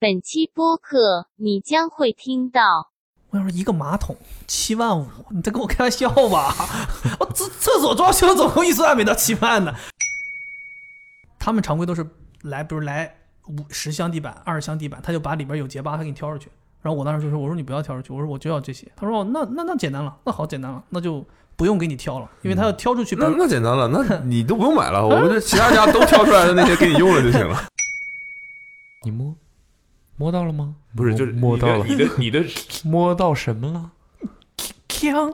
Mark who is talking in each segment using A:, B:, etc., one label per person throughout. A: 本期播客你将会听到
B: 我想说一个马桶七万五，你在跟我开玩笑吧？我厕厕所装修总共预算没到七万呢。他们常规都是来，比如来五十箱地板、二十箱地板，他就把里边有结疤，他给你挑出去。然后我当时就说：“我说你不要挑出去，我说我就要这些。”他说：“哦，那那那简单了，那好简单了，那就不用给你挑了，因为他要挑出去。
C: 那 那简单了，那你都不用买了，我们这其他家都挑出来的那些给你用了就行了。
D: 你摸摸到了吗？
C: 不是，
D: 摸
C: 就是
D: 摸
C: 你的
D: 到了，
C: 你的你 的
D: 摸到什么了？
B: 锵，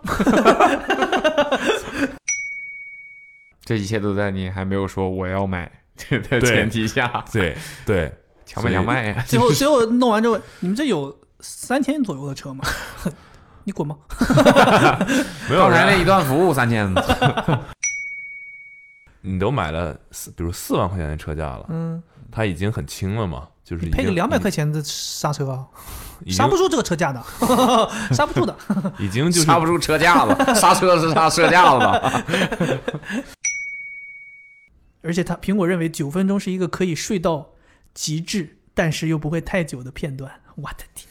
D: 这一切都在你还没有说我要买的
C: 对
D: 前提下，
C: 对对，
D: 强不强卖 呀？
B: 最后最后弄完之后，你们这有三千左右的车吗？ 你滚吧！
C: 没有
D: 刚才
C: 人
D: 那一段服务三千，
C: 你都买了四，比如四万块钱的车架了，
B: 嗯，
C: 它已经很轻了嘛，就是
B: 你
C: 已
B: 配个
C: 经
B: 两百，块钱的刹车啊，
C: 已
B: 刹
C: 经
B: 不住这个车架的， 刹不住的。
C: 已经就是
D: 刹不住车架子，刹车是刹车架子吧？
B: 而且他苹果认为九分钟是一个可以睡到极致，但是又不会太久的片段。我的天，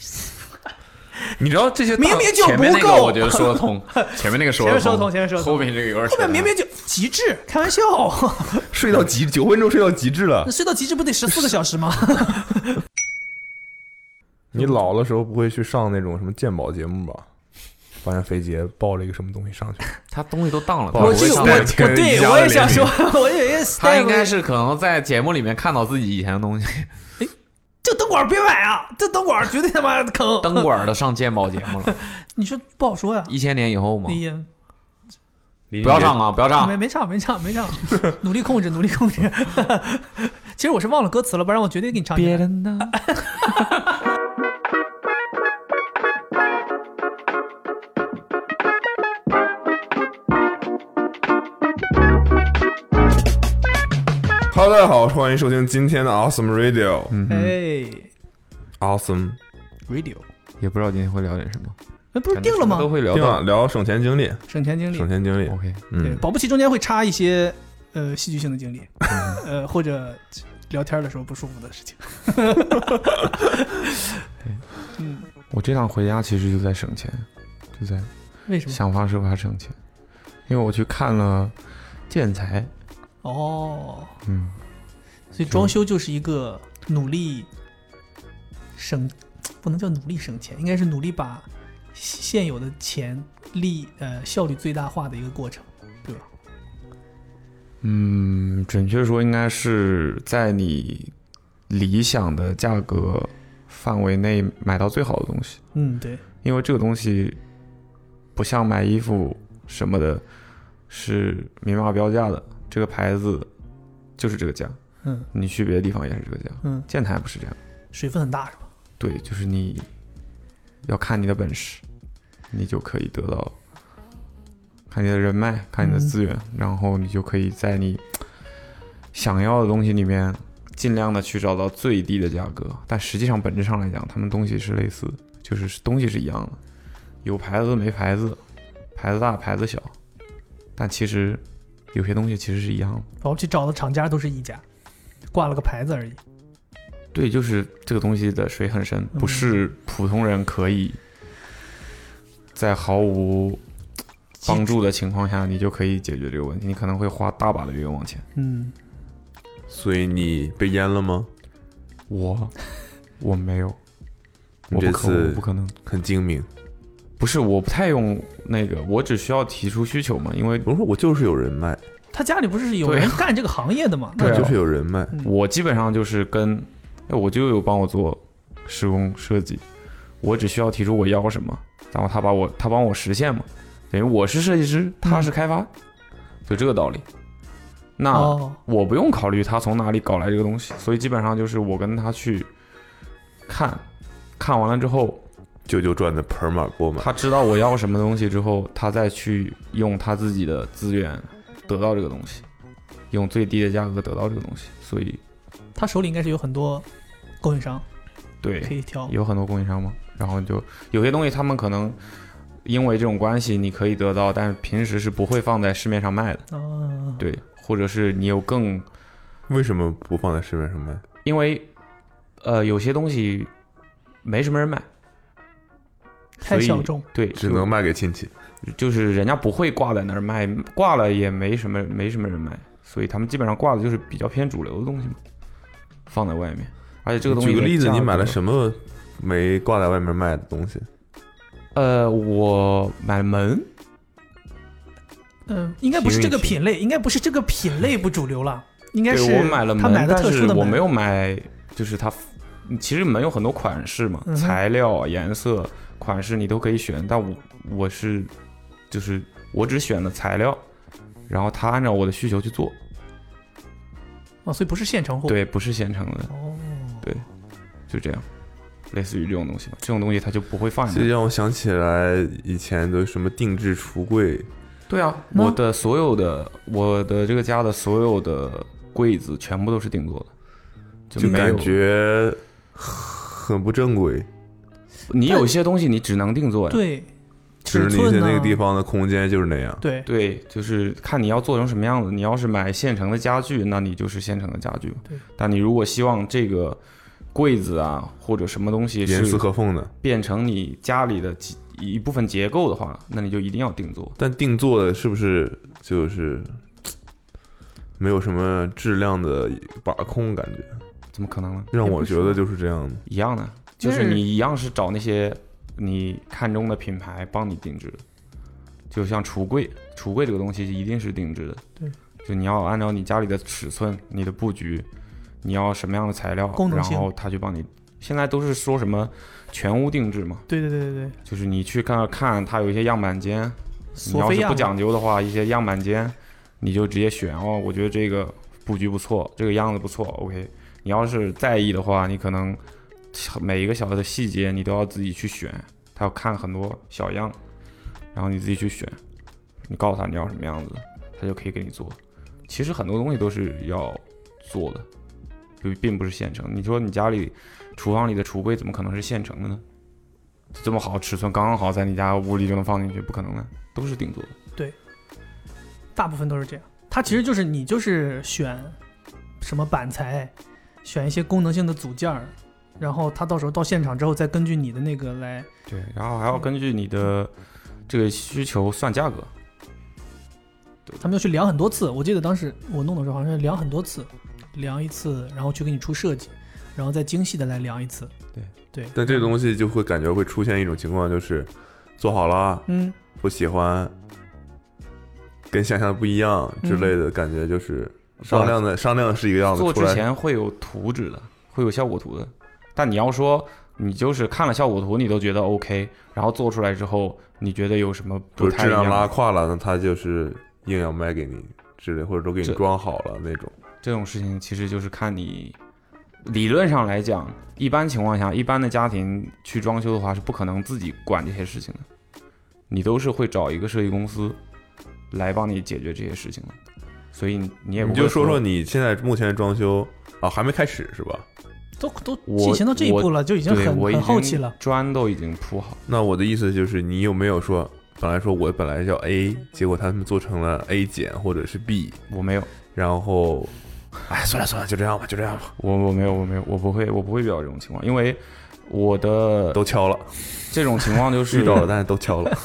C: 你知道这些大
B: 明明就
D: 前面
B: 不
D: 那个
B: 够，
D: 我觉得 说得通，前面那个说
B: 前面
D: 得
B: 说得通前面说得通
D: 后面这个有点
B: 后面明明就极致，开 玩笑，
C: 睡到极九分钟睡到极致了
B: 那，睡到极致不得十四个小 时吗？
C: 你老了时候不会去上那种什么鉴宝节目吧？发现肥姐抱了一个什么东西上去，
D: 他东西都当了，
C: 我
B: 我
C: 不
B: 这
C: 会
B: 个
C: 上
B: 我
C: 来
D: 他
C: 就
B: 我
C: 跟人
B: 对
C: 家
B: 我也
C: 的
B: 想
C: 脸
B: 说， 我以为 s t
D: 他
B: e
D: 应该
B: p
D: 是可能在节目里面看到自己以前的东西，
B: 这灯管别买啊，这灯管绝对他妈的坑。
D: 灯，管的上鉴宝节目了，
B: 你说不好说呀、
D: 一千年以后嘛，
B: 你也
D: 不要上
C: 啊！
D: 啊，不要
B: 没
D: 上，
B: 没唱没唱没唱， 努力控制努力控制。 其实我是忘了歌词了，不然我绝对给你唱一遍。
D: 人呢？
C: Hello，大家好，欢迎收听今天的 Awesome Radio，嗯
B: 哎
C: ，Awesome
B: ，Radio，
D: 也不知道今天会聊点什么，
B: 那不是定了吗？
D: 都会聊
C: 定
D: 到
C: 了聊省钱经历，
B: 省钱经理
C: 省，钱经历，
D: OK，
B: 对，
C: 嗯，
B: 保不齐中间会插一些呃戏剧性的经 历，呃或者聊天的时候不舒服的事情。嗯，
D: 我这趟回家其实就在省钱，就在
B: 为什么？
D: 想方设法省钱，因为我去看了建材，
B: 哦，
D: 嗯，
B: 所以装修就是一个努力省，不能叫努力省钱，应该是努力把现有的钱力呃效率最大化的一个过程，对吧？
D: 嗯，准确说应该是在你理想的价格范围内买到最好的东西，
B: 嗯，对，
D: 因为这个东西不像买衣服什么的，是明码标价的，这个牌子就是这个价，
B: 嗯
D: 你去别的地方也是这个价，
B: 嗯，
D: 建材不是这样，
B: 水分很大是吧？
D: 对，就是你要看你的本事，你就可以得到。看你的人脉，看你的
B: 嗯
D: 资源，然后你就可以在你想要的东西里面，尽量的去找到最低的价格。但实际上本质上来讲，他们东西是类似的，就是是东西是一样的，有牌子没牌子，牌子大牌子小，但其实有些东西其实是一样的。
B: 我们去找的厂家都是一家，挂了个牌子而已。
D: 对，就是这个东西的水很深，
B: 嗯
D: 不是普通人可以在毫无帮助的情况下，你就可以解决这个问题。你可能会花大把的冤枉钱。
B: 嗯，
C: 所以你被淹了吗？
D: 我我没有，
C: 你
D: 我
C: 这
D: 不可我
C: 次
D: 不可能，
C: 很精明，
D: 不是我不太用那个，我只需要提出需求嘛，因为
C: 我说我就是有人脉，
B: 他家里不是有
D: 对啊
B: 人干这个行业的吗？
D: 对
B: 那
D: 啊
C: 我就是有人脉，
D: 我基本上就是跟，哎我就有帮我做施工设计，我只需要提出我要什么，然后他把我他帮我实现嘛，等于我是设计师，他是开发，就这个道理。那、
B: 哦，
D: 我不用考虑他从哪里搞来这个东西，所以基本上就是我跟他去看，看完了之后，
C: 舅舅赚的盆满钵满。
D: 他知道我要什么东西之后，他再去用他自己的资源得到这个东西，用最低的价格得到这个东西，所以
B: 他手里应该是有很多供应商
D: 对，
B: 可以挑。
D: 有很多供应商嘛，然后就有些东西他们可能因为这种关系你可以得到，但是平时是不会放在市面上卖的，
B: 啊，
D: 对，或者是你有更
C: 为什么不放在市面上卖？
D: 因为呃，有些东西没什么人买，
B: 太小众，
D: 对，
C: 只
D: 就
C: 能卖给亲戚。
D: 就是人家不会挂在那儿卖，挂了也没什么没什么人买，所以他们基本上挂的就是比较偏主流的东西嘛，放在外面。而且这个东西
C: 举个例子，
D: 的价
C: 你买了
D: 格
C: 什么没挂在外面卖的东西？
D: 呃，我买了门，
B: 嗯，应该不是这个
D: 体育
B: 品类，应该不是这个品类不主流了，应该
D: 对
B: 是
D: 我买了门，
B: 他买的特殊的
D: 但是
B: 门，
D: 我没有买，就是它其实门有很多款式嘛，
B: 嗯哼
D: 材料、啊颜色、款式你都可以选，但我我是就是我只选了材料，然后他按照我的需求去做，
B: 啊，所以不是现成货。，
D: 对，不是现成的，
B: 哦，
D: 就这样，类似于这种东西吧，这种东西它就不会放在那
C: 这让我想起来以前的什么定制橱柜，
D: 对啊，
B: 那
D: 我的所有的我的这个家的所有的柜子全部都是定做的，
C: 就
D: 没有
C: 感觉很不正规，
D: 你有些东西你只能定做呀。
B: 对，
C: 只是
B: 尺
C: 你在
B: 寸呢
C: 那个地方的空间就是那样。
B: 对
D: 对，就是看你要做成什么样子。你要是买现成的家具，那你就是现成的家具。
B: 对，
D: 但你如果希望这个柜子啊或者什么东西
C: 严丝
D: 是
C: 合缝的，
D: 变成你家里的几一部分结构的话，那你就一定要定做。
C: 但定做的是不是就是没有什么质量的把控？感觉
D: 怎么可能呢？
C: 让我觉得就是这样的。
D: 一样
B: 嗯
D: 的，就是你一样是找那些你看中的品牌帮你定制的，就像橱柜，橱柜这个东西一定是定制的。
B: 对，
D: 就你要按照你家里的尺寸、你的布局，你要什么样的材料，
B: 功能
D: 然
B: 性
D: 后他去帮你。现在都是说什么全屋定制嘛，
B: 对对对对对，
D: 就是你去看看，它有一些样板间，你
B: 索
D: 要
B: 菲
D: 是
B: 亚
D: 不
B: 嘛
D: 讲究的话，一些样板间，你就直接选哦，我觉得这个布局不错，这个样子不错，OK。你要是在意的话，你可能每一个小的细节你都要自己去选，他要看很多小样，然后你自己去选，你告诉他你要什么样子，他就可以给你做。其实很多东西都是要做的，就并不是现成。你说你家里厨房里的橱柜怎么可能是现成的呢？这么好尺寸，刚刚好在你家屋里就能放进去，不可能的，都是定做的。
B: 大部分都是这样。它其实就是你就是选什么板材，选一些功能性的组件儿，然后它到时候到现场之后再根据你的那个来，
D: 对，然后还要根据你的
C: 嗯
D: 这个需求算价格。
B: 他们要去量很多次。我记得当时我弄的时候好像是量很多次，量一次，然后去给你出设计，然后再精细的来量一次。
C: 但这东西就会感觉会出现一种情况，就是做好了
B: 嗯，
C: 不喜欢，跟想象的不一样之类的感觉，就是商量的商量是一个样子，
D: 嗯做
C: 出
D: 之
C: 来
D: 前会有图纸的，会有效果图的。但你要说你就是看了效果图，你都觉得 OK，然后做出来之后，你觉得有什么
C: 就
D: 不
C: 是
D: 太
C: 质
D: 一样
C: 量
D: 的？
C: 拉胯了，那他就是硬要卖给你之类，或者都给你
D: 这
C: 装好了那种。
D: 这种事情其实就是看你理论上来讲，一般情况下，一般的家庭去装修的话是不可能自己管这些事情的，你都是会找一个设计公司来帮你解决这些事情的。所以你你也不
C: 你
D: 会
C: 就说说你现在目前的装修啊，还没开始是吧？
B: 都都
D: 我
B: 进行到这一步了，就已经
D: 对
B: 很
D: 我已
B: 很
D: 经
B: 后期了。
D: 砖都已经铺好，
C: 那我的意思就是，你有没有说，本来说我本来叫 A，结果他们做成了 A 减或者是 B，
D: 我没有，
C: 然后，哎，算了算了，就这样吧，就这样吧，
D: 我我没有，我没有，我不会，我不会遇到这种情况，因为我的
C: 都敲了，
D: 这种情况就是
C: 遇到了，但是都敲了。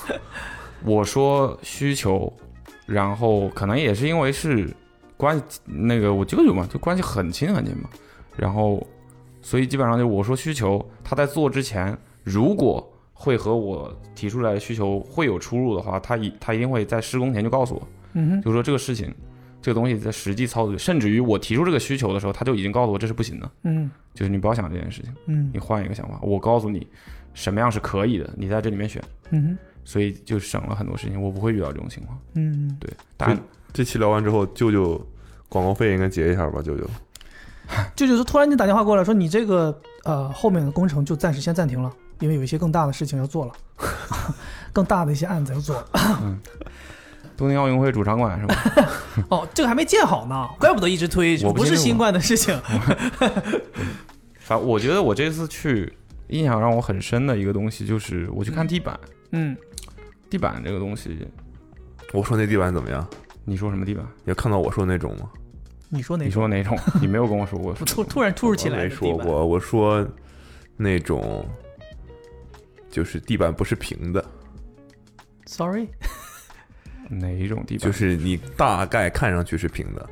D: 我说需求，然后可能也是因为是关系那个我舅舅嘛，就关系很亲很亲嘛，然后所以基本上就是我说需求，他在做之前，如果会和我提出来的需求会有出入的话，他一他一定会在施工前就告诉我，
B: 嗯哼，
D: 就说这个事情，这个东西在实际操作，甚至于我提出这个需求的时候，他就已经告诉我这是不行的，
B: 嗯
D: 就是你不要想这件事情，
B: 嗯
D: 你换一个想法，我告诉你什么样是可以的，你在这里面选，
B: 嗯
D: 所以就省了很多事情，我不会遇到这种情况。
B: 哼嗯，
D: 对，但
C: 这期聊完之后，舅舅广告费应该结一下吧，舅舅。
B: 舅舅就突然间打电话过来说，你这个呃后面的工程就暂时先暂停了，因为有一些更大的事情要做了， 更大的一些案子要做了。
D: 东京奥运会主场馆是吧？
B: 哦，这个还没建好呢，怪不得一直推，
D: 我不
B: 不是
D: 信我
B: 新冠的事情。
D: 反正我觉得我这次去，印象让我很深的一个东西就是我去看地板，
B: 嗯，
D: 地板这个东西，
C: 我说那地板怎么样？
D: 你说什么地板？
C: 你有看到我说那种吗？
B: 你说哪
D: 你
B: 种？
D: 说哪种？你没有跟我 说过。
B: 我突突然突如其
C: 我
B: 来
C: 没
B: 的地
C: 说
B: 板，
C: 过，我说那种就是地板不是平的，
B: Sorry，
D: 哪一种地板？
C: 就是你大概看上去是平的，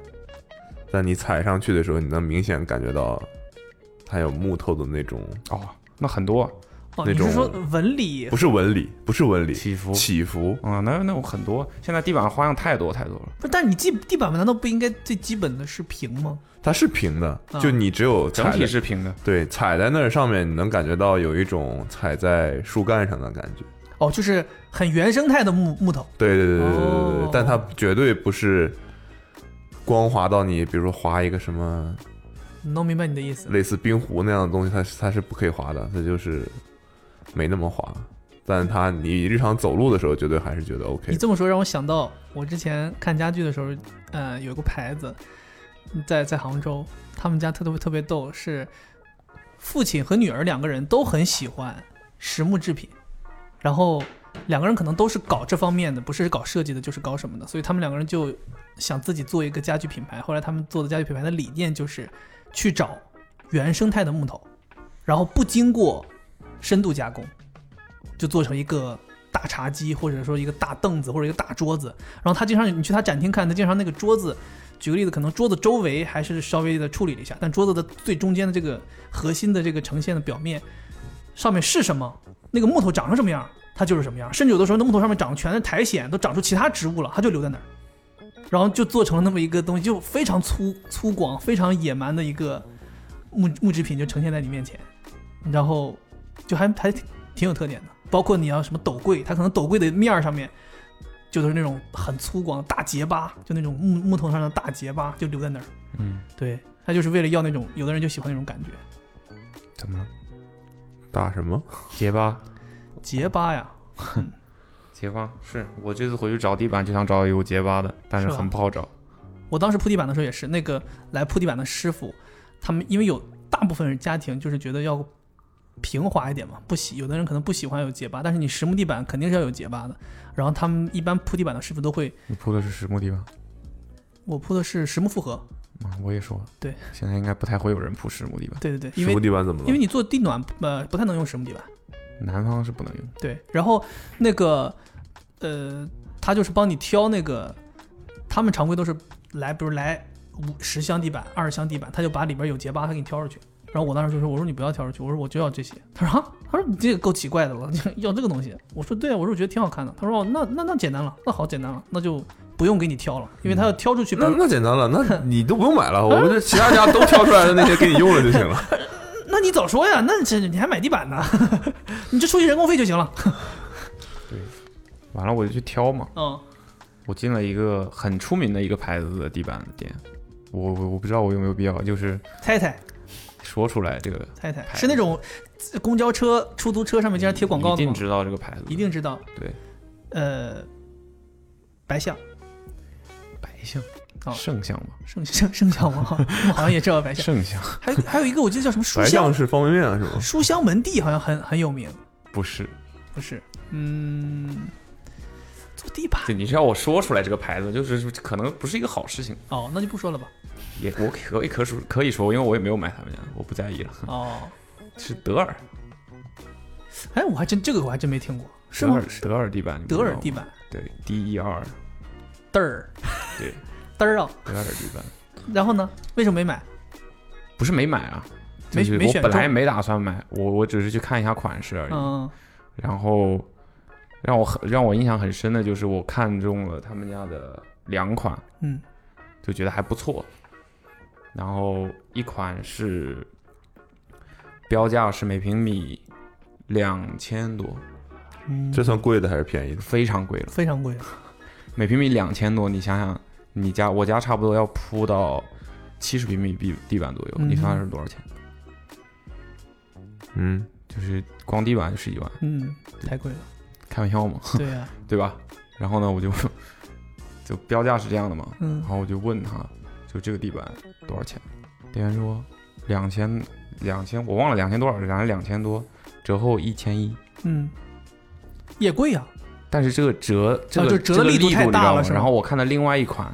C: 但你踩上去的时候，你能明显感觉到它有木头的那种，
D: 哦，那很多啊
B: 哦，
C: 那
B: 你是
C: 种
B: 说纹理
C: 不？是纹理，不是纹理，
D: 起伏
C: 起伏。
D: 啊，那那我很多。现在地板花样太多太多了。
B: 不是，但你地地板难道不应该最基本的是平吗？
C: 它是平的，
B: 嗯
C: 就你只有
D: 整
C: 踩
D: 体
C: 在
D: 是平的，
C: 对踩在那儿上面，你能感觉到有一种踩在树干上的感觉。
B: 哦，就是很原生态的木木头。
C: 对对对对对对对，
B: 哦
C: 但它绝对不是光滑到你，比如说滑一个什么
B: 你弄明白你的意思？
C: 类似冰壶那样的东西，它是它是不可以滑的，它就是没那么滑。但它你日常走路的时候，绝对还是觉得 OK
B: 你。这么说让我想到，我之前看家具的时候，呃，有个牌子，在在杭州，他们家特别特别逗，是父亲和女儿两个人都很喜欢实木制品，然后两个人可能都是搞这方面的，不是搞设计的，就是搞什么的，所以他们两个人就想自己做一个家具品牌。后来他们做的家具品牌的理念就是去找原生态的木头，然后不经过深度加工，就做呃成一个大茶几，或者说一个大凳子，或者一个大桌子。然后他经常，你去他展厅看，他经常那个桌子，举个例子，可能桌子周围还是稍微的处理了一下，但桌子的最中间的这个核心的这个呈现的表面，上面是什么，那个木头长成什么样，它就是什么样。甚至有的时候，那木头上面长的全是苔藓，都长出其他植物了，它就留在那儿。然后就做成了那么一个东西，就非常粗粗犷、非常野蛮的一个木木制品，就呈现在你面前，然后就还还挺挺有特点的。包括你要什么斗柜，它可能斗柜的面儿上面就都是那种很粗犷的大结巴，就那种木木头上的大结巴就留在那儿。
D: 嗯，
B: 对，他就是为了要那种，有的人就喜欢那种感觉，
D: 怎么了？
C: 打什么？
D: 结巴，
B: 结巴呀，
D: 结巴是我这次回去找地板就想找有结巴的，但是
B: 是吧
D: 很不好找。
B: 我当时铺地板的时候也是，那个来铺地板的师傅，他们因为有大部分人家庭就是觉得要平滑一点嘛，不喜有的人可能不喜欢有结巴，但是你实木地板肯定是要有结巴的。然后他们一般铺地板的师傅都会，
D: 你铺的是实木地板
B: 我铺的是实木复合，
D: 啊？我也说了，
B: 对，
D: 现在应该不太会有人铺实木地板，
B: 对对对，
C: 什
B: 因为
C: 么地板怎么
B: 因为
C: 了？
B: 你做地暖呃不太能用实木地板，
D: 南方是不能用。
B: 对，然后那个呃他就是帮你挑那个，他们常规都是来比如来五十箱地板、二十箱地板，他就把里边有结巴，他给你挑出去。然后我当时就说：“我说你不要挑出去，我说我就要这些。”他说：“啊，他说你这个够奇怪的了， 要这个东西。”我说：“对啊，我说我觉得挺好看的。”他说：“哦，那那那简单了，那好简单了，那就不用给你挑了，因为他要挑出去，
C: 那那简单了，那你都不用买了，我们这其他家都挑出来的那些给你用了就行了。
B: 那你早说呀，那这你还买地板呢， 你这出去人工费就行了。
D: 完了我就去挑嘛，”
B: 嗯，
D: 我进了一个很出名的一个牌子的地板店，我我我不知道我有没有必要，就是
B: 猜猜
D: 说出来这个
B: 猜猜，
D: 牌
B: 是那种公交车、出租车上面经常贴广告
D: 一
B: 的
D: 定
B: 吗？
D: 知道这个牌子，
B: 一定知道。
D: 对，
B: 呃，白象
D: 白象
B: 哦，
D: 圣象吧，
B: 圣 圣圣象吗？我好像也知道白象，
D: 圣象
B: 还有还有一个我记得叫什么书
C: 白象
B: 香
C: 哎是方便面啊是吗？
B: 书香门第，好像很很有名，
D: 不是，
B: 不是？嗯，做地板
D: 就你是要我说出来这个牌子，就是可能不是一个好事情，
B: 哦，那就不说了吧。
D: 也我可以可说可以说，因为我也没有买他们家，我不在意了，
B: 哦，
D: 是德尔，
B: 哎，我还真这个我还真没听过，是
D: 德
B: 吗
D: 尔？德尔地板，你不知
B: 德
D: 道吗
B: 尔地板
D: 对 D E R
B: 嘚儿
D: 对
B: 嘚儿啊，
D: 德尔地板，
B: 然后呢？为什么没买？
D: 不是没买啊。
B: 没
D: 就是
B: 没
D: 我
B: 选
D: 本来
B: 中
D: 没打算买，我我只是去看一下款式而已。
B: 嗯，
D: 然后让我很让我印象很深的就是我看中了他们家的两款，
B: 嗯，
D: 就觉得还不错。然后一款是标价是每平米两千多，
B: 嗯
C: 这算贵的还是便宜的？
D: 非常贵了，
B: 非常贵。
D: 每平米两千多，你想想，你家我家差不多要铺到七十平米地地板左右，
B: 嗯
D: 你算是多少钱？
C: 嗯，
D: 就是光地板就十几万，
B: 嗯，太贵 了。
D: 开玩笑嘛，
B: 对呀、
D: 对吧？然后呢，我就 就标价是这样的嘛，
B: 嗯
D: 然，后我就问他，就这个地板多少钱？店员说两千，两千，我忘了两千多少，反正两千多，折后一千一。
B: 嗯，啊也贵呀、
D: 但是这个折，这个、
B: 啊就折的
D: 这个
B: 力
D: 力
B: 度太
D: 你知
B: 大
D: 道
B: 了
D: 吗
B: 是吗
D: 然后我看了另外一款，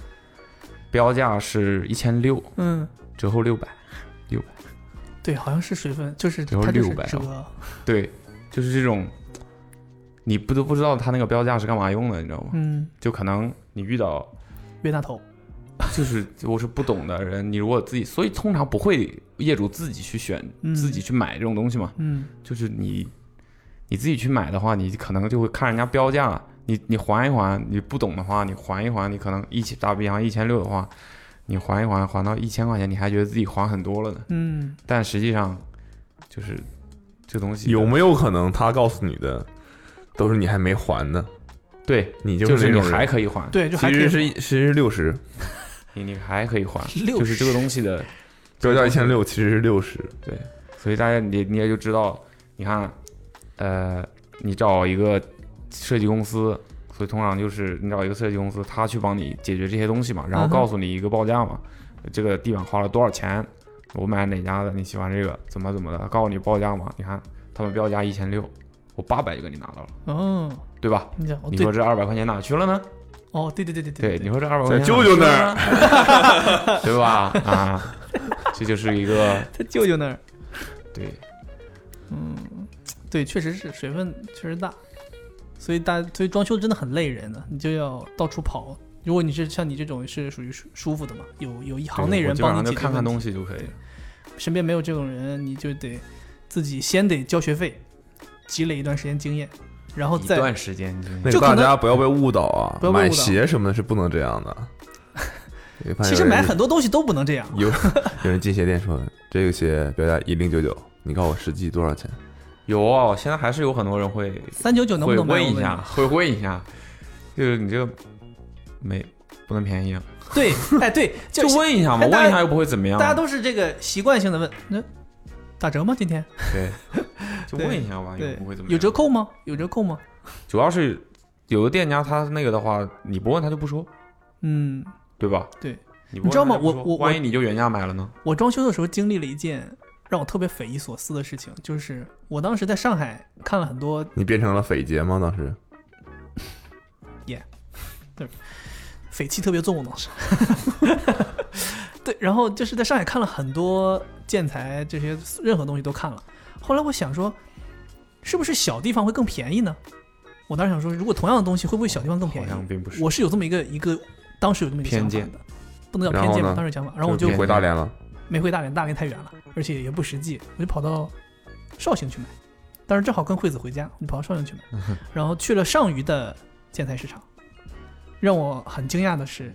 D: 标价是一千六，
B: 嗯，
D: 折后六百。
B: 对，好像是水分，就是
D: 只有
B: 它就是
D: 600
B: 折，
D: 对，就是这种，你不都不知道他那个标价是干嘛用的，你知道吗？
B: 嗯，
D: 就可能你遇到
B: 冤大头，
D: 就是 我是不懂的人，你如果自己，所以通常不会业主自己去选、
B: 嗯
D: 自己去买这种东西嘛。
B: 嗯，
D: 就是你你自己去买的话，你可能就会看人家标价，你你还一还，你不懂的话，你还一还，你可能一起打比方一千六的话，你还一还，还到一千块钱，你还觉得自己还很多了呢，
B: 嗯，
D: 但实际上就是这东西
C: 有没有可能他告诉你的都是你还没还呢？
D: 对，
C: 你
D: 就
C: 那
D: 是你
C: 种
D: 还
C: 人。
D: 可以还，
B: 对，就还
C: 其
B: 可以
C: 实是其实是六十，
D: 你你还可以还，
B: 60
D: 就是这个东西的
C: 标价一千六，其实是六十。
D: 对，所以大家你你也就知道，你看，呃，你找一个设计公司，所以通常就是你找一个设计公司，他去帮你解决这些东西嘛，然后
B: 嗯哼
D: 告诉你一个报价嘛，这个地板花了多少钱，我买哪家的，你喜欢这个怎么怎么的，他告诉你报价嘛，你看他们标价一千六，我八百就给你拿到了，
B: 哦，
D: 对吧？
B: 你讲，哦
D: 你
B: 对
D: 说这二百块钱哪去了呢？
B: 哦，对对对对
D: 对，你
B: 对，
D: 说这二百
C: 在
D: 块钱
C: 舅舅那儿
D: 儿，对吧？ 啊，这就是一个
B: 他舅舅那儿，
D: 对，
B: 对，确实是水分确实大，所以大所以装修真的很累人的，你就要到处跑。如果你是像你这种是属于舒舒服的嘛，有有一行内
D: 对我
B: 人
D: 基本
B: 帮
D: 上
B: 你
D: 就
B: 解决
D: 看
B: 问
D: 看
B: 题
D: 东西就可以了。
B: 身边没有这种人，你就得自己先得交学费，积累一段时间经验，然后
D: 一
B: 再
D: 段时间，
C: 那
B: 就
C: 个
B: 可
C: 大
B: 能
C: 家不要被误导啊
B: 不要，被误导
C: 买鞋什么的是不能这 样的。对发现
B: 其实
C: 有人
B: 买很多东西都不能这样。
C: 有有人进鞋店说这个鞋标价一零九九，你告诉我实际多少钱？
D: 有哦，现在还是有很多人会
B: 三九九能不
D: 会
B: 能买？
D: 问
B: 我
D: 一
B: 问
D: 下，会问一下，就是你这个没不能便宜啊，
B: 你 对，哎对，
D: 就问一下嘛，
B: 哎大家
D: 问一下又不会怎么样，啊
B: 大家都是这个习惯性的问，那打折吗？今天
D: 对，就问一下嘛，又
B: 对
D: 哎不会怎么样
B: 有折，扣吗？有折扣吗？
D: 主要是有的店家他那个的话，你不问他就不说，
B: 嗯，
D: 对吧？
B: 对，
D: 你
B: 你知道吗
D: 问他就不说
B: 我我
D: 万一你就原价买了呢？
B: 我装修的时候经历了一件让我特别匪夷所思的事情，就是我当时在上海看了很多
C: 你变成了匪杰吗？当时
B: 匪气特别重，当时。 对，然后就是在上海看了很多建材，这些任何东西都看了。后来我想说，是不是小地方会更便宜呢？我当时想说，如果同样的东西，会不会小地方更便
D: 好像
B: 宜？
D: 并不是，
B: 我是有这么一个一个，当时有这么一个想法
D: 偏
B: 的，不能叫
C: 然
B: 偏
C: 后
B: 见吧，
C: 呢
B: 当时想法。然后我
D: 就
B: 就是
C: 回大连了，
B: 没回大连，大连太远了，而且也不实际，我就跑到绍兴去买。当时正好跟惠子回家，我就跑到绍兴去买，然后去了上虞的建材市场。让我很惊讶的是，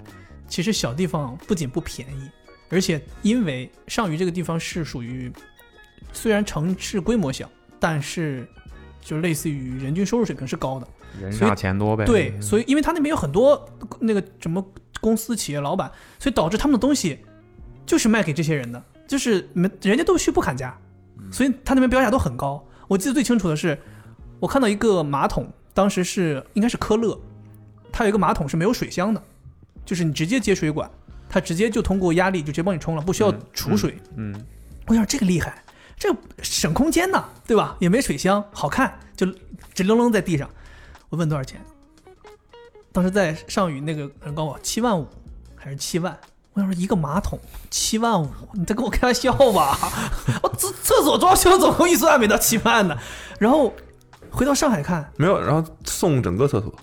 B: 其实小地方不仅不便宜，而且因为上虞这个地方是属于虽然城市规模小，但是就类似于人均收入水平是高的。
D: 人
B: 所以
D: 傻钱多呗，
B: 对，所以因为他那边有很多那个什么公司、企业老板，所以导致他们的东西就是卖给这些人的，就是没人家都去不砍价，
D: 嗯
B: 所以他那边标价都很高。我记得最清楚的是，我看到一个马桶，当时是应该是科勒，它有一个马桶是没有水箱的，就是你直接接水管，它直接就通过压力就直接帮你冲了，不需要
D: 嗯
B: 储水。
D: 嗯，
B: 我想这个厉害，这省空间呐，对吧？也没水箱，好看，就直愣愣在地上。我问多少钱，当时在上宇那个人告诉我七万五还是七万。我想说一个马桶七万五，你在跟我开玩笑吧？ 我厕厕所装修总共预算没到七万呢。然后回到上海看，
C: 没有，然后送整个厕所，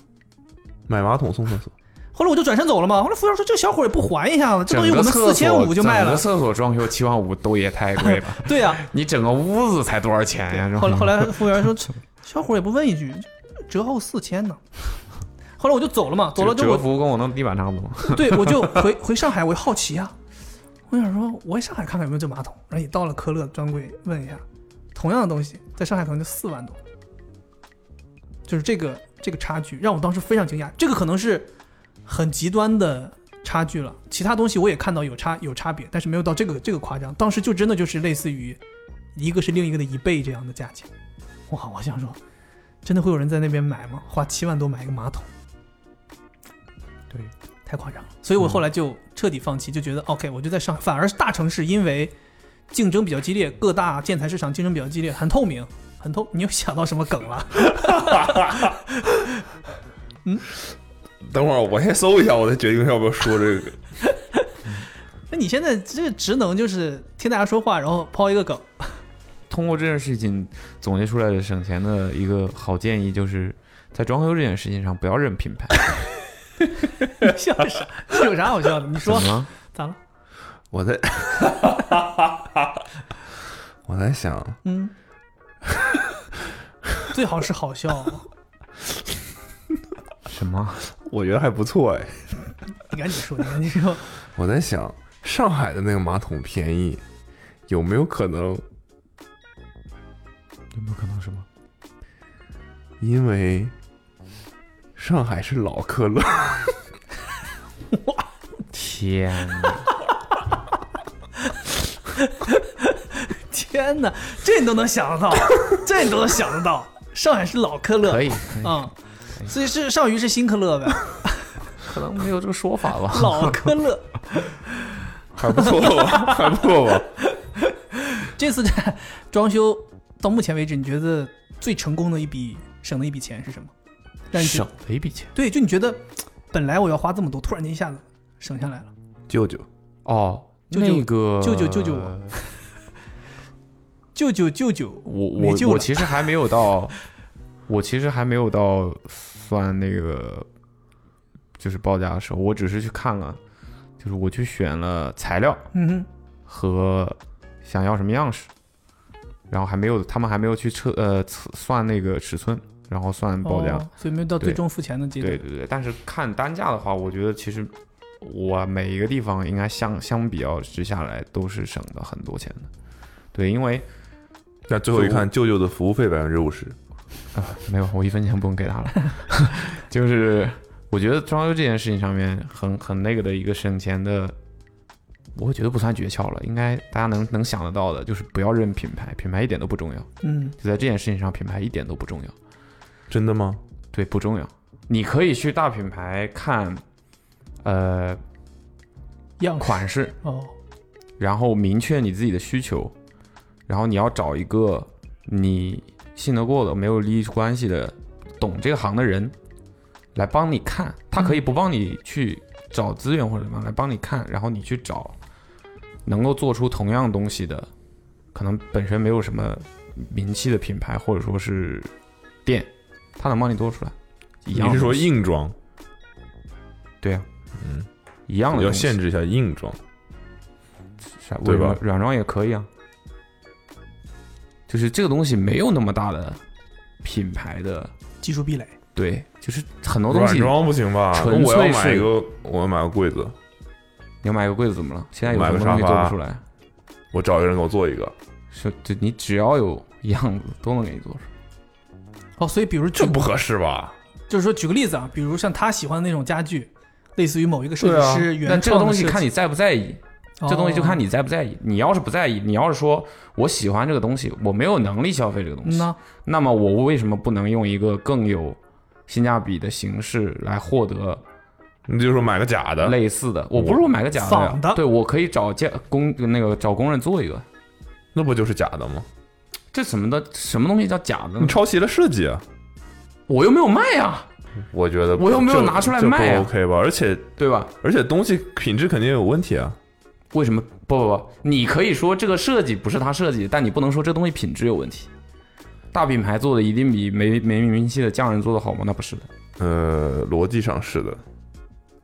C: 买马桶送厕所，
B: 后来我就转身走了嘛。后来服务员说这小伙儿也不还一下子，这
D: 整
B: 东西
D: 个
B: 我们
D: 厕所
B: 四千五就卖
D: 整
B: 了
D: 个。厕所装修七万五都也太贵 了，
B: 对呀、
D: 你整个屋子才多少钱呀？这
B: 后来后
D: 来
B: 来服务员说， 小伙儿也不问一句，折后四千呢。后来我就走了嘛，走了就
D: 折
B: 我
D: 服跟我弄地板差不多，
B: 对我就回回上海，我就好奇啊，我想说我也上海看看有没有这马桶，然后也到了科勒专柜问一下，同样的东西在上海可能就四万多，就是这个这个差距让我当时非常惊讶，这个可能是很极端的差距了，其他东西我也看到有差有差别，但是没有到这个这个夸张，当时就真的就是类似于一个是另一个的一倍这样的价钱，哇，我想说。真的会有人在那边买吗？花七万多买一个马桶？
D: 对，
B: 太夸张了。所以
D: 嗯
B: 我后来就彻底放弃，就觉得 OK，我就在上海，反而是大城市，因为竞争比较激烈，各大建材市场竞争比较激烈，很透明，很透。你又想到什么梗了？
C: 等会儿我先搜一下，我再决定要不要说这个。
B: 那你现在这个职能就是听大家说话，然后抛一个梗，
D: 通过这件事情总结出来的省钱的一个好建议就是，在装修这件事情上不要认品牌，
B: 你笑啥？这有啥好笑的？你
D: 怎
B: 说
D: 么了？
B: 咋了？
C: 我在， 我在想，
B: 嗯，最好是好笑，
D: 什么？
C: 我觉得还不错哎。
B: 你赶紧说，你赶紧说，
C: 我在想，上海的那个马桶便宜，有没有可能
D: 有没有可能什么？
C: 因为上海是老客乐？
D: 天哪！
B: 天哪，这你都能想得 到，这你都能想得到。上海是老科乐，
D: 可以，可以
B: 嗯，所以是上虞是新科乐呗，
D: 可能没有这个说法吧。
B: 老科乐。
C: 还不错 吧，还不错吧。
B: 这次这 装修到目前为止，你觉得最成功的一笔省的一笔钱是什么？让你觉
D: 省
B: 得
D: 了一笔钱
B: 对，就你觉得本来我要花这么多，突然间一下子省下来了。
C: 舅舅，
D: 哦，
B: 舅舅
D: 那个
B: 舅舅舅舅我舅舅舅舅，
D: 我
B: 没救
D: 我我
B: 了
D: 其实还没 有到，我其实还没有到算那个就是报价的时候，我只是去看了，就是我去选了材料
B: 嗯哼，
D: 和想要什么样式，然后还没有他们还没有去测呃测算那个尺寸，然后算报价。
B: 哦，所以没有到最终付钱的阶段。
D: 对对对，但是看单价的话，我觉得其实我每一个地方应该相相比较之下来都是省了很多钱的。对，因为
C: 那最后一看，舅舅的服务费百分之五十，
D: 没有，我一分钱不用给他了。就是我觉得装修这件事情上面很很那个的一个省钱的，我觉得不算诀窍了，应该大家能能想得到的，就是不要认品牌，品牌一点都不重要。
B: 嗯，
D: 就在这件事情上，品牌一点都不重要。
C: 真的吗？
D: 对，不重要。你可以去大品牌看，呃，
B: 样式
D: 款式，
B: 哦，
D: 然后明确你自己的需求，然后你要找一个你信得过的、没有利益关系的、懂这个行的人来帮你看。他可以不帮你去找资源或者什么，来帮你看，然后你去找能够做出同样东西的，可能本身没有什么名气的品牌或者说是店，他能帮你做出来。一
C: 你
D: 样的
C: 是说
D: 东西
C: 硬装？
D: 对啊，
C: 嗯，
D: 一样的
C: 要
D: 东西
C: 限制一下硬装。
D: 啥
C: 对吧
D: 软软装也可以啊，就是这个东西没有那么大的品牌的，
B: 技术壁垒。
D: 对，就是很多东
C: 软
D: 西。
C: 装不行吧？
D: 纯
C: 我要
D: 粹
C: 买
D: 是
C: 一个，我要买个柜子，
D: 你要买个柜子怎么了？现在有
C: 买
D: 什
C: 个
D: 么东西
C: 沙
D: 做
C: 发
D: 不出来？
C: 我找一个人给我做一个，
D: 是，就你只要有样子都能给你做出来。
B: 哦，所以比如举
C: 这不合适吧？
B: 就是说举个例子啊，比如像他喜欢的那种家具，类似于某一个设
D: 对
B: 计师
D: 啊，但
B: 原
D: 这
B: 创
D: 个
B: 的
D: 东
B: 设
D: 西
B: 计，
D: 看你在不在意，
B: 哦
D: 这东西就看你在不在意。你要是不在意，你要是说我喜欢这个东西，我没有能力消费这个东
B: 嗯
D: 西，
B: 呐，
D: 那么我为什么不能用一个更有性价比的形式来获得
C: 你就说买个假的，
D: 类似的，我不是说买个假的呀
B: 仿，的
D: 对我可以找建工那个找工人做一个，
C: 那不就是假的吗？
D: 这什么的什么东西叫假的
C: 你
D: 呢？
C: 抄袭了设计啊！
D: 我又没有卖啊呀，
C: 我觉得
D: 我又没有
C: 这
D: 拿出来
C: 这
D: 卖啊
C: 不 OK 吧？而且
D: 对吧？
C: 而且东西品质肯定有问题啊！
D: 为什么不不不？你可以说这个设计不是他设计，但你不能说这东西品质有问题。大品牌做的一定比没没名气的匠人做的好吗？那不是的，
C: 呃，逻辑上是的，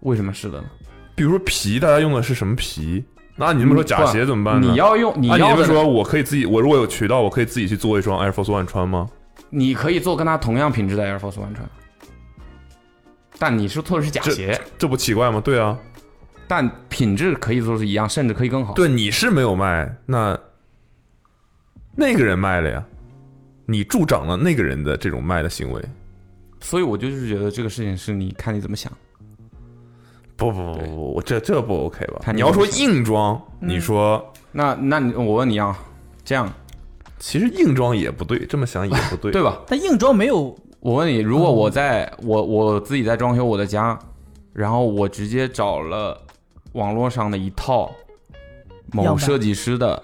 D: 为什么是的呢？
C: 比如说皮，大家用的是什么皮？那你们说假鞋怎么办呢？
D: 你要用你
C: 啊
D: 要
C: 你们
D: 的
C: 说我可以自己，我如果有渠道，我可以自己去做一双 Air Force One 穿吗？
D: 你可以做跟他同样品质的 Air Force One 穿，但你是做的是假
C: 这
D: 鞋，
C: 这不奇怪吗？对啊，
D: 但品质可以做是一样，甚至可以更好。
C: 对，你是没有卖，那那个人卖了呀，你助长了那个人的这种卖的行为。
D: 所以我就是觉得这个事情是你看你怎么想。
C: 不不不不，我这这不 OK 吧？
D: 看你
C: 你要说
D: 怎么
C: 硬装，你说
D: 那那你我问你啊，这样
C: 其实硬装也不对，这么想也不对。
D: 对吧？
B: 但硬装没有
D: 我问你，如果
B: 嗯
D: 我在、我我自己在装修我的家，然后我直接找了网络上的一套
B: 样
D: 某
B: 板
D: 设计师的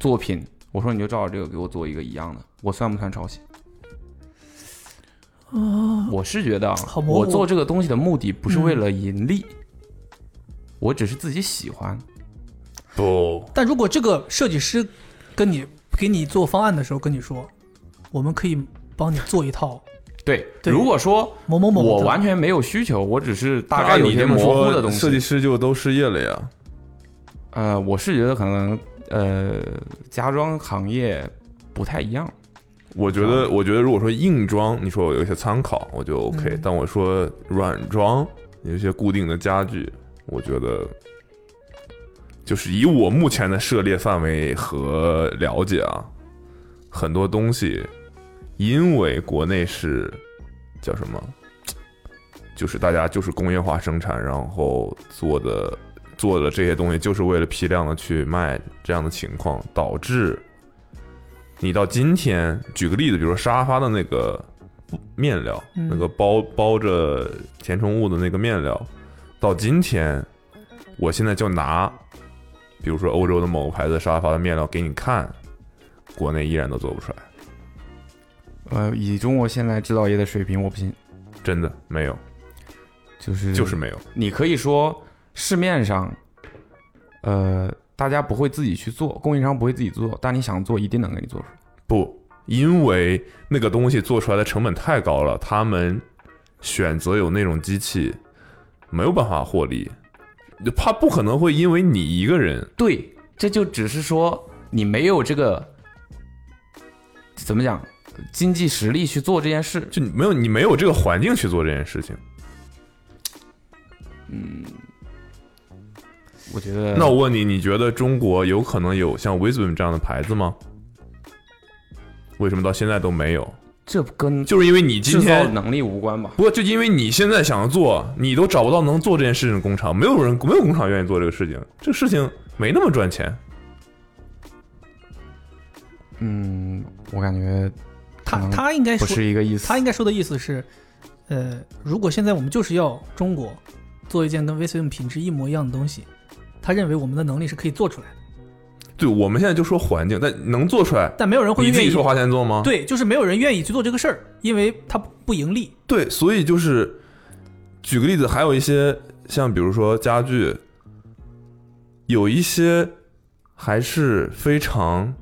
D: 作品，我说你就照着这个给我做一个一样的，我算不算抄袭？我是觉得啊
B: 哦好，模糊嗯
D: 我做这个东西的目的不是为了盈利，我只是自己喜欢，
C: 不，
B: 但如果这个设计师跟你给你做方案的时候跟你说，我们可以帮你做一套
D: 对，
B: 对
D: 如果说
B: 某某某的，
D: 我完全没有需求，我只是大概
C: 那
D: 有
C: 你
D: 些
C: 这么
D: 模糊的
C: 说，
D: 东
C: 设计
D: 西。
C: 师就都失业了呀？
D: 呃，我是觉得可能呃，家装行业不太一样。
C: 我觉得，我觉得如果说硬装，你说我有一些参考，我就 OK、
B: 嗯
C: 但我说软装，有一些固定的家具，我觉得就是以我目前的涉猎范围和了解啊，很多东西，因为国内是叫什么，就是大家就是工业化生产，然后做的做的这些东西，就是为了批量的去卖这样的情况，导致你到今天，举个例子，比如说沙发的那个面料，
B: 嗯
C: 那个包包着填充物的那个面料，到今天，我现在就拿，比如说欧洲的某个牌子沙发的面料给你看，国内依然都做不出来，
D: 呃，以中国现在制造业的水平，我不信，
C: 真的没有，
D: 就是
C: 就是没有。
D: 你可以说市面上，呃，大家不会自己去做，供应商不会自己做，但你想做，一定能给你做出来。
C: 不，因为那个东西做出来的成本太高了，他们选择有那种机器，没有办法获利，他不可能会因为你一个人，
D: 对，这就只是说你没有这个怎么讲经济实力去做这件事。
C: 就没有你没有这个环境去做这件事情。
D: 我觉得，
C: 那我问你，你觉得中国有可能有像 Wisdom 这样的牌子吗？为什么到现在都没有？
D: 这跟
C: 就是因为你今
D: 制造
C: 天
D: 能力无关吧？
C: 不过就因为你现在想做，你都找不到能做这件事情的工厂，没有人没有工厂愿意做这个事情，这个事情没那么赚钱。
D: 嗯，我感觉可
B: 他
D: 能
B: 他应该
D: 嗯不
B: 说
D: 是一个意思。嗯
B: 他应该说的意思是，呃，如果现在我们就是要中国做一件跟 Visium 品质一模一样的东西，他认为我们的能力是可以做出来的，
C: 对，我们现在就说环境，但能做出来，
B: 但没有人会
C: 你自
B: 愿
C: 己
B: 意
C: 说花钱做吗？
B: 对，就是没有人愿意去做这个事儿，因为他不盈利。
C: 对，所以就是举个例子，还有一些像比如说家具，有一些还是非常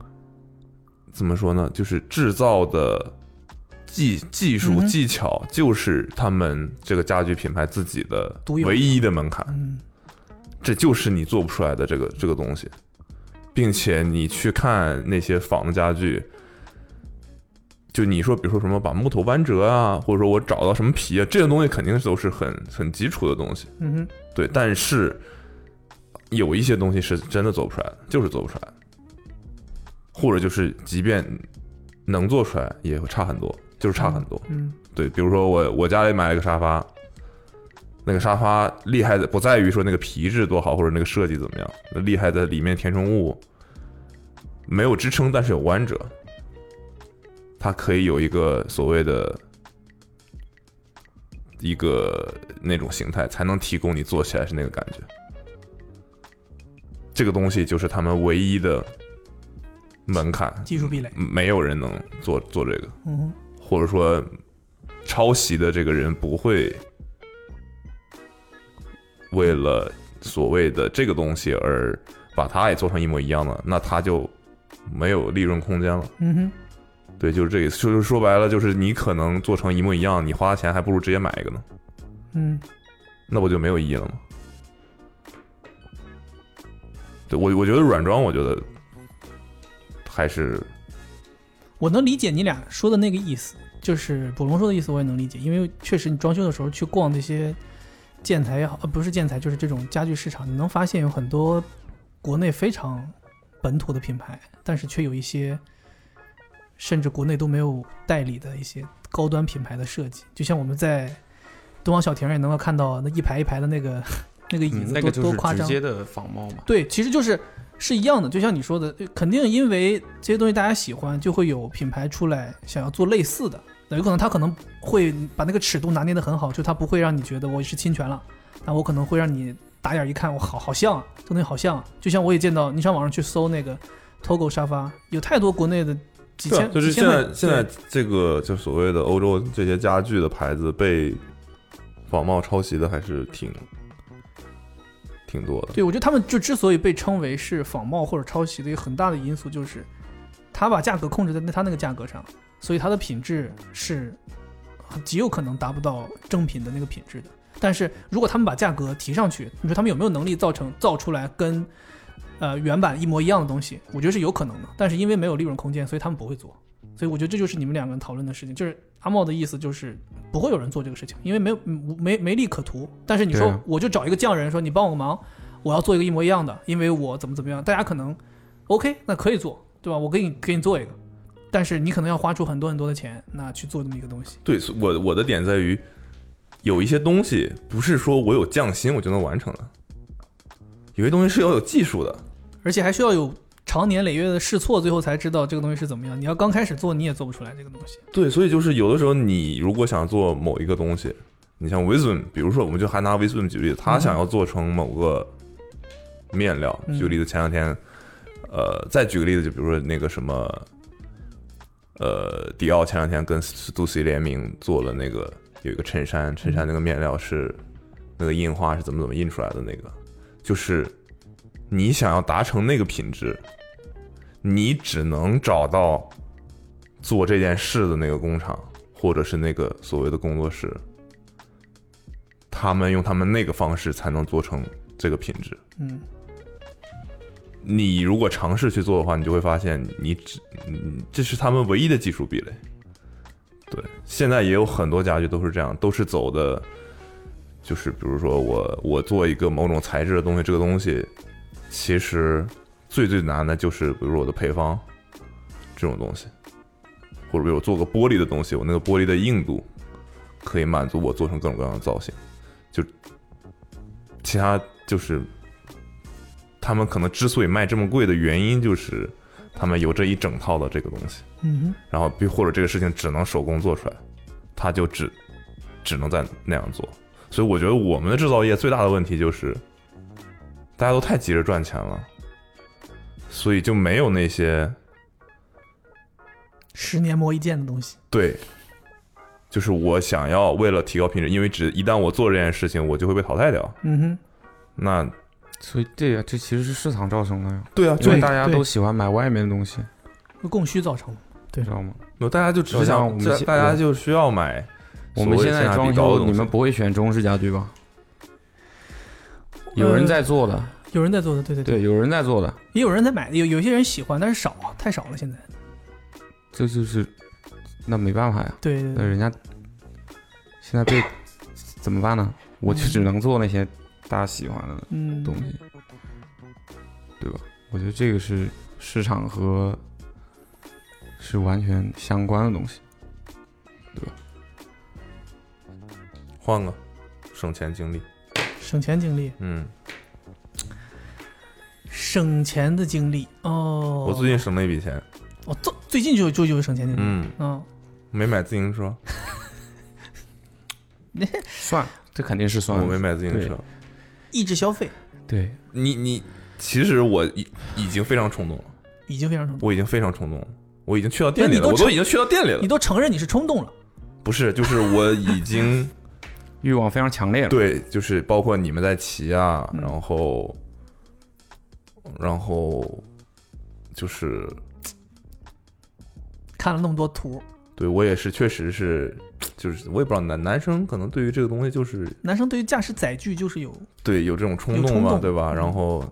C: 怎么说呢，就是制造的技技
B: 嗯
C: 术
B: 哼
C: 技巧，就是他们这个家具品牌自己的
B: 独有
C: 唯一的门槛。
B: 嗯，
C: 这就是你做不出来的这个这个东西，并且你去看那些仿的家具，就你说，比如说什么把木头弯折啊，或者说我找到什么皮啊，这些东西肯定都是很很基础的东西，
B: 嗯哼，
C: 对。但是有一些东西是真的做不出来的，就是做不出来，或者就是即便能做出来，也会差很多，就是差很多。
B: 嗯，
C: 对，比如说我我家里买了个沙发，那个沙发厉害的不在于说那个皮质多好或者那个设计怎么样，厉害的里面填充物没有支撑，但是有弯折，它可以有一个所谓的一个那种形态，才能提供你坐起来是那个感觉。这个东西就是他们唯一的门槛，
B: 技术壁垒。
C: 没有人能做做这个。
B: 嗯哼，
C: 或者说抄袭的这个人不会为了所谓的这个东西而把它也做成一模一样的，那他就没有利润空间了。
B: 嗯哼，
C: 对，就是这个意思，就是说白了，就是你可能做成一模一样，你花的钱还不如直接买一个呢，
B: 嗯，
C: 那不就没有意义了吗？对我，我觉得软装，我觉得还是
B: 我能理解你俩说的那个意思，就是卜龙说的意思，我也能理解，因为确实你装修的时候去逛那些建材也好，呃，不是建材，就是这种家具市场，你能发现有很多国内非常本土的品牌，但是却有一些甚至国内都没有代理的一些高端品牌的设计，就像我们在东方小庭也能够看到那一排一排的那个 那个椅
D: 嗯
B: 子多、
D: 那个就
B: 多
D: 是
B: 夸
D: 直
B: 张，
D: 接的仿冒嘛。
B: 对，其实就是是一样的，就像你说的，呃肯定因为这些东西大家喜欢，就会有品牌出来想要做类似的。有可能他可能会把那个尺度拿捏得很好，就他不会让你觉得我是侵权了，但我可能会让你打眼一看，我好好像啊这东西好像啊，就像我也见到，你上网上去搜那个 Togo 沙发，有太多国内的几
C: 对啊
B: 千，
C: 就是
B: 几
C: 现
B: 千
C: 在
B: 块
C: 现在这个就所谓的欧洲这些家具的牌子被仿冒抄袭的还是挺挺多的。
B: 对，我觉得他们就之所以被称为是仿冒或者抄袭的一个很大的因素，就是他把价格控制在那他那个价格上，所以它的品质是很极有可能达不到正品的那个品质的。但是如果他们把价格提上去，你说他们有没有能力造成造出来跟呃原版一模一样的东西？我觉得是有可能的，但是因为没有利润空间，所以他们不会做。所以我觉得这就是你们两个人讨论的事情，就是阿茂的意思就是不会有人做这个事情，因为没有嗯没没利可图。但是你
D: 对
B: 说
D: 啊
B: 我就找一个匠人说你帮我个忙，我要做一个一模一样的，因为我怎么怎么样，大家可能 OK，那可以做，对吧？我给你给你做一个，但是你可能要花出很多很多的钱，那去做这么一个东西。
C: 对，所我我的点在于，有一些东西不是说我有匠心我就能完成的，有些东西是要有技术的。
B: 而且还需要有长年累月的试错，最后才知道这个东西是怎么样。你要刚开始做，你也做不出来这个东西。
C: 对，所以就是有的时候你如果想做某一个东西，你像 Wisdom，比如说我们就还拿 Wisdom 举例子，他
B: 嗯
C: 想要做成某个面料，
B: 嗯
C: 举个例子，前两天，呃，再举个例子，就比如说那个什么，呃，迪奥前两天跟杜 C 联名做了那个有一个衬衫，衬衫那个面料是那个印花是怎么怎么印出来的那个，就是你想要达成那个品质，你只能找到做这件事的那个工厂，或者是那个所谓的工作室，他们用他们那个方式才能做成这个品质。
B: 嗯，
C: 你如果尝试去做的话，你就会发现你只，嗯这是他们唯一的技术壁垒。对，现在也有很多家具都是这样，都是走的，就是比如说我我做一个某种材质的东西，这个东西其实最最难的就是比如说我的配方这种东西，或者比如我做个玻璃的东西，我那个玻璃的硬度可以满足我做成各种各样的造型，就其他就是他们可能之所以卖这么贵的原因，就是他们有这一整套的这个东西，
B: 嗯
C: 然后比或者这个事情只能手工做出来，他就只只能在那样做。所以我觉得我们的制造业最大的问题就是，大家都太急着赚钱了，所以就没有那些
B: 十年磨一剑的东西。
C: 对，就是我想要为了提高品质，因为只一旦我做这件事情，我就会被淘汰掉。
B: 嗯哼，
C: 那
D: 所以这这其实是市场造成的呀，
C: 对啊，
D: 因
C: 就
D: 为
B: 对
D: 大家都喜欢买外面的东西，
B: 那供需造成的。
D: 知道吗？
C: 那大家就只
D: 就像
C: 想，
D: 我们
C: 大
D: 现
C: 大家就需要买
D: 我
C: 所谓
D: 们
C: 性
D: 现
C: 价比高的东西。
D: 在装修，你们不会选中式家具吧？
B: 呃
D: 有人在做的，
B: 有人在做的，对对对，
D: 对，有人在做的，
B: 也有人在买，有有些人喜欢，但是少啊，太少了现在。
D: 这就是那没办法呀。
B: 对对
D: 那
B: 对，
D: 人家现在被怎么办呢？我就只能做那些大家喜欢的
B: 嗯，
D: 东西，对吧？我觉得这个是市场和是完全相关的东西。
C: 换个省钱经历。
B: 省钱经历，
C: 嗯，
B: 省钱的经历。哦，
C: 我最近省了一笔钱，
B: 哦，最最近就就有省钱经历。
C: 嗯，
B: 嗯
C: 没买自行车，
D: 算，这肯定是算
C: 我
D: 的。
C: 没买自行车。
B: 抑制消费
D: 对，
C: 你你，其实我已已经非常冲动了，
B: 已经非常成功。
C: 我已经非常冲动了，我已经去到店里
B: 对你
C: 了，我
B: 都冲
C: 都已经去到店里了
B: 你。都承认你是冲动了，
C: 不是，就是我已经
D: 欲望非常强烈了。
C: 对，就是包括你们在骑啊，
B: 嗯
C: 然后，然后就是
B: 看了那么多图，
C: 对我也是，确实是，就是我也不知道男男生可能对于这个东西就是
B: 男生对于驾驶载具就是有
C: 对有这种冲
B: 有
C: 动
B: 冲
C: 嘛，
B: 动
C: 对吧？
B: 嗯
C: 然后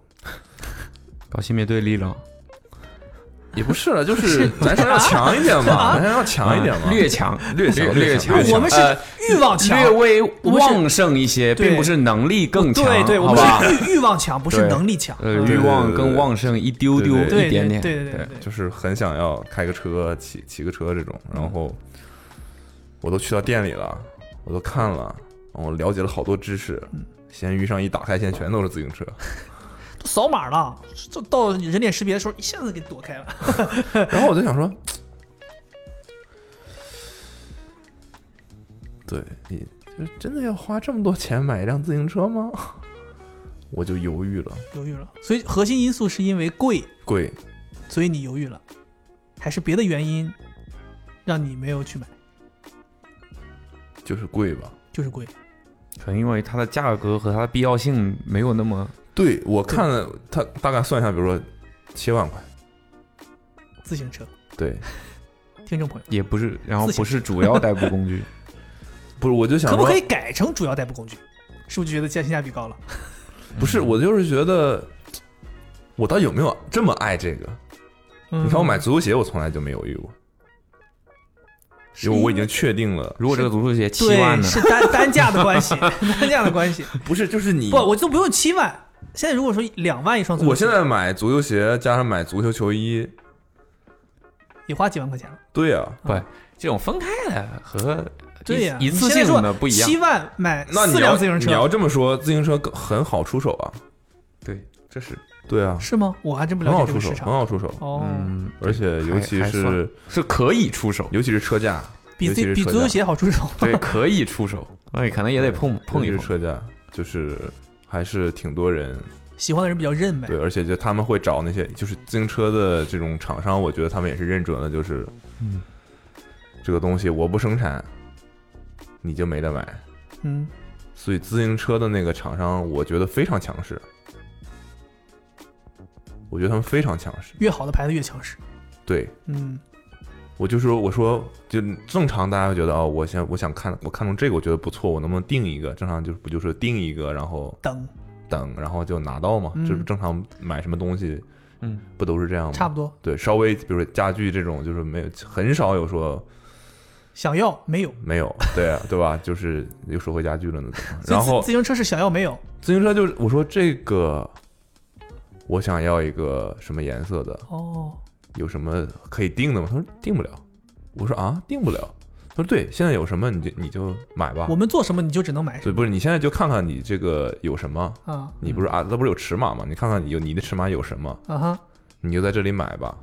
D: 搞性别对立了，
C: 也不是了， 就是男生要强一点嘛，男生要强一点嘛，
D: 啊略强，
C: 啊略强
D: 略
C: 强，
D: 强
B: 我们是
D: 呃
B: 欲望强，
D: 略微
B: 不是
D: 旺盛一些，
B: 对
D: 并不是能力更强，
B: 对对，我
D: 好
B: 们
D: 吧？
B: 是欲欲望强，不是
D: 对
B: 能力强。
D: 呃，
B: 嗯
D: 欲望更旺盛一丢丢，
C: 对
B: 对
D: 一点点，
B: 对对对
C: 就
B: 对，
C: 是很想要开个车、骑骑个车这种。然后我都去到店里了，我都看了，我了解了好多知识。
D: 嗯
C: 闲鱼上一打开，现在全都是自行 车。
B: 都扫码了，就到人脸识别的时候，一下子给躲开了。
C: 然后我就想说，对你就是真的要花这么多钱买一辆自行车吗？ 我就犹豫了，
B: 犹豫了。所以核心因素是因为贵，
C: 贵，
B: 所以你犹豫了，还是别的原因让你没有去买？
C: 就是贵吧。
B: 就是贵。
D: 可能因为它的价格和它的必要性没有那么
C: 对我看了他大概算一下，比如说七万块，
B: 自行车，
C: 对，
B: 听众朋友，
D: 也不是，然后
B: 自行
D: 不是主要代步工具，
C: 不是我就想
B: 可
C: 说
B: 不可以改成主要代步工具？是不是觉得现在性价比高了？
C: 不是，我就是觉得，我倒有没有这么爱这个？
B: 你
C: 你
B: 嗯
C: 看我买足球鞋，我从来就没犹豫过，因为我已经确定了，
D: 如果这个足球鞋七万
B: 对
D: 呢？
B: 是单单价的关系， 单价的关系。
C: 不是就是你
B: 不，我就不用七万。现在如果说两万以上，
C: 我现在买足球鞋加上买足球球衣，
B: 也花几万块钱了。
C: 对啊，
D: 不，这种分开的和
B: 对呀、
D: 一一次
B: 你现在
D: 性
B: 说
D: 的不一样
B: 七。万买
C: 那
B: 四
C: 你
B: 辆
C: 要
B: 自行
C: 你要
B: 车
C: 这么说，自行车更很好出手啊，
D: 对，这是
C: 对啊，
B: 是吗？我还真不
C: 很
B: 了
C: 好
B: 解这
C: 出
B: 个
C: 手，
B: 市
C: 很
B: 场。
C: 好出手，
B: 哦，
D: 嗯，
C: 而且尤其
D: 还还
C: 是
D: 算是可以出 手，
C: 尤其是车架，
B: 比
C: 尤其
B: 自
C: 是
B: 比
C: 车
B: 足球
C: 架
B: 鞋好出手。
D: 对，可以出手，哎，可能也得碰碰一
C: 尤其
D: 碰
C: 是。车架，就是还是挺多人
B: 喜欢的人比较认呗。
C: 对，而且就他们会找那些就是自行车的这种厂商，我觉得他们也是认准了，就是，
D: 嗯，
C: 这个东西我不生产，你就没得买。
B: 嗯，
C: 所以自行车的那个厂商，我觉得非常强势，我觉得他们非常强势。
B: 越好的牌子越强势。
C: 对
B: 嗯，
C: 我就说，我说就正常，大家会觉得哦，我想我想看我看中这个，我觉得不错，我能不能定一个？正常就是不就是定一个，然后
B: 等
C: 等，然后就拿到嘛，
B: 嗯
C: 这不正常买什么东西
D: 嗯，
C: 不都是这样吗？
B: 差不多，
C: 对，稍微比如说家具这种，就是没有很少有说
B: 想要没有。
C: 没 有，对啊对吧？就是又说回家具了呢。
B: 所以
C: 然
B: 自
C: 后
B: 自行车是想要没有，
C: 自行车就是我说这个，我想要一个什么颜色的，
B: 哦，
C: 有什么可以定的吗？他说定不了。我说啊，定不了。他说对，现在有什么你就你就买吧
B: 我。们做什么你就只能买什
C: 啊对，不是你现在就看看你这个有什么，
B: 么啊
C: 你不是啊，那不是有尺码吗？你看看你有你的尺码有什么，
B: 啊哈，
C: 你就在这里买吧。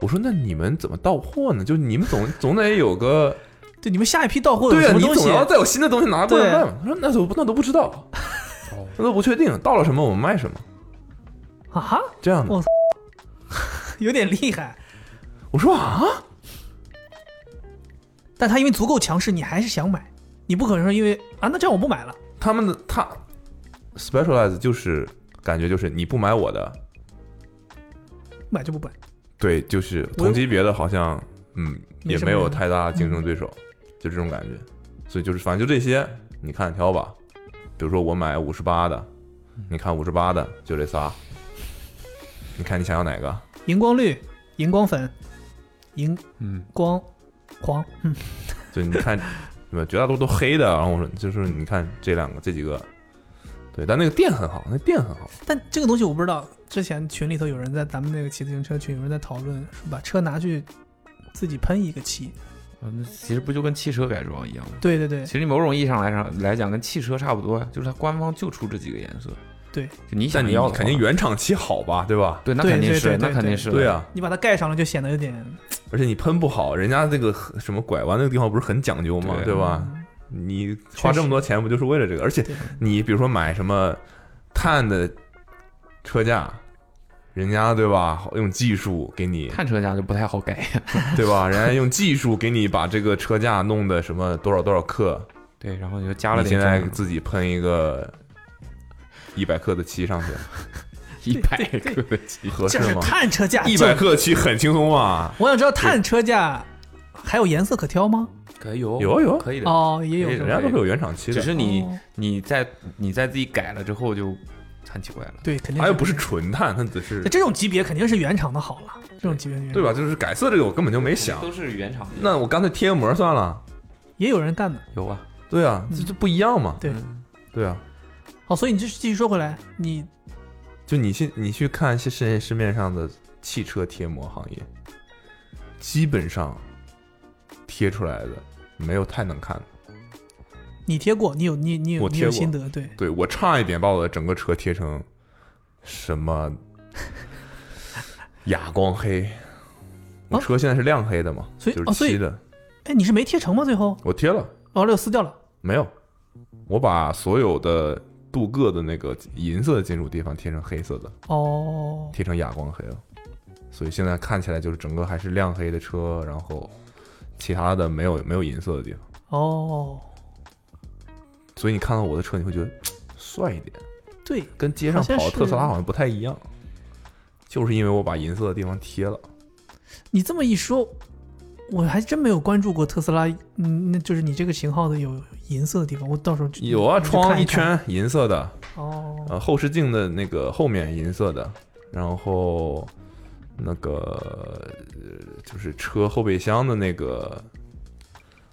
C: 我说那你们怎么到货呢？就你们总总得有个
B: 对，你们下一批到货有
C: 对
B: 什
C: 啊，
B: 么
C: 你
B: 东西
C: 总？要再有新的东西拿过来
B: 对啊
C: 卖嘛。他说那都那都不知 道，那都不确定，到了什么我们卖什么
B: 啊哈，
C: 这样的
B: 哇。有点厉害。
C: 我说啊，
B: 但他因为足够强势，你还是想买，你不可能说因为啊，那这样我不买了。
C: 他们的他 specialize 就是感觉就是你不买我的，
B: 不买就不买。
C: 对，就是
B: 我
C: 同级别的好像嗯
B: 没
C: 也
B: 什么
C: 没有
B: 人嗯
C: 太大竞争对手，就这种感觉。所以就是反正就这些，你看挑吧。比如说我买五十八的，你看五十八的就这仨，你看你想要哪个？
B: 荧光绿、荧光粉、荧
D: 嗯，
B: 光黄，嗯，
C: 就你看，对吧？绝大多数都黑的。然后我说，就是你看这两个，这几个，对。但那个店很好，那店很好。
B: 但这个东西我不知道，之前群里头有人在咱们那个骑自行车群有人在讨论，说把车拿去自己喷一个漆。
D: 啊那其实不就跟汽车改装一样吗？
B: 对对对
D: 其，实你某种意义上来上来讲，跟汽车差不多呀，就是它官方就出这几个颜色。
B: 对，
D: 就你
C: 但
D: 想
C: 你
D: 要的话
C: 肯定原厂漆好吧，对吧？
D: 对，那
B: 对
D: 肯定
B: 对对
D: 是，那
B: 对
D: 肯定
B: 对
D: 是。
C: 对，啊，
B: 你把它盖上了就显得有点
C: 而且你喷不好，人家这个什么拐弯那个地方不是很讲究吗？
D: 对啊
C: 对吧？
B: 嗯
C: 你
B: 实
C: 花这么多钱不就是为了这个？而且
B: 对
C: 你比如说买什么碳的车架，人家对吧？用技术给你
D: 碳车架就不太好改。
C: 对吧？人家用技术给你把这个车架弄的什么多少多少克，
D: 对，然后你就加了
C: 你现
D: 点
C: 在
D: 重
C: 自己喷一个一百克的漆上去，
D: 一百克的漆，
C: 合适
B: 这是
C: 吗？
B: 碳车架。
C: 一百
B: 就，
C: 克漆很轻松啊，
B: 我想知道碳车架还有颜色可挑吗？
D: 可以有
C: 有啊有啊
D: 可以的。
B: 哦，也有
D: 可以
B: 是
C: 人
B: 吧
C: 家都是有原厂漆
D: 只
C: 的，
D: 是你
B: 哦
D: 你在你在自己改了之后就很奇怪了。
B: 对，肯定
C: 它又不是纯碳，它只是
B: 那这种级别肯定是原厂的好了，这种级别的原厂
C: 对吧？？就是改色这个我根本就没想，
D: 都是原厂
C: 那我干脆贴个膜算了。
B: 也有人干的。
D: 有啊，
C: 对啊，这
B: 嗯
C: 这不一样嘛。
B: 对
D: 嗯
C: 对啊，
B: 好，所以你就继续说回来，你
C: 就你去你去看现市市面上的汽车贴膜行业，基本上贴出来的没有太能看的。
B: 你贴过，你有你你有
C: 我
B: 你
C: 贴
B: 有
C: 过
B: 心得，对，
C: 对我差一点把我的整个车贴成 什么哑光黑，我
B: 啊
C: 车现在是亮黑的嘛，
B: 所以
C: 就
B: 哦
C: 是
B: 所以
C: 漆的，
B: 哎，你是没贴成吗？最后
C: 我贴了
B: 老六撕掉了，
C: 没有？我把所有的镀铬的那个银色的金属地方贴成黑色的，
B: 哦，
C: 贴成哑光黑了，所以现在看起来就是整个还是亮黑的车，然后其他的没有没有银色的地方，
B: 哦，
C: 所以你看到我的车，你会觉得帅一点，
B: 对，
C: 跟街上
B: 好像
C: 跑的特斯拉
B: 是
C: 好像不太一样，就是因为我把银色的地方贴了。
B: 你这么一说，我还真没有关注过特斯拉，嗯，那就是你这个型号的有银色的地方，我到时候去
C: 有啊，
B: 我去
C: 窗
B: 看一看
C: 圈银色的，
B: 哦，
C: 呃，后视镜的那个后面银色的，然后那个呃就是车后备箱的那个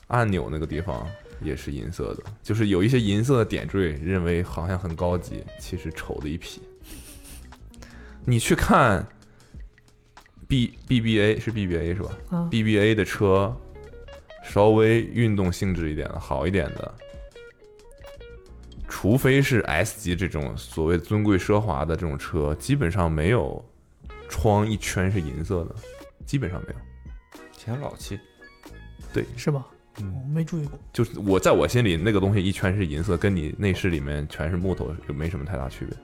C: 按钮那个地方也是银色的，就是有一些银色的点缀，认为好像很高级，其实丑的一批。你去看 B B B A 是 B B A 是吧？
B: 啊，
C: BBA 的车，稍微运动性质一点的、好一点的，除非是 S 级这种所谓尊贵奢华的这种车，基本上没有窗一圈是银色的，基本上没有。
D: 显老气。
B: 是吧？我
D: 嗯，
B: 没注意过。
C: 就是我在我心里那个东西一圈是银色，跟你内饰里面全是木头就没什么太大 区别，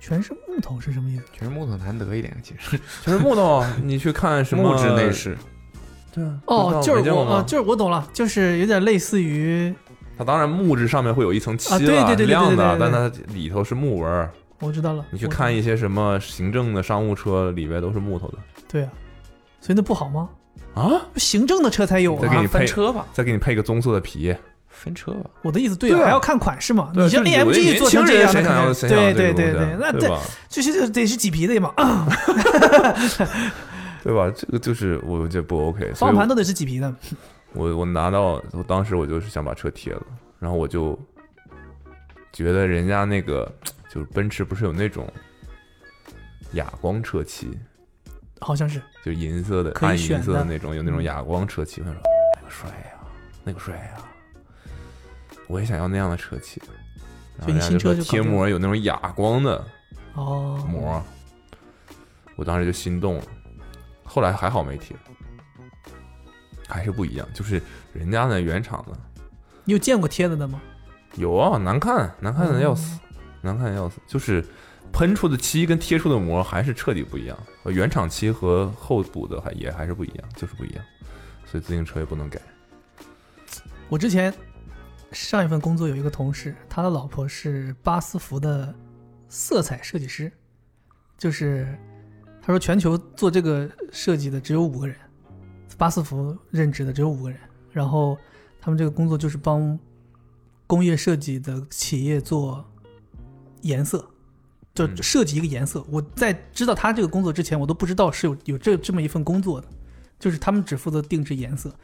B: 全是木头是什么意思？
D: 全是木头难得一点，其 实
C: 全是木头。你去看什么
D: 木质内，饰，
C: 对啊，不知
B: 哦
C: 道，
B: 就
C: 没
B: 是
C: 见
B: 我，
C: 过吗
B: 啊，就是我懂了，就是有点类似于，
C: 它当然木质上面会有一层漆
B: 啊对对
C: 了
B: 对对对
C: 亮的，
B: 对对
C: 但
B: 对
C: 它里头是木纹儿。
B: 我知道了。
C: 你去
B: 我
C: 看一些什么行政的商务车，里边都是木头的
B: 对啊，所以那不好吗？
C: 啊！
B: 行政的车才有
C: 再给
B: 啊
C: 你。配
D: 分车吧，
C: 再给你配个棕色的皮，
D: 分车吧。
B: 我的意思对
C: 对啊
B: 还要看款式嘛。
C: 对
B: 你像
C: 就是有
B: AMG
C: 的
B: 做
C: 年轻
B: 成这
C: 人
B: 样，
C: 谁想要
B: 那
C: 谁
B: 肯定
C: 想要
B: 对
C: 这
B: 对
C: 种
B: 对
C: 东西
B: 对
C: 啊，
B: 那
C: 对
B: 这
C: 吧？
B: 这些得是麂皮的嘛，
C: 对吧？这个就是我觉得不 OK，所以
B: 方向
C: 我
B: 盘都得是麂皮的。
C: 我我拿到，我当时我就是想把车贴了，然后我就觉得人家那个就是奔驰不是有那种哑光车漆，
B: 好像是
C: 就银色的、
B: 可以
C: 暗银
B: 选
C: 色的
B: 的嗯
C: 那种，有那种哑光车漆。我想说，哎那个帅呀、那个帅呀、啊我也想要那样的车漆。然后
B: 所以你
C: 人家
B: 新
C: 就
B: 车
C: 说
B: 就搞
C: 贴
B: 定
C: 膜有那种哑光的
B: 哦，
C: 膜，我当时就心动了。后来还好没贴，还是不一样。就是人家那原厂的
B: 你有见过贴的的吗？
C: 有啊，难看，难看的要
B: 哦
C: 死，难看的要死。就是喷出的漆跟贴出的膜还是彻底不一样，呃原厂漆和后补的还也还是不一样，就是不一样。所以自行车也不能改。
B: 我之前上一份工作有一个同事，他的老婆是巴斯夫的色彩设计师，就是他说全球做这个设计的只有五个人，巴斯夫任职的只有五个人，然后他们这个工作就是帮工业设计的企业做颜色。就
C: 嗯
B: 设计一个颜色，我在知道他这个工作之前，我都不知道是有有这这么一份工作的，就是他们只负责定制颜色。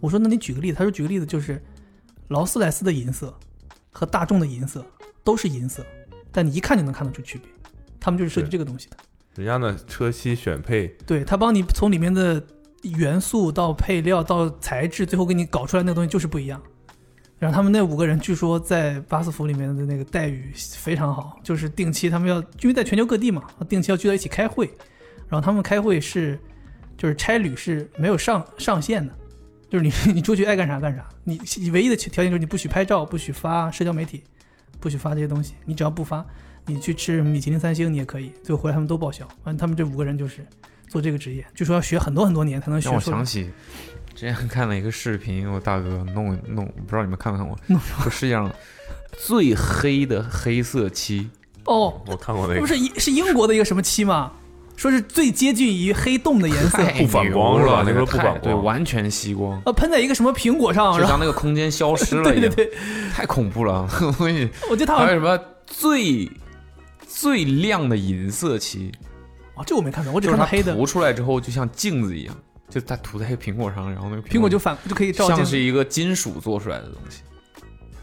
B: 我说那你举个例子，他说举个例子就是劳斯莱斯的银色和大众的银色都是银色，但你一看就能看得出区别。他们就是设计
C: 对
B: 这个东西的，
C: 人家的车漆选配，
B: 对他帮你从里面的元素到配料到材质，最后给你搞出来那个东西就是不一样。然后他们那五个人据说在巴斯夫里面的那个待遇非常好，就是定期他们要因为在全球各地嘛，定期要聚在一起开会，然后他们开会是就是差旅是没有上上限的，就是你 你出去爱干啥干啥，你你唯一的条件就是你不许拍照，不许发社交媒体，不许发这些东西，你只要不发，你去吃米其林三星你也可以，最后回来他们都报销。完，他们这五个人就是做这个职业，据说要学很多很多年才能学
D: 让我
B: 出来
D: 想起之前看了一个视频，我大哥弄弄，不知道你们看没看过，说世界上最黑的黑色漆，
B: 哦，
C: 我看过那
B: 这不
C: 个，
B: 是英是英国的一个什么漆吗？说是最接近于黑洞的颜色，
D: 太
C: 不反
D: 牛
C: 光是吧
D: 了，
C: 那
D: 那
C: 个
D: 个
C: 不反
D: 太
C: 光哦
D: 对，完全吸光，
B: 呃，喷在一个什么苹果上，
D: 就
B: 然后
D: 当那个空间消失了哎
B: 对
D: 一
B: 对
D: 样，
B: 对，
D: 太恐怖了。 我跟你，
B: 我
C: 哦
B: 觉得他好
D: 还有
B: 像
D: 什么最最亮的银色漆，
B: 哦，这我没看到，我只
D: 就是
B: 看到
D: 它
B: 黑的，
D: 涂出来之后就像镜子一样，就它涂在苹果上，然后那个
B: 苹果就反就可以照
D: 像
B: 进
D: 是一个金属做出来的东西，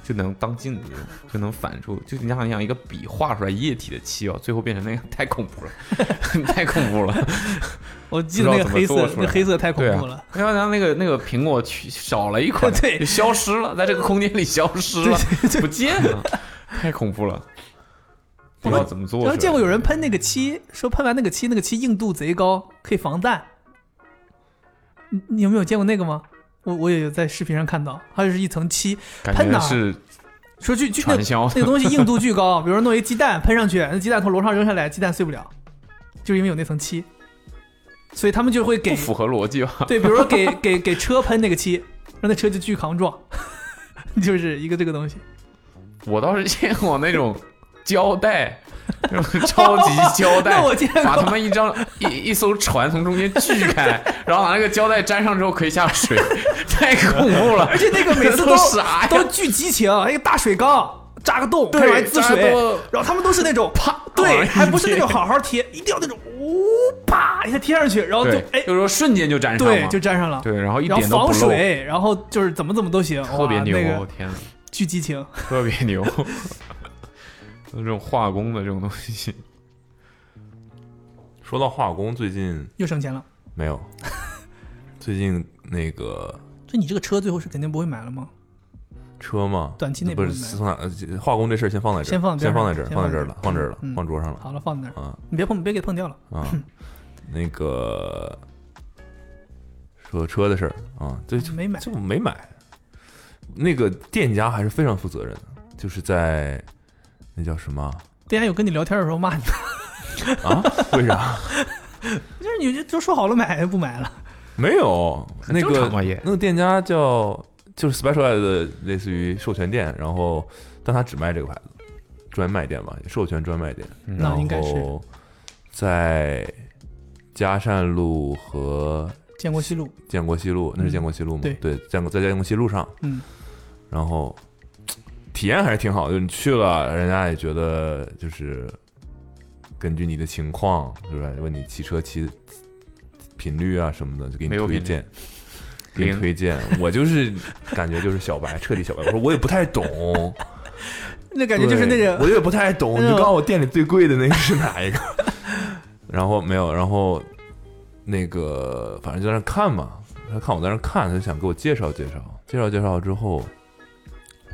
D: 就能当镜子用，就能反出。就你想想，一个笔画出来液体的漆哦，最后变成那个， 太恐怖了， 太恐怖了。
B: 我记得那个黑
D: 不
B: 色
D: 知道怎么做，出来
B: 那黑色太恐
D: 对啊
B: 怖了。
D: 因为它那个那个苹果去少了一块，
B: 对
D: 就消失了，在这个空间里消失了，不见了，太恐怖了。不知道怎么做出
B: 然
D: 来
B: 后
D: 的。
B: 见过有人喷那个漆，说喷完那个漆，那个漆硬度贼高，可以防弹。你你有没有见过那个吗？我我也有在视频上看到，它就是一层漆，
D: 感
B: 喷
D: 觉
B: 哪
D: 是
B: 说去去那
D: 传销
B: 那个东西硬度巨高，比 如说弄一鸡蛋喷上去，那鸡蛋从楼上扔下来，鸡蛋碎不了，就是因为有那层漆，所以他们就会
D: 不
B: 给
D: 符合逻辑吧？
B: 对，比如说给 给给车喷那个漆，让那车 就巨扛撞，就是一个这个东西。
D: 我倒是见过那种 胶带，超级胶带，
B: 那我见过
D: 把他们一张一一艘船从中间锯开，然后把那个胶带粘上之后可以下水，太恐怖了。
B: 而且那个每次
D: 都傻呀
B: 都巨激情，那个大水缸扎个洞，
D: 对
B: 开始滋水
D: 扎个，哎
B: 然后他们都是那种啪，
D: 往
B: 对，
D: 上
B: 还不是
D: 贴
B: 那种好好贴，一定要那种呜啪一下贴上去，然后就
D: 对，
B: 哎
D: 就是说瞬间就粘上
B: 对
D: 了，
B: 就粘上了，
D: 对然后一
B: 然后
D: 点都不
B: 防
D: 漏
B: 水，然后就是怎么怎么都行，
D: 特别
B: 哇
D: 牛，
B: 那个
D: 天哪，
B: 巨激情。
D: 特别牛。这种化工的这种东西，
C: 说到化工，最近
B: 又省钱了。
C: 没有，最近那个
B: 所以你这个车最后是肯定不会买了吗？
C: 车嘛，
B: 短期内
C: 不
B: 不
C: 是
B: 能
C: 算呃化工这事儿先放在这儿，
B: 先放边
C: 先
B: 上
C: 放在这儿，
B: 先
C: 放在
B: 放
C: 这儿
B: 这
C: 了
B: 儿，
C: 放这儿了，
B: 嗯
C: 放桌上了
B: 好了，放那儿，
C: 啊
B: 你别碰，别给碰掉了。
C: 啊！那个说车的事儿啊，对，就
B: 没买
C: 就没买。那个店家还是非常负责任的，就是在那叫什么
B: 店家有跟你聊天的时候骂你，
C: 啊？为啥？
B: 就是你就就说好了买不买了，
C: 没有，那
D: 正
C: 个
D: 常嘛也
C: 那个店家叫就是 Specialized 的类似于授权店，然后但他只卖这个牌子，专卖店吧，授权专卖店。然
B: 那应该是
C: 后在嘉善路和
B: 建国西路，
C: 建国西路，那是建国西路吗？
B: 嗯对
C: 对，建国在建国西路上，
B: 嗯，
C: 然后嘖体验还是挺好的，就是你去了，人家也觉得就是根据你的情况，是吧？问你骑车骑频率啊什么的，就给你
D: 没有
C: 推
D: 频率
C: 荐。给你
D: 零
C: 推荐，我就是感觉就是小白，彻底小白。我说我也不太懂，
B: 那感觉就是那
C: 对
B: 个
C: 我也不太懂。
B: 那
C: 你
B: 种
C: 告诉我店里最贵的那个是哪一个？ 然后没有，然后那个反正就在那看嘛，他看我在那看，他就想给我介绍介绍，介绍介绍之后，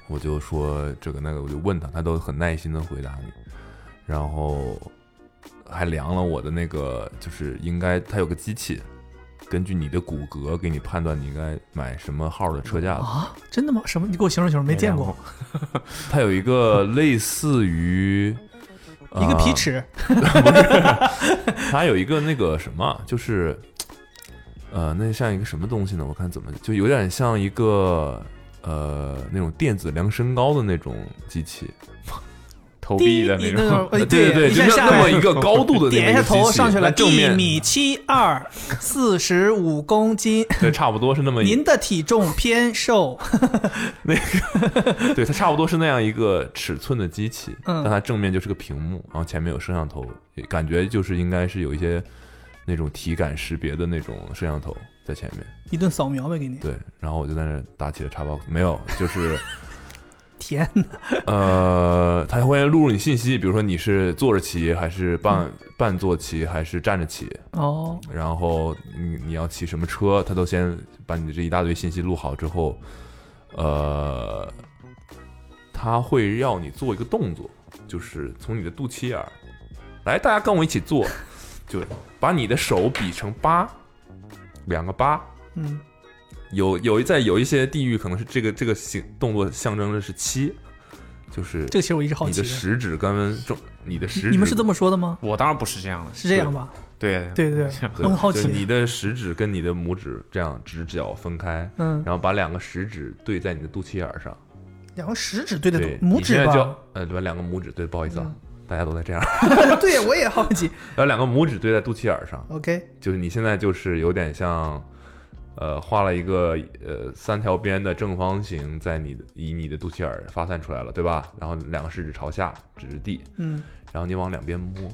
C: 我就说这个那个，我就问他，他都很耐心的回答你，然后还量了我的那个，就是应该他有个机器。根据你的骨骼给你判断你应该买什么号的车架子，
B: 啊，真的吗？什么？你给我形容形容，没见过
C: 它有一个类似于、呃
B: 一个皮尺，
C: 它有一个那个什么，就是，呃，那像一个什么东西呢？我看怎么就有点像一个呃那种电子量身高的那种机器，
D: 投币的
B: 滴
D: 那
B: 一
D: 种。
B: 哎
C: 呃
B: 对
C: 对对，
B: 一
C: 就
B: 下
C: 那
B: 下
C: 那么
B: 来
C: 一个 高度的那么
B: 点
C: 一
B: 一
C: 个
B: 下
C: 机器，
B: 头上去了，
C: 那正
B: 一
C: 面
B: 米七二，四十五公斤。
C: 对，差不多是那么一
B: 您，的体重偏瘦，
C: 对，它差不多是那样一个尺寸的机器，
B: 嗯
C: 但它正面就是个屏幕，然后前面有摄像头，感觉就是应该是有一些那种体感识别的那种摄像头在前面。
B: 一顿扫描呗，给你。
C: 对，然后我就在那儿打起了叉 box，没有，就是
B: 天哪，
C: 呃，它会录入你信息，比如说你是坐着骑还是半、半坐骑还是站着骑，
B: 哦，
C: 然后你你要骑什么车，它都先把你这一大堆信息录好之后，呃，它会要你做一个动作，就是从你的肚脐眼儿，来，大家跟我一起做，就把你的手比成八，两个八，
B: 嗯，
C: 有有一在有一些地域可能是这个这个行动作象征的是七，就是
B: 这个其实我一直好
C: 你
B: 奇
C: 的
B: 的。
C: 食指跟中你的食指，
B: 你们是这么说的吗？
D: 我当然不是这样的，
B: 是这样吧？
D: 对
B: 对对对，
C: 对
B: 我很好
C: 就
B: 奇
C: 是。你的食指跟你的拇指这样指角分开，
B: 嗯
C: 然后把两个食指对在你的肚脐眼儿上，
B: 两个食指对的
C: 对，
B: 拇
C: 你现
B: 指
C: 在
B: 吧嗯
C: 叫？呃，对，两个拇指，对，不好意思啊，大家都在这样，
B: 对，我也好奇。
C: 然后两个拇指对在肚脐眼儿上，
B: OK，
C: 就是你现在就是有点像，呃，画了一个呃三条边的正方形，在你的以你的肚脐眼儿发散出来了，对吧？然后两个食指朝下指着地，
B: 嗯
C: 然后你往两边摸，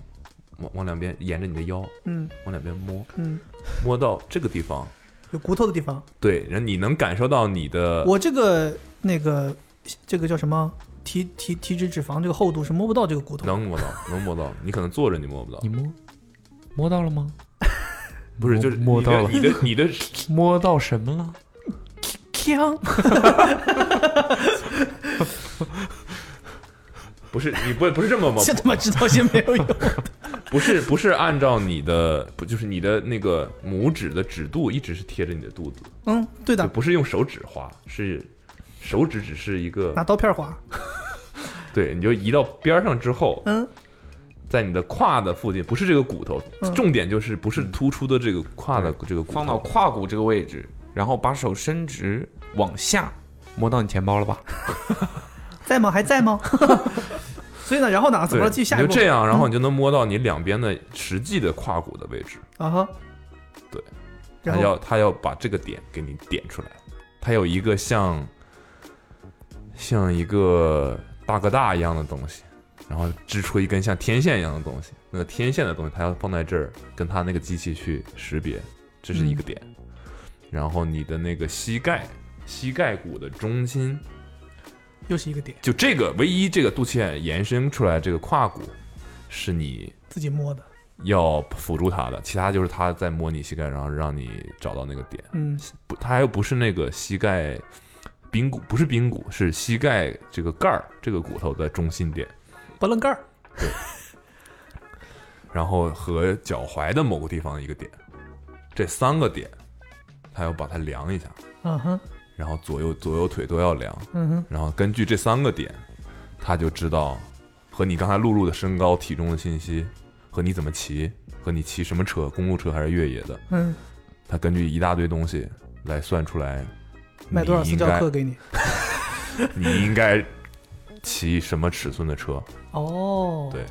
C: 往往两边沿着你的腰
B: 嗯
C: 往两边摸，
B: 嗯，
C: 摸到这个地方，
B: 有骨头的地方，
C: 对，然后你能感受到你的
B: 我这个那个这个叫什么体体体脂脂肪这个厚度是摸不到这个骨头的。
C: 能摸到，能摸到， 你可能坐着你摸不到
D: 你，摸摸到了吗？
C: 不是
D: 摸
C: 就是
D: 摸
C: 你的
D: 到了
C: 你的你的
D: 摸到什么了？
B: 锵，
C: 不是你不不是这么摸，
B: 这他妈知道些没有用。
C: 不是不是按照你的不就是你的那个拇指的指肚一直是贴着你的肚子。
B: 嗯，对
C: 就
B: 的，
C: 不是用手指划，是手指只是一个
B: 拿，刀片划。
C: 对，你就移到边儿上之后，
B: 嗯，
C: 在你的胯的附近，不是这个骨头，
B: 嗯
C: 重点就是不是突出的这个胯的这个骨头，
D: 放到胯骨这个位置，然后把手伸直往下，摸到你钱包了吧？
B: 在吗？还在吗？ 所以呢，然后呢，怎么
C: 对，
B: 了？继续下一
C: 你
B: 步
C: 就这样，然后你就能摸到你两边的实际的胯骨的位置。
B: 啊哈，
C: 对，
B: 然后
C: 他要他要把这个点给你点出来，他有一个像像一个大哥大一样的东西，然后织出一根像天线一样的东西。那个天线的东西，他要放在这儿，跟他那个机器去识别，这是一个点。
B: 嗯
C: 然后你的那个膝盖膝盖骨的中心，
B: 又是一个点，
C: 就这个唯一这个肚脐眼延伸出来这个胯骨，是你
B: 自己摸的，
C: 要辅助他的，其他就是他在摸你膝盖，然后让你找到那个点。
B: 嗯，
C: 不，它又不是那个膝盖髌骨，不是髌骨，是膝盖这个盖儿这个骨头的中心点，
B: 拨楞盖儿，
C: 然后和脚踝的某个地方一个点，这三个点，它要把它量一下，
B: 嗯哼，
C: 然后左右左右腿都要量，
B: 嗯哼，
C: 然后根据这三个点，他就知道和你刚才录入的身高、体重的信息，和你怎么骑，和你骑什么车，公路车还是越野的，
B: 嗯，
C: 他根据一大堆东西来算出来。
B: 买多少
C: 你
B: 私
C: 应
B: 教
C: 该
B: 课给你？
C: 你应该骑什么尺寸的车？
B: 哦，
C: 对，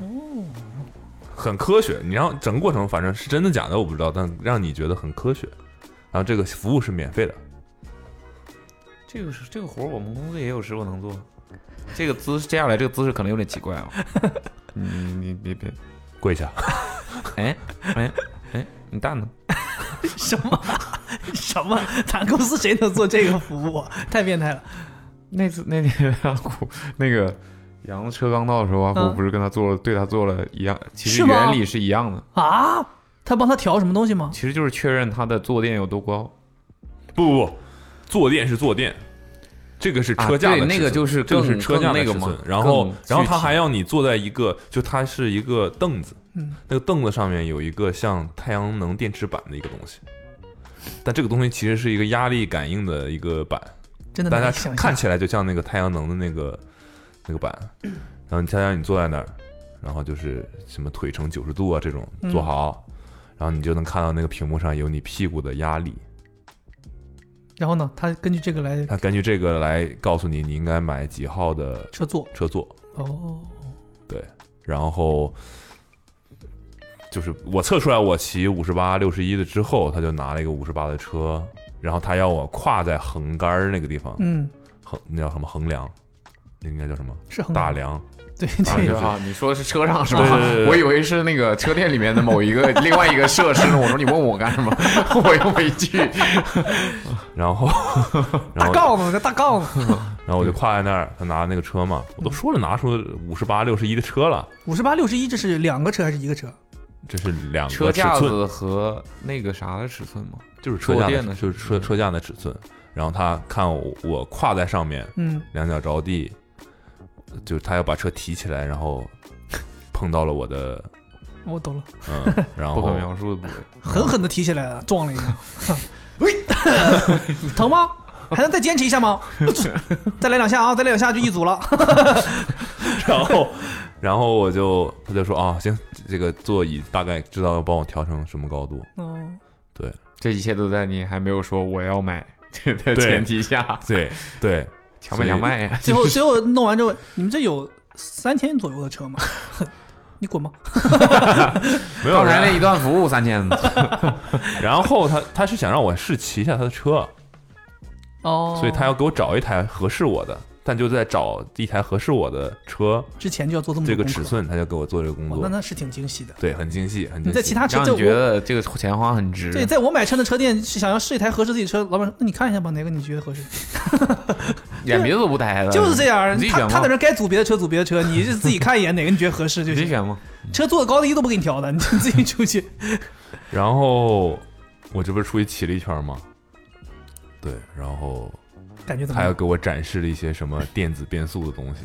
C: 哦，
D: 哦
C: 很科学。你让整个过程，反正是真的假的我不知道，但让你觉得很科学。然后这个服务是免费的，
D: 这个是这个活儿，我们公司也有时候能做。这个姿势，接下来这个姿势可能有点奇怪啊。你你别别，
C: 跪下。
D: 哎哎哎，你蛋呢？
B: 什么 什么？咱公司谁能做这个服务啊？ 太变态了！
D: 那次那天 阿虎那个杨子车刚到的时候，阿虎
B: 嗯
D: 不是跟他做了对他做了一样，其实
B: 是吗
D: 原理是一样的，
B: 啊，他帮他调什么东西吗？
D: 其实就是确认他的坐垫有多高。
C: 不不不，坐垫是坐垫，这个是车架
D: 啊
C: 的尺寸、
D: 对那个就是
C: 这个是
D: 更
C: 车架的
D: 更那个
C: 尺寸
D: 嘛
C: 然后
D: 更具体
C: 然后他还要你坐在一个，就它是一个凳子，
B: 嗯，
C: 那个凳子上面有一个像太阳能电池板的一个东西，但这个东西其实是一个压力感应的一个板。
B: 真的
C: 大
B: 难
C: 家
B: 以想
C: 看
B: 象。
C: 起来就像那个太阳能的那个那个板，然后他让你坐在那儿，然后就是什么腿呈九十度啊这种
B: 嗯
C: 坐好，然后你就能看到那个屏幕上有你屁股的压力，
B: 然后呢，他根据这个来
C: 他根据这个来告诉你你应该买几号的
B: 车座。
C: 车座，
B: 哦，
C: 然后就是我测出来我骑五十八六十一的之后，他就拿了一个五十八的车，然后他要我跨在横杆儿那个地方，
B: 嗯，
C: 横那叫什么横梁，那应该叫什么
B: 是很
C: 大梁。
B: 对
C: 啊
B: 对
C: 就
D: 对
C: 是
D: 啊，你说的是车上是
C: 对对对对
D: 我以为是那个车店里面的某 一个另外一个设施呢。我说你问我干什么？ 我又没 去。
C: 然 后，然
B: 大
C: 后，
B: 杠子，这大杠子，
C: 然后我就跨在那儿，他拿那个车嘛，我都说了拿出五十八、六十一的车了，
B: 五十八六十一，这是两个车还是一个车？
C: 这是两
D: 车
C: 个尺
D: 架
C: 寸，
D: 子和那个啥的尺寸吗？
C: 就是车架的，
D: 坐垫的
C: 就是车
D: 尺寸
C: 车架的尺寸。然后他看我我跨在上面，
B: 嗯，
C: 两脚着地，就是他要把车提起来，然后碰到了我的，
B: 我懂了，
C: 嗯，然
D: 不可
C: 后
D: 描述的部位。
B: 狠狠的提起来了，撞了一下。 喂，疼吗？还能再坚持一下吗？ 再来两下啊！再来两下就一组了。
C: 然后然后我就他就说啊，行，这个座椅大概知道要帮我调成什么高度，
B: 嗯，
D: 这一切都在你还没有说我要买的
C: 对
D: 前提下，
C: 对对，
D: 强买强卖呀。
B: 最后最后弄完之后，你们这有三千左右的车吗？ 你滚吧！
C: 没有
D: 刚才
C: 人
D: 那一段服务 三千，
C: 然后他他是想让我试骑一下他的车，
B: 哦
C: 所以他要给我找一台合适我的，但就在找一台合适我的车
B: 之前就要做这么多
C: 这个
B: 功课
C: 尺寸，他就给我做这个工
B: 嗯哦哇那
C: 作，
B: 那是挺精细的。
C: 对，很精细，很精细。
B: 你在其他车
D: 让
B: 在
D: 你觉
B: 我
D: 得这个钱花很值。
B: 对，在我买车的车店是想要试一台合适自己车，老板说那你看一下吧，哪个你觉得合适？
D: 眼鼻子不抬的，
B: 就是这样
D: 你自，己
B: 他
D: 选
B: 他在
D: 吗
B: 那？儿该组别的车组别的车，你是自己看一眼哪个你觉得合适就
D: 你自己
B: 行。
D: 选吗？
B: 车坐高低都不给你调的，你 就自己出去。
C: 然后我这不是出去骑了一圈吗？对，然后
B: 感觉怎么
C: 他要
B: 样？
C: 给我展示了一些什么电子变速的东西，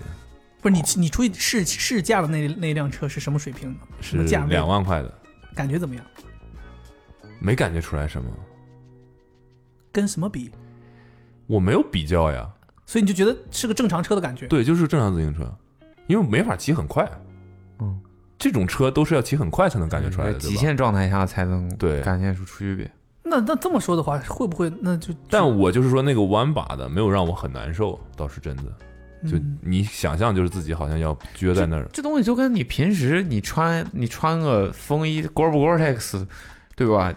B: 不是你你出去试试驾的那那辆车是什么水平的？什
C: 是
B: 么价位？
C: 两万块的，
B: 感觉怎么样？
C: 没感觉出来什么，
B: 跟什么比？
C: 我没有比较呀，
B: 所以你就觉得是个正常车的感觉。
C: 对，就是正常自行车，因为没法骑很快，
D: 嗯，
C: 这种车都是要骑很快才能感觉
B: 嗯
C: 出来的，对
D: 呃极
C: 吧？
D: 限状态下才能
C: 对
D: 感觉出区别。
B: 那那这么说的话，会不会那就
C: 但我就是说那个弯把的没有让我很难受，倒是真的。就你想象就是自己好像要撅在那儿，
D: 这东西就跟你平时你穿你穿个风衣 Gore 不 Gore-Tex，对吧？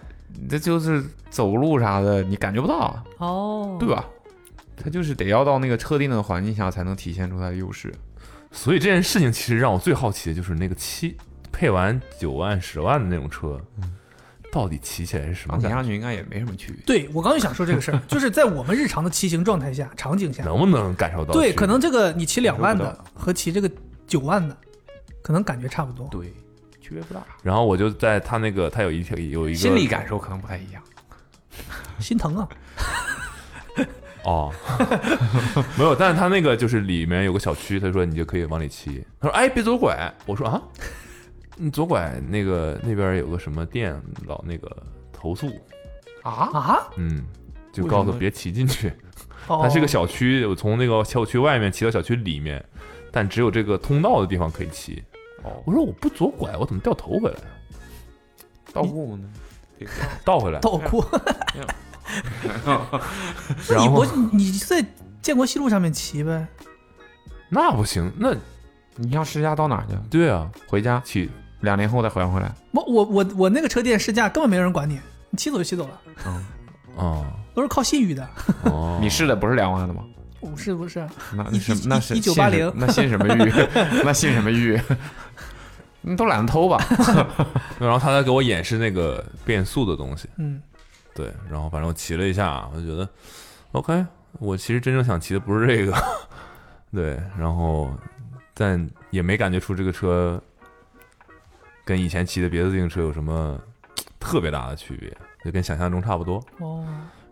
D: 这就是走路啥的，你感觉不到，啊
B: 哦，
D: 对？吧？它就是得要到那个特定的环境下才能体现出它的优势。
C: 所以这件事情其实让我最好奇的就是那个七配完九万十万的那种车，到底骑起来是什
D: 钢
C: 么
D: 铁
C: 感
D: 下去应该也没什么区别。
B: 对我刚就想说这个事 儿，就是在我们日常的骑行状态下、场景
C: 觉？
B: 下，
C: 能不能感受到？
B: 对，可能这个你骑两万
D: 感受
B: 的和骑这个九万的，可能感觉差不多。
D: 对，区别不大，
C: 然后我就在他那个，他有一条有一个
D: 心理感受可能不太一样。
B: 心疼 啊，
C: 哦， 没有，但是他那个就是里面有个小区，他说你就可以往里骑。他说哎，别左拐。我说啊，你左拐那个那边有个什么店老那个投诉，
D: 啊，
B: 啊，
C: 嗯，就
D: 为
C: 告
D: 什
C: 诉
D: 么
C: 别骑进去。
B: 哦，
C: 它是个小区，我从那个小区外面骑到小区里面，但只有这个通道的地方可以骑。
D: 哦
C: 我说我不左拐，我怎么掉头回来？啊
D: 倒库呢？别这样
C: 倒回来，
B: 倒哭。那
C: 然
B: 你不
C: 后
B: 你你在建国西路上面骑呗？
C: 那不行，那
D: 你要试驾到哪儿去？
C: 对啊，
D: 回家
C: 骑
D: 两年后再还回来。
B: 我我我我那个车店试驾根本没有人管你，你骑走就骑走了，
D: 嗯，
C: 啊，
B: 都是靠信誉的。
C: 哦
D: 你试的不是两万的吗？
B: 不是不是，
D: 那
B: 一
D: 是
B: 一
D: 那是
B: 一九
D: 信
B: 八
D: 什
B: 零
D: 那信什么玉？那信什么玉？你都懒得偷吧？
C: 然后他在给我演示那个变速的东西，
B: 嗯，
C: 对，然后反正我骑了一下，我就觉得 OK，我其实真正想骑的不是这个， 对，然后但也没感觉出这个车跟以前骑的别的自行车有什么特别大的区别，就跟想象中差不多。
B: 哦，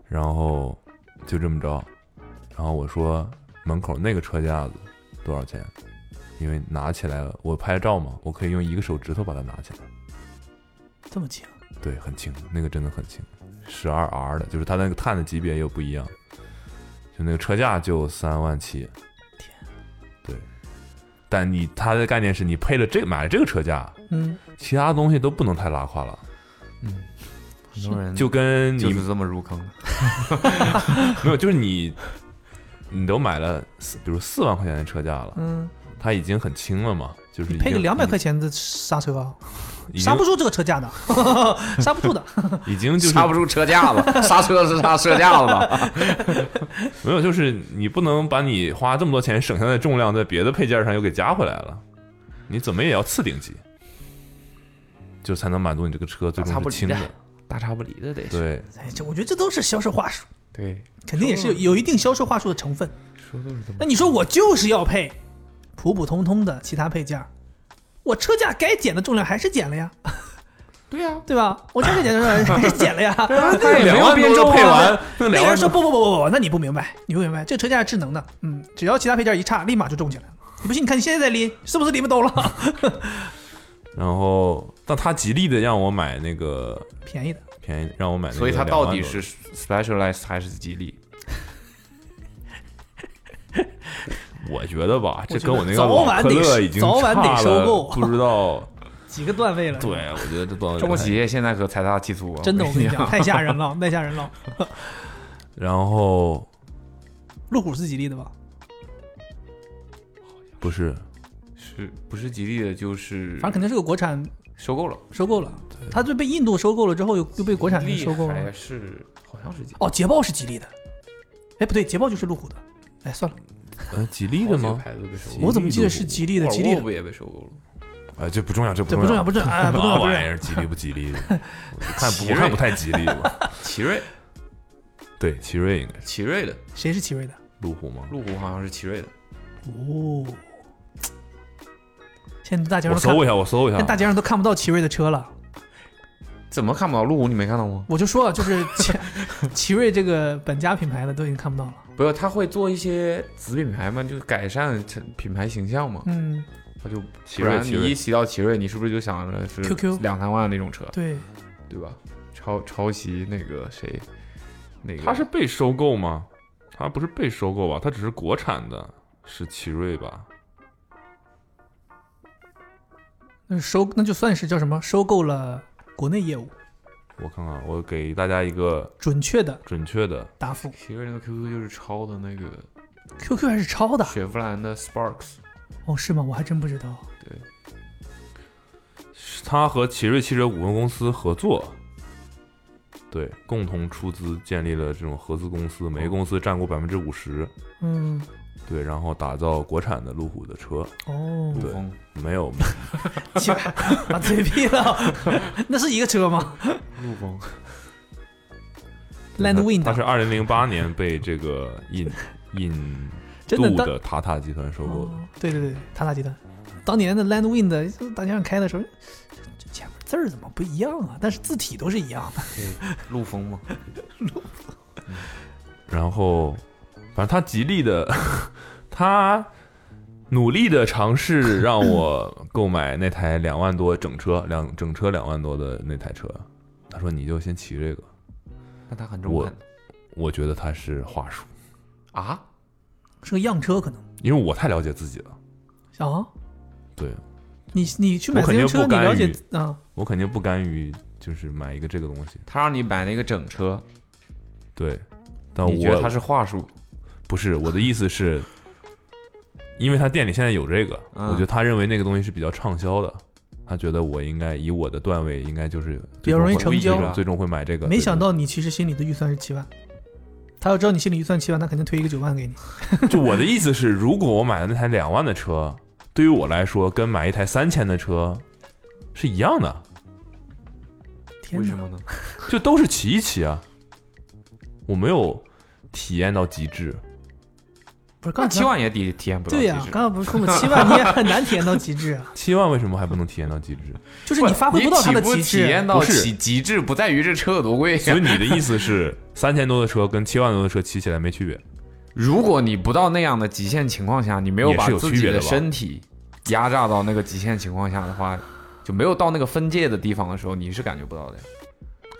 C: 然后就这么着，然后我说门口那个车架子多少钱？因为拿起来了，我拍照嘛，我可以用一个手指头把它拿起来，
B: 这么啊轻，
C: 对，很轻，那个真的很轻，十二 R 的，就是它那个碳的级别又不一样，就那个车架就三万七，
B: 天，
C: 对，但你它的概念是你配了这个买了这个车架，
B: 嗯，
C: 其他东西都不能太拉胯了，
D: 嗯，很多人
C: 就跟你
D: 就是这么入坑的。
C: 没有，就是你你都买了四，比如四万块钱的车架了，
B: 嗯，
C: 它已经很轻了嘛，就是
B: 你
C: 已
B: 配个
C: 经
B: 两百块钱的刹车啊，
C: 已经
B: 刹不住这个车架 的，刹不住的。
C: 已经就是
D: 刹不住车架子，刹车是刹车架子 吧？
C: 没有，就是你不能把你花这么多钱省下来的重量在别的配件上又给加回来了，你怎么也要次顶级，就才能满足你这个车最
D: 大差
C: 终
D: 不
C: 是
D: 离
C: 轻
D: 的
C: 的。
D: 大差不离的得是。
C: 对，
B: 哎，这我觉得这都是销售话术，
D: 对，
B: 肯定也是有有一定销售话术的成分。
D: 说都是这么
B: 那你说我就是要配普普通通的其他配件儿，我车架该减的重量还是减了呀，
D: 对呀、啊。
B: 对吧？我车架减的重量还是减了 呀。
D: 他也没
C: 两
D: 有
C: 万
D: 变
C: 多
D: 重
C: 都
D: 啊
C: 配完，那
B: 那个
C: 两万
B: 人说
C: 多
B: 不不不不不，那你不明白，你不明白，这车架是智能的，嗯，只要其他配件一差，立马就种起来了。你不信，你看你现在在拎，是不是拎不兜了？
C: 然后但他极力的让我买那个
B: 便宜的，
C: 便宜，让我买那个
D: 所以它到
C: 2
D: 底
C: 万多
D: 是 specialized 还是吉利？
C: 我觉得吧，这
B: 我觉
C: 跟
B: 得
C: 我那个
B: 早
C: 老
B: 晚
C: 科
B: 得
C: 乐
B: 收
C: 已经
B: 早晚得
C: 差
B: 收
C: 了
B: 购
C: 不知道。
B: 几个段位了？
C: 对，，我觉得这多少
D: 中国企业现在可财大气粗啊！
B: 真的，我跟你 讲，
D: 讲，
B: 太吓人了，太吓人了。
C: 然后
B: 路虎是吉利的吧？
C: 不是
D: 是不是吉利的，就是
B: 反正肯定是个国产
D: 收购了，
B: 收购了，它就被印度收购了之后，又又被国产
D: 吉
B: 给
D: 利
B: 收购了
D: 还。是好像是吉利
B: 哦，捷豹是吉利的，哎，不对，捷豹就是路虎的。哎，算了，
C: 呃吉利
D: 好
C: 的
D: 几个
C: 吗？
D: 牌子都被收购
C: 吉
D: 了
C: 利
B: 我怎么记得
C: 路
B: 是
C: 虎
B: 吉利的？
D: 沃
B: 吉利
D: 尔沃
B: 的
D: 不也被收购了？
C: 哎，这不重要，这不
B: 这不重要，不重要，哎，不重 要，
C: 那
B: 不重
C: 玩意
B: 要。
C: 儿吉利不吉 利的？我看不我
D: 奇瑞
C: 看不太吉利吧？
D: 奇瑞，
C: 对，奇瑞应该是
D: 奇瑞的
B: 谁是奇瑞的？
C: 路虎吗？
D: 路虎好像是奇瑞的，
B: 哦，现在大街上
C: 我
B: 都看，
C: 搜一下，我搜一
B: 现在
C: 下
B: 大。街上都看不到奇瑞的车了。
D: 怎么看不到路虎？你没看到吗？
B: 我就说，就是奇 奇瑞这个本家品牌的都已经看不到了。
D: 不是，他会做一些子品牌嘛，就改善品牌形象嘛。
B: 嗯，
D: 他就
C: 奇
D: 不
C: 瑞，
D: 然
C: 奇
D: 你一
C: 瑞，
D: 提到奇瑞，你是不是就想着是
B: QQ
D: 两三万那种车，
B: 对，
D: 对吧？抄抄袭那个谁，那个
C: 它是被收购吗？它不是被收购吧？它只是国产的，是奇瑞吧？
B: 那收那就算是叫什么收购了国内业务，
C: 我看看，我给大家一个
B: 准确的
C: 准确的，
B: 答复。
D: 奇瑞那个 QQ 就是抄的那个
B: QQ 还是超的
D: 雪佛兰的 Sparks，
B: 哦，是吗？我还真不知道。
C: 他和奇瑞汽车股份公司合作，对，共同出资建立了这种合资公司，每个公司占股百分之五十，
B: 嗯，
C: 对，然后打造国产的路虎的车，
B: 哦，
C: 对
D: 风
C: 没有
B: 起来，把嘴闭了， 那是一个车吗
D: 陆风，
B: ？Land
C: 它
B: Wind 啊
C: 是二零零八年被这个 印印
B: 真的
C: 度
B: 当
C: 的塔塔集团收购的。
B: 哦对对对，塔塔集团，当年的 Land Wind 大街上开的时候，这前面字儿怎么不一样啊？但是字体都是一样的。
D: 陆风 嘛，
C: 然后，反正他极力的， 他努力的尝 试让我购买那台两万多整车两整车两万多的那台车。他说你就先骑这个，
D: 那他很中肯
C: 我觉得他是话术，
D: 啊，
B: 是个样车可能
C: 因为我太了解自己了，
B: 啊。
C: 对
B: 你你去买
C: 我
B: 自
C: 肯
B: 行
C: 定
B: 车，
C: 不
B: 你了
C: 干预
B: 解啊？
C: 我肯定不甘于就是买一个这个东西。
D: 他让你买那个整车，
C: 对，但
D: 你觉得
C: 啊我
D: 他是话术？
C: 不是我的意思是，因为他店里现在有这个，
D: 嗯
C: 我觉得他认为那个东西是比较畅销的，他觉得我应该以我的段位，应该就是
B: 比较容易
C: 最终会
B: 成交
C: 最终最终会买这个。
B: 没
C: 对
B: 想，到你其实心里的预算是七万，他要知道你心里预算七万，他肯定推一个九万给你。
C: 对 就我的意思是，如果我买了那台两万的车，对于我来说，跟买一台三千的车是一样的，
B: 天
D: 为
B: 哪
D: 什么呢？
C: 就都是骑一骑啊。我没有体验到极致，
B: 不是刚
D: 那
B: 才
D: 七？万也抵体验不到
B: 对
D: 极
B: 呀、
D: 致。
B: 刚刚不是说吗？七万你也很难体验到极致啊，
C: 七万为什么还不能体验到极 致？
B: 就是你发挥不到他的
D: 你岂
B: 极
D: 体验
B: 致。啊
D: 到
C: 不是
D: 极极致，不在于这车有多贵
C: 所以
D: 呀。
C: 你的意思是，三千多的车跟七万多的车骑起来没区别？
D: 如果你不到那样的极限情况下，你没有
C: 也是
D: 把
C: 有
D: 自
C: 区
D: 己
C: 别
D: 的
C: 的吧
D: 身体压榨到那个极限情况下的话，就没有到那个分界的地方的时候，你是感觉不到的呀。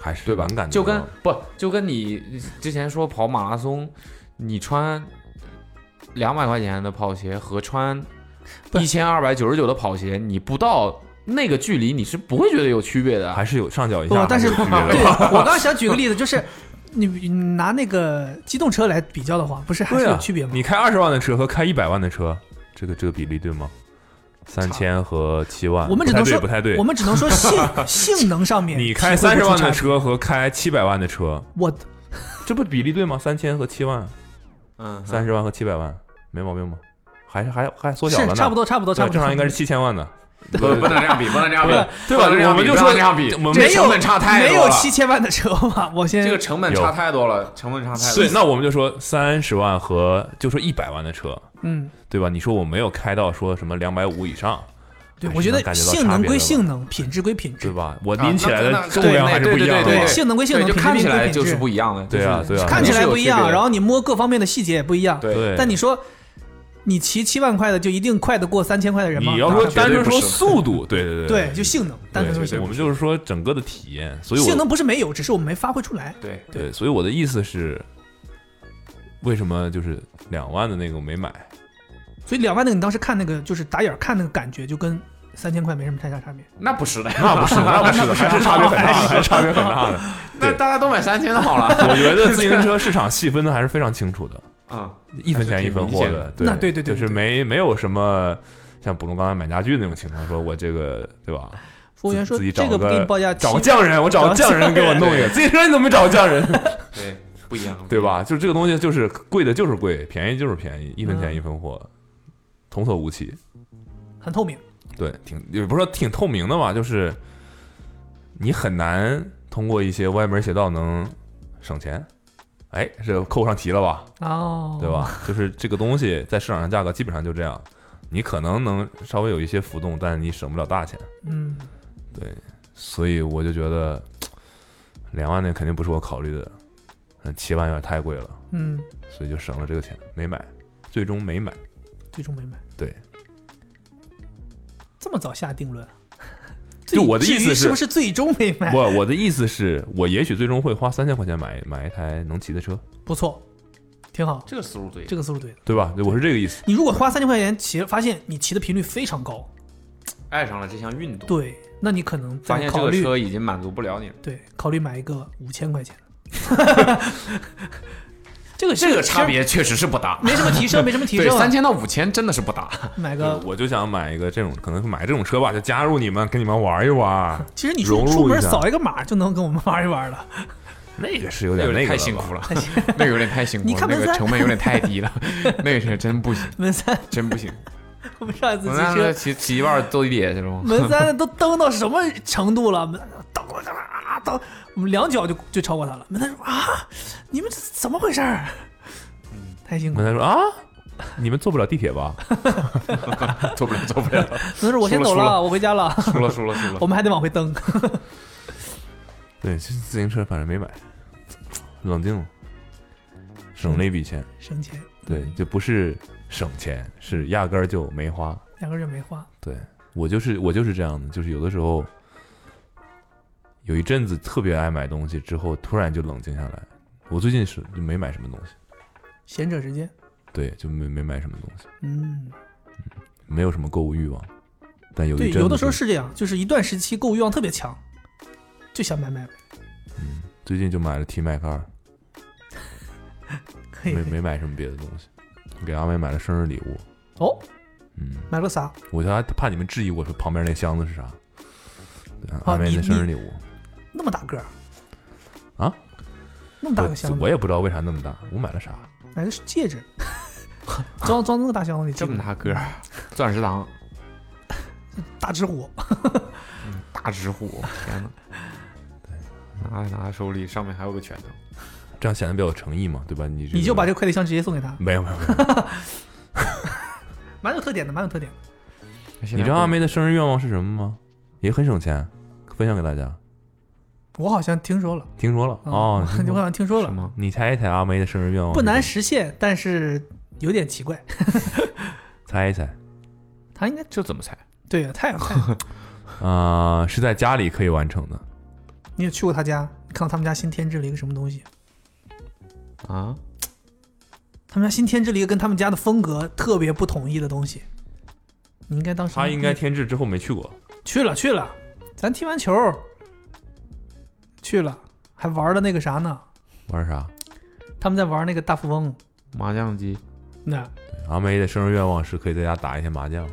C: 还是
D: 对吧
C: 能感觉
D: 就跟
C: 到
D: 不就跟你之前说跑马拉松，你穿两百块钱的跑鞋和穿
B: 不
D: 一千二百九十九的跑鞋，你不到那个距离，你是不会觉得有区别的啊。
C: 还是有上脚一
B: 不
C: 下，，
B: 但是
C: 还有区别的
B: 对我刚想举 个例子，就是你你拿那个机动车来比较的话，不是还是
C: 对啊
B: 有区别吗？
C: 你开二十万的车和开一百万的车，这个这个比例对吗？三千和七万，
B: 我们只能说
C: 不太对，
B: 我
C: 不
B: 们
C: 太对。
B: 只能说性 性能上面
C: 你开
B: 体会
C: 三
B: 不
C: 十
B: 出
C: 万的
B: 差别，
C: 车和开七百万的车，
B: 我
C: 这不比例对吗？三千和七万，
D: 嗯，
C: 三十万和七百万，没毛病吗？还是还还缩小
B: 是
C: 了呢，
B: 差不多，差不多，差
C: 对，
B: 不多，
C: 正常应该是七千万的，
D: 不不能这样比，不能这样比，
C: 对
D: 不能这
C: 吧？
D: 样
C: 我们
D: 比
C: 就
D: 不
C: 说
D: 能这样比，
C: 我们
D: 这
B: 没有
D: 成本差太
B: 没
D: 多
B: 有
D: 了，
B: 七千万的车嘛，我先
D: 这个成本
C: 有
D: 差太多了，成本差太多
C: 对，
D: 了。
C: 那我们就说三十万和就说一百万的车，
B: 嗯，
C: 对吧？你说我没有开到说什么两百五以上，
B: 对，
C: 还
B: 我
C: 是
B: 觉
C: 能
B: 得
C: 感觉到
B: 性
C: 差
B: 能
C: 别
B: 归
C: 的吧
B: 性能，品质归品
C: 对
B: 质，
C: 吧？我
D: 啊
C: 拎起
D: 那
C: 来
D: 那
C: 的重
D: 对
C: 量
D: 那
C: 还是
D: 对
C: 不一
D: 对
C: 样的
D: 对
C: 嘛
D: 对
B: 性能归性
D: 对，
B: 能，
D: 就
B: 品质
D: 看
B: 归
D: 起来
B: 品
D: 就
B: 质
D: 是不一样的，
C: 对啊
D: 就是
C: 对啊
B: 看起来不一样，
D: 是有区别的
B: 然后你摸各方面的细节也不一样。
D: 对
C: 对，
B: 但你说，你骑七万块的就一定快得过三千块的人吗？
C: 你要说
D: 那绝对
C: 单纯
D: 不
C: 说
D: 是
C: 速度，对对
B: 对，就性能，单纯说性
C: 我们就是说整个的体验，所以
B: 能，性能
C: 我
B: 不是没有，只是我们没发挥出来。
D: 对
C: 对，所以我的意思是，为什么就是两万的那个我没买？
B: 所以两万那个你当时看那个就是打眼儿看那个感觉，就跟三千块没什么太大差别。
D: 那不是的，
C: 那不是，那不是的，还是差别很大的，还是差别很大的。
D: 那大家都买三千的好了。
C: 我觉得自行车市场细分的还是非常清楚的，
D: 啊，
C: 一分钱一分货的。
B: 那对对对对
C: 就是没没有什么像补龙刚才买家具那种情况，说我这个对吧？
B: 服务员说
C: 自己
B: 这
C: 找
B: 个不给你报价，
C: 找
B: 七
C: 匠人，我找
B: 找
C: 匠人给我弄 一个。自行车你怎么没找匠人？
D: 对，不一样，
C: 对？吧？就是这个东西，就是贵的就是贵，便宜就是便宜，一分钱一分货，童叟无欺。
B: 很透明。
C: 对，挺也不是说挺透明的吧，就是你很难通过一些歪门邪道能省钱。哎，这扣上题了吧？
B: 哦，
C: 对？吧？就是这个东西在市场上价格基本上就这样，你可能能稍微有一些浮动，但你省不了大钱。
B: 嗯，
C: 所以我就觉得两万那肯定不是我考虑的，嗯，七万有点太贵了，
B: 嗯，
C: 所以就省了这个钱，没买，最终没买。
B: 最终没买。
C: 对，
B: 这么早下定论？
C: 就我的
B: 至
C: 意思
B: 于是
C: 是
B: 不是最终没买？
C: 不，我的意思是我也许最终会花三千块钱买买一台能骑的车，
B: 不错，挺好，
D: 这个思路对，
B: 这个思路对的。
C: 对吧？我是这个意思。
B: 你如果花三千块钱骑，发现你骑的频率非常高，
D: 爱上了这项运动，
B: 对，那你可能
D: 发
B: 再
D: 现这
B: 考
D: 个
B: 虑
D: 车已经满足不了你了。
B: 对，考虑买一个五千块钱的。这个
D: 这个
B: 其实
D: 差别确实是不大。
B: 没什么提升，没什么提
D: 对，
B: 升啊，
D: 三千到嗯五千真的是不大。
B: 买
C: 对
B: 个。
C: 我就想买一个这种，可能是买这种车吧，就加入你们，跟你们玩一玩。
B: 其实你
C: 融
B: 出
C: 入
B: 出门
C: 一下
B: 扫一个码就能跟我们玩一玩了。
C: 那个是有
D: 那
C: 点
D: 有
C: 那
D: 点
C: 个
D: 太辛苦
C: 了
D: 了， 那个有点太辛苦
B: 你
D: 了，
B: 看
D: 那
B: 文
D: 个
B: 三
D: 成本有点太 低了，那个是真不行，
B: 文三，
D: 真不行。
B: 我们上一次
D: 我
B: 骑
D: 那
B: 车
D: 那，骑骑一半儿揍一趔去了 吗？
B: 门三都蹬到什么程度了？门蹬到啊蹬，我们两脚就就超过他了。门三说啊，你们这怎么回事儿？
D: 嗯
B: 太辛
C: 吧。
B: 苦。
C: 跟他说啊，你们坐不了地铁吧？
D: 做不了，做不了，
B: 门说我先走
D: 嗯输了输了
B: 我回家了，
D: 输了，输了，输了
B: 我。们还得往回蹬。
C: 对，这自行车反正没买，冷静了，省了一笔钱。
B: 省钱，
C: 对，就不是省钱，是压根儿就没花。
B: 两个人没花，
C: 对我就是我就是这样的，就是有的时候有一阵子特别爱买东西，之后突然就冷静下来。我最近是就没买什么东西，
B: 闲者时间。
C: 对，就没没买什么东西，
B: 嗯，
C: 没有什么购物欲望。但有一
B: 对，
C: 阵子
B: 有的时候
C: 就是
B: 这样，就是一段时期购物欲望特别强，就想买买买。
C: 嗯最近就买了 T 麦克尔，
B: 可以
C: 没
B: 可以
C: 没买什么别的东西，给阿妹买了生日礼物。
B: 哦，
C: 嗯，
B: 买了啥？
C: 我还怕你们质疑我说旁边那箱子是啥，对
B: 啊
C: 阿妹
B: 你
C: 的生日礼物。
B: 那么大个儿
C: 啊？
B: 那么大个箱
C: 我
B: 子，
C: 也不知道为啥那么大，我买了啥？
B: 买个戒指， 装装那么大箱子里，
D: 这么大个儿，钻石糖，
B: 大纸虎，
D: 大直虎，天哪！拿拿手里，上面还有个拳头。
C: 这样显得比较有诚意嘛，对吧？你
B: 你就把
C: 这
B: 这个快递箱直接送给他，
C: 没有没有没有，
B: 蛮有特点的，蛮有特点的。
D: 你
C: 你知道阿妹的生日愿望是什么吗？也很省钱，分享给大家。
B: 我好像听说了，
C: 听说了 哦，
B: 我好像听说
D: 什
B: 了，
D: 么？
C: 你猜一猜阿梅的生日愿望？
B: 不难，实现，但是有点奇怪。
C: 猜一猜
B: 他应该
D: 就怎么猜？
B: 对啊，太阳太阳，
C: 啊、是在家里可以完成的。
B: 你也去过他家，你看到他们家新添置了一个什么东西？
D: 啊？
B: 他们家新添置了一个跟他们家的风格特别不统一的东西。你应该当时
C: 他应该添置之后没去过，
B: 去了去了，咱踢完球去了，还玩了那个啥呢？
C: 玩啥？
B: 他们在玩那个大富翁，
D: 麻将机？
B: 那
C: 阿梅的生日愿望是可以在家打一天麻将，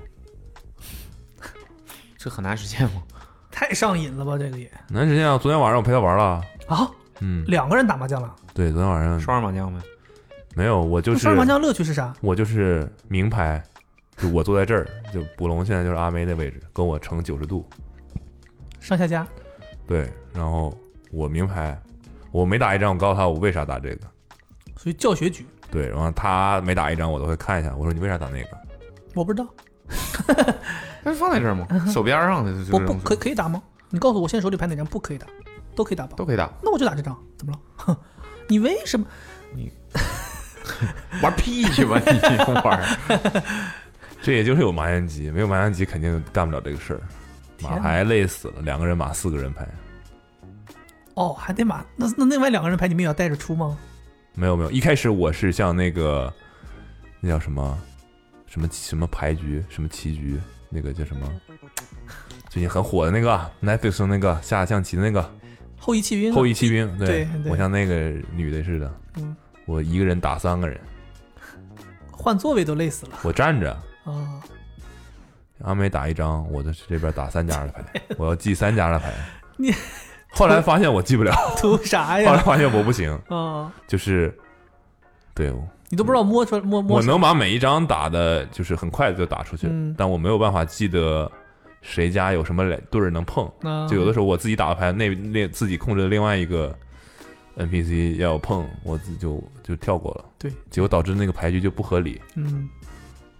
D: 这很难实现吗？
B: 嗯太上瘾了吧？这个也
C: 能实现啊！昨天晚上我陪她玩了，
B: 啊，
C: 嗯，
B: 两个人打麻将了。
C: 对，昨天晚上
D: 双人麻将呗。
C: 没有，我就
B: 那
C: 是
B: 双人麻将乐趣是啥？
C: 我就是名牌，就我坐在这儿，就捕龙现在就是阿梅那位置，跟我成九十度，
B: 上下家
C: 对，然后我名牌，我每打一张，我告诉他我为啥打这个。
B: 属于教学局，
C: 对，然后他每打一张，我都会看一下。我说你为啥打那个？
B: 我不知道。
D: 那就放在这儿嘛，手边儿上的就
B: 嗯不
D: 是
B: 不可以可以打吗？你告诉我现在手里牌哪张不可以打，都可以打吧？
D: 都可以打。
B: 那我就打这张，怎么了？哼，你为什么？
D: 玩屁去吧你！玩儿
C: 这也就是有麻将机，没有麻将机肯定干不了这个事儿。
B: 天
C: 马
B: 哪
C: 牌累死了，两个人马，四个人牌，
B: 哦，还得把那那另外两个人牌你们也要带着出吗？
C: 没有没有。一开始我是像那个，那叫什么，什么什么牌局，什么棋局，那个叫什么，最近很火的那个 Netflix 上那个下象棋的那个
B: 后羿弃兵啊，
C: 后羿弃兵，
B: 对对
C: 我像那个女的似的，
B: 嗯
C: 我一个人打三个人，
B: 换座位都累死了
C: 我站着，
B: 啊！
C: 阿美打一张，我在这边打三家的牌，我要记三家的牌。
B: 哎你
C: 后来发现我记不了，
B: 图啥
C: 后来
B: 呀？
C: 发现我不行，
B: 啊，
C: 就是对我
B: 你都不知道摸出来摸摸
C: 我
B: 出来。
C: 能把每一张打的，就是很快就打出去，
B: 嗯
C: 但我没有办法记得谁家有什么对儿能碰。
B: 啊
C: 就有的时候我自己打的牌，那那自己控制的另外一个 NPC 要碰，我自己就就跳过了，
B: 对，
C: 结果导致那个牌局就不合理。
B: 嗯，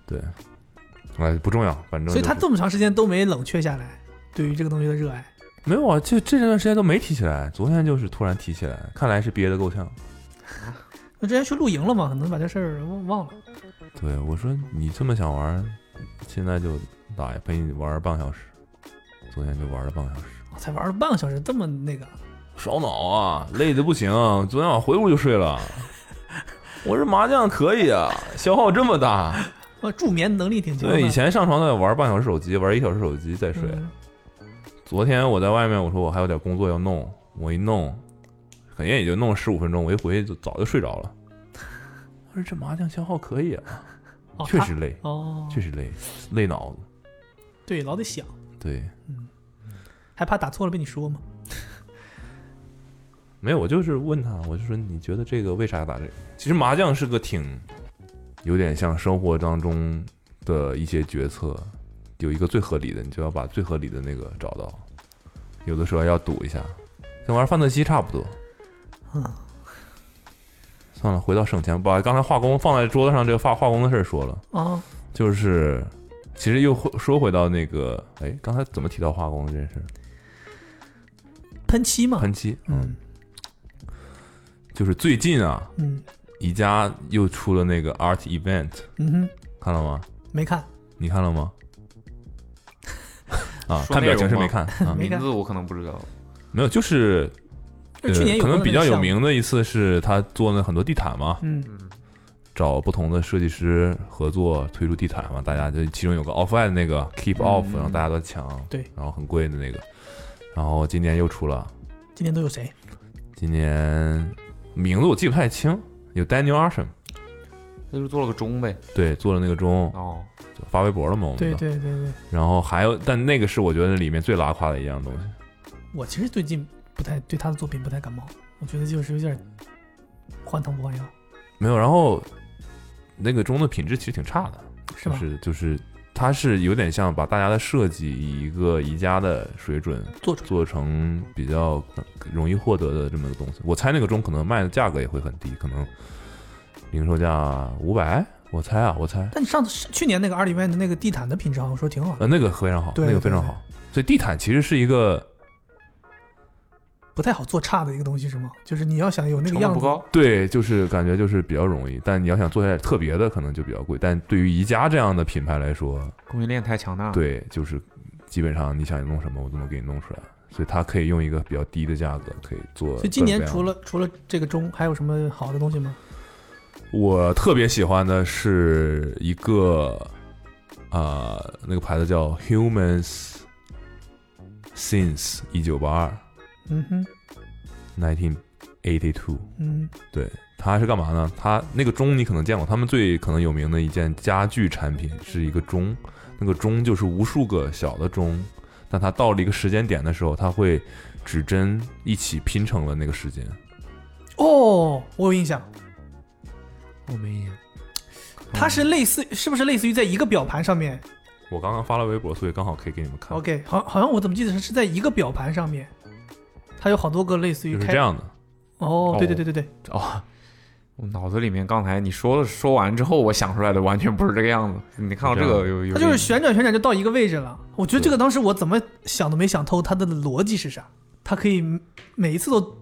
C: 对，哎，不重要，反正
B: 所以
C: 就
B: 他
C: 是
B: 这么长时间都没冷却下来对于这个东西的热爱。
C: 没有啊，就这段时间都没提起来，昨天就是突然提起来，看来是憋得够呛。
B: 那之前去露营了嘛，可能把这事儿忘忘了。
C: 对我说你这么想玩，现在就打陪你玩半个小时，昨天就玩了半个小时，
B: 才玩了半个小时，这么那个，
C: 烧脑啊，累得不行，昨天晚上回屋就睡 了。我这麻将可以啊，消耗这么 大。
B: 哇，助眠能力挺强的。
C: 对，以前上床都得玩半小时手机，玩一小时手机再睡。
B: 嗯
C: 昨天我在外面，我说我还有点工 作要弄，我一弄，肯定也就弄十五分钟，我一回去就早就睡着了。我说这麻将消耗可以啊，
B: 哦
C: 确
B: 他
C: 实累，
B: 哦，
C: 确实累，累脑子。
B: 对，老得想，
C: 对，
B: 还怕打错了被你说吗？
C: 没有，我就是问他，我就说你觉得这个为啥打这个？其实麻将是个挺有点像生活当中的一些决策，有一个最合理的，你就要把最合理的那个找到。有的时候要赌一下，跟玩范特西差不多。
B: 嗯，
C: 算了，回到省钱，把刚才化工放在桌子上这个化化工的事儿说了。
B: 啊，
C: 就是其实又回说回到那个，哎，刚才怎么提到化工这件事儿？
B: 喷漆嘛，
C: 喷漆，
B: 嗯
C: 就是最近啊，
B: 嗯
C: 宜家又出了那个 Art Event，
B: 嗯哼，
C: 看了吗？
B: 没看，
C: 你看 了吗？啊，
D: 说
C: 看表情是
D: 内容吗
C: 没看啊，
B: 没
D: 名
B: 看
D: 字我可能不知道，
C: 没有，就是
B: 就是去年
C: 呃
B: 有
C: 可能
B: 过
C: 比
B: 那个
C: 较有
B: 项目，
C: 名的一次是他做了很多地毯嘛，
B: 嗯
C: 找不同的设计师合作推出地毯嘛，大家就其中有个 off white 那个 keep off，、
D: 嗯
C: 然后大家都抢，
B: 对，
C: 然后很贵的那个，然后今年又出了，
B: 今年都有谁？
C: 今年名字我记不太清，有 Daniel Arsham，
D: 他就是做了个钟呗。
C: 对，做了那个钟，
D: 哦，
C: 发微博了嘛，我们
B: 对
C: 都
B: 对对对，
C: 然后还有，但那个是我觉得里面最拉胯的一样东西。
B: 我其实最近不太对他的作品不太感冒，我觉得就是有点换汤不换药，
C: 没有，然后那个钟的品质其实挺差的，
B: 是
C: 就
B: 吧？
C: 是就是它是有点像把大家的设计以一个宜家的水准
B: 做出来
C: 做成比较容易获得的这么个东西。我猜那个钟可能卖的价格也会很低，可能零售价五百，我猜啊，我猜。
B: 但你上次去年那个二里万的那个地毯的品质好像说挺好的，
C: 呃，那个非常好，
B: 对
C: 那个非常
B: 对
C: 好。所以地毯其实是一个
B: 不太好做差的一个东西是吗？就是你要想有那
D: 成
B: 个
D: 本
B: 样
D: 不
B: 子，
D: 高，
C: 对，就是感觉就是比较容易，但你要想做下来特别的，可能就比较贵。但对于宜家这样的品牌来说，
B: 啊
D: 供应链太强大了。，
C: 对，就是基本上你想弄什么，我都能给你弄出来。所以它可以用一个比较低的价格可以做。
B: 所以今年除了除了这个钟，还有什么好的东西吗？
C: 我特别喜欢的是一个啊、呃那个牌子叫 Humans Since 一九八二
B: 嗯哼，
C: nineteen eighty two。
B: 嗯，
C: 对，它是干嘛呢？它那个钟你可能见过，他们最可能有名的一件家具产品是一个钟，那个钟就是无数个小的钟，但它到了一个时间点的时候，它会指针一起拼成了那个时间。
B: 哦，我有印象，
D: 我没印象。
B: 它是类似，是不是类似于在一个表盘上面
C: 我刚刚发了微博，所以刚好可以给你们看，
B: ？OK，好，好像我怎么记得是是在一个表盘上面，它有好多个类似于
C: 就是
B: 开
C: 这样的。
B: 哦
D: 哦，
B: 对对对对对，
D: 哦，我脑子里面刚才你说了说完之后，我想出来的完全不是这个样子。你看到这
C: 是这样
D: 个有有，
B: 啊它就是旋转旋转就到一个位置了。我觉得这个当时我怎么想都没想透它的逻辑是啥，它可以每一次都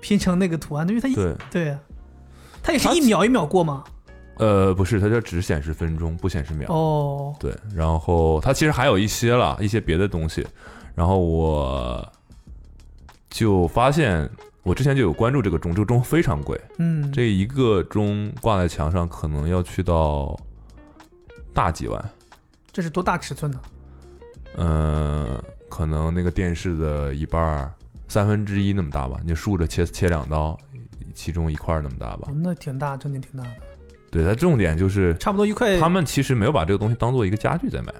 B: 拼成那个图案，因为它一
C: 对，
B: 对啊，它也是
C: 它
B: 一秒一秒过嘛。
C: 呃，不是，它这只显示分钟，不显示秒。
B: 哦，
C: 对，然后它其实还有一些了，一些别的东西。然后我就发现，我之前就有关注这个钟，这个钟非常贵，
B: 嗯，
C: 这一个钟挂在墙上可能要去到大几万，
B: 这是多大尺寸呢？
C: 呃，可能那个电视的一半儿、三分之一那么大吧，你就竖着切切两刀，其中一块儿那么大吧
B: 哦。，那挺大，真的挺大的，
C: 对，它重点就是
B: 差不多一块
C: 他们其实没有把这个东西当做一个家具在卖，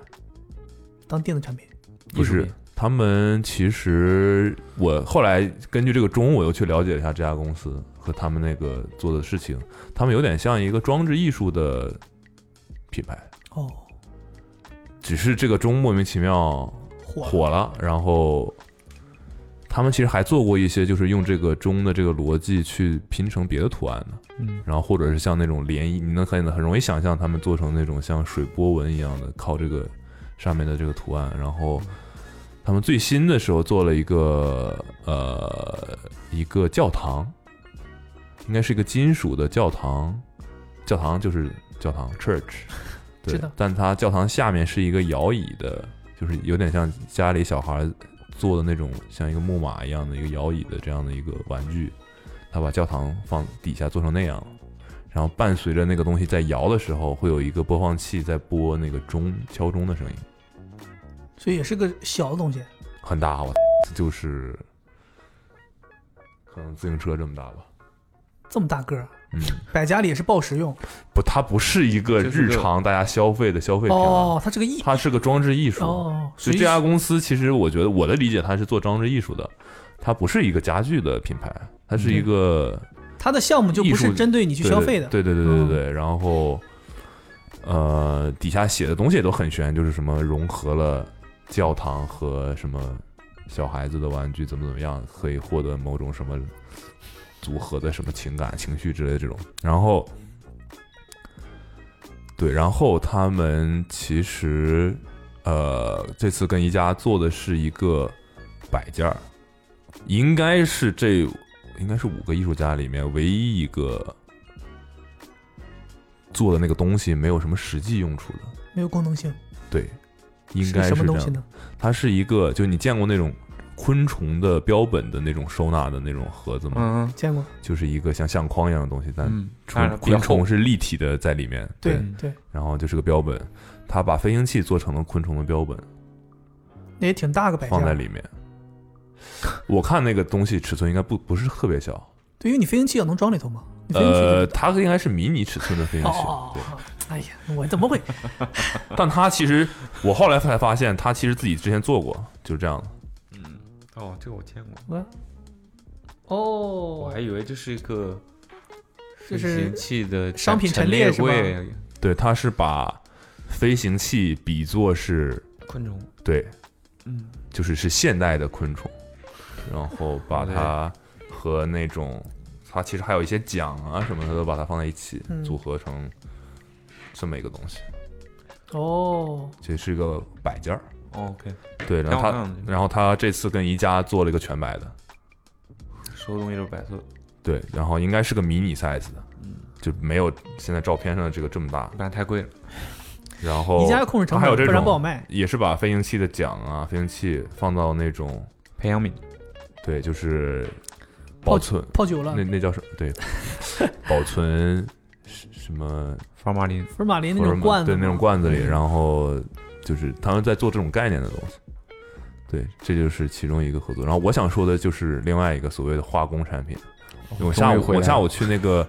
B: 当电子产品。
C: 不
D: 艺术
C: 是
D: 品。
C: 他们其实，我后来根据这个钟，我又去了解一下这家公司和他们那个做的事情，他们有点像一个装置艺术的品牌，
B: 哦，
C: 只是这个钟莫名其妙
B: 火了
C: 火了，然后他们其实还做过一些，就是用这个钟的这个逻辑去拼成别的图案的，
D: 嗯，
C: 然后或者是像那种涟漪，你能很很容易想象他们做成那种像水波纹一样的，靠这个上面的这个图案，然后他们最新的时候做了一个呃一个教堂，应该是一个金属的教堂，教堂就是教堂 church，对
B: 知道，
C: 但它教堂下面是一个摇椅的，就是有点像家里小孩做的那种像一个木马一样的一个摇椅的这样的一个玩具，他把教堂放底下做成那样了。然后伴随着那个东西在摇的时候，会有一个播放器在播那个钟敲钟的声音，
B: 所以也是个小的东西。
C: 很大，我就是可能自行车这么大吧。
B: 这么大个儿，
C: 嗯
B: 摆家里也是报时用。
C: 不，它不是一个
D: 就是
C: 日
D: 个
C: 常大家消费的消费品啊，
B: 哦，它这个艺
C: 它是个装置艺术。
B: 哦，
C: 所以
B: 随
C: 这家公司其实我觉得我的理解，它是做装置艺术的，它不是一个家具的品牌，它是一个
B: 它的项目就不
C: 艺
B: 是
C: 术
B: 针对你去
C: 对
B: 消费的。嗯
C: 对对对对对对。然后，呃，底下写的东西也都很玄，就是什么融合了教堂和什么小孩子的玩具怎么怎么样，可以获得某种什么组合的什么情感情绪之类的这种。然后，对，然后他们其实呃，这次跟宜家做的是一个摆件儿，应该是这应该是五个艺术家里面唯一一个做的那个东西没有什么实际用处的，
B: 没有功能性，
C: 对，应
B: 是
C: 该
B: 什
C: 是
B: 么
C: 这
B: 东西
C: 样。
B: 呢？
C: 它是一个，就你见过那种昆虫的标本的那种收纳的那种盒子吗？
D: 嗯
B: 见过，
C: 就是一个像相框一样的东西，但
D: 嗯，当
C: 昆
D: 然比较
C: 昆虫是立体的在里面，
B: 对
D: 嗯
B: 对，
C: 然后就是个标本，它把飞行器做成了昆虫的标本，
B: 那也挺大个摆件
C: 放在
B: 儿，
C: 里面。我看那个东西尺寸应该不不是特别小，
B: 对，因为你飞行器也能装里头嘛。你飞行器
C: 呃，
B: 里头
C: 它应该是迷你尺寸的飞行
B: 哦
C: 器，
B: 哦
C: 对。
B: 哦，哎呀，我怎么会？
C: 但它其实我后来才发现，它其实自己之前做过，就是这样的。
D: 哦，这个我见过，我
B: 哦
D: 还，以为这是一个
B: 这
D: 飞
B: 是
D: 行器的
B: 商
D: 陈
B: 品陈
D: 陈
B: 列是吧
D: 柜，
C: 对，它是把飞行器比作是，
D: 昆虫，
C: 对，
D: 嗯，
C: 就是是现代的昆虫，然后把它和那种，它其实还有一些桨啊什么的，都把它放在一起
B: 嗯
C: 组合成这么一个东西，
B: 哦，
C: 这是一个摆件儿。
D: 哦 OK，
C: 对，然后
D: 挺好
C: 他
D: 看，的
C: 然后他这次跟宜家做了一个全白的，
D: 所有东西都是白色的，
C: 对，然后应该是个迷你 size 的，
D: 嗯，
C: 就没有现在照片上的这个这么大。
D: 不然太贵了。
C: 然后
B: 你家要控制成
C: 它哦还有
B: 本，
C: 这
B: 不然不好
C: 种，
B: 卖。
C: 也是把飞行器的桨啊，飞行器放到那种，
D: 培养皿，
C: 对，就是保存，
B: 泡久了
C: 那，那叫什么？对，保存什什么
D: 福尔马林，
B: 福尔马林那
C: 或者
B: 种罐子，
C: 对那种，罐子里，然后就是他们在做这种概念的东西。对，这就是其中一个合作。然后我想说的就是另外一个所谓的化工产品。我下
D: 哦终于
C: 午
D: 回来
C: 我下
D: 了
C: 午去那个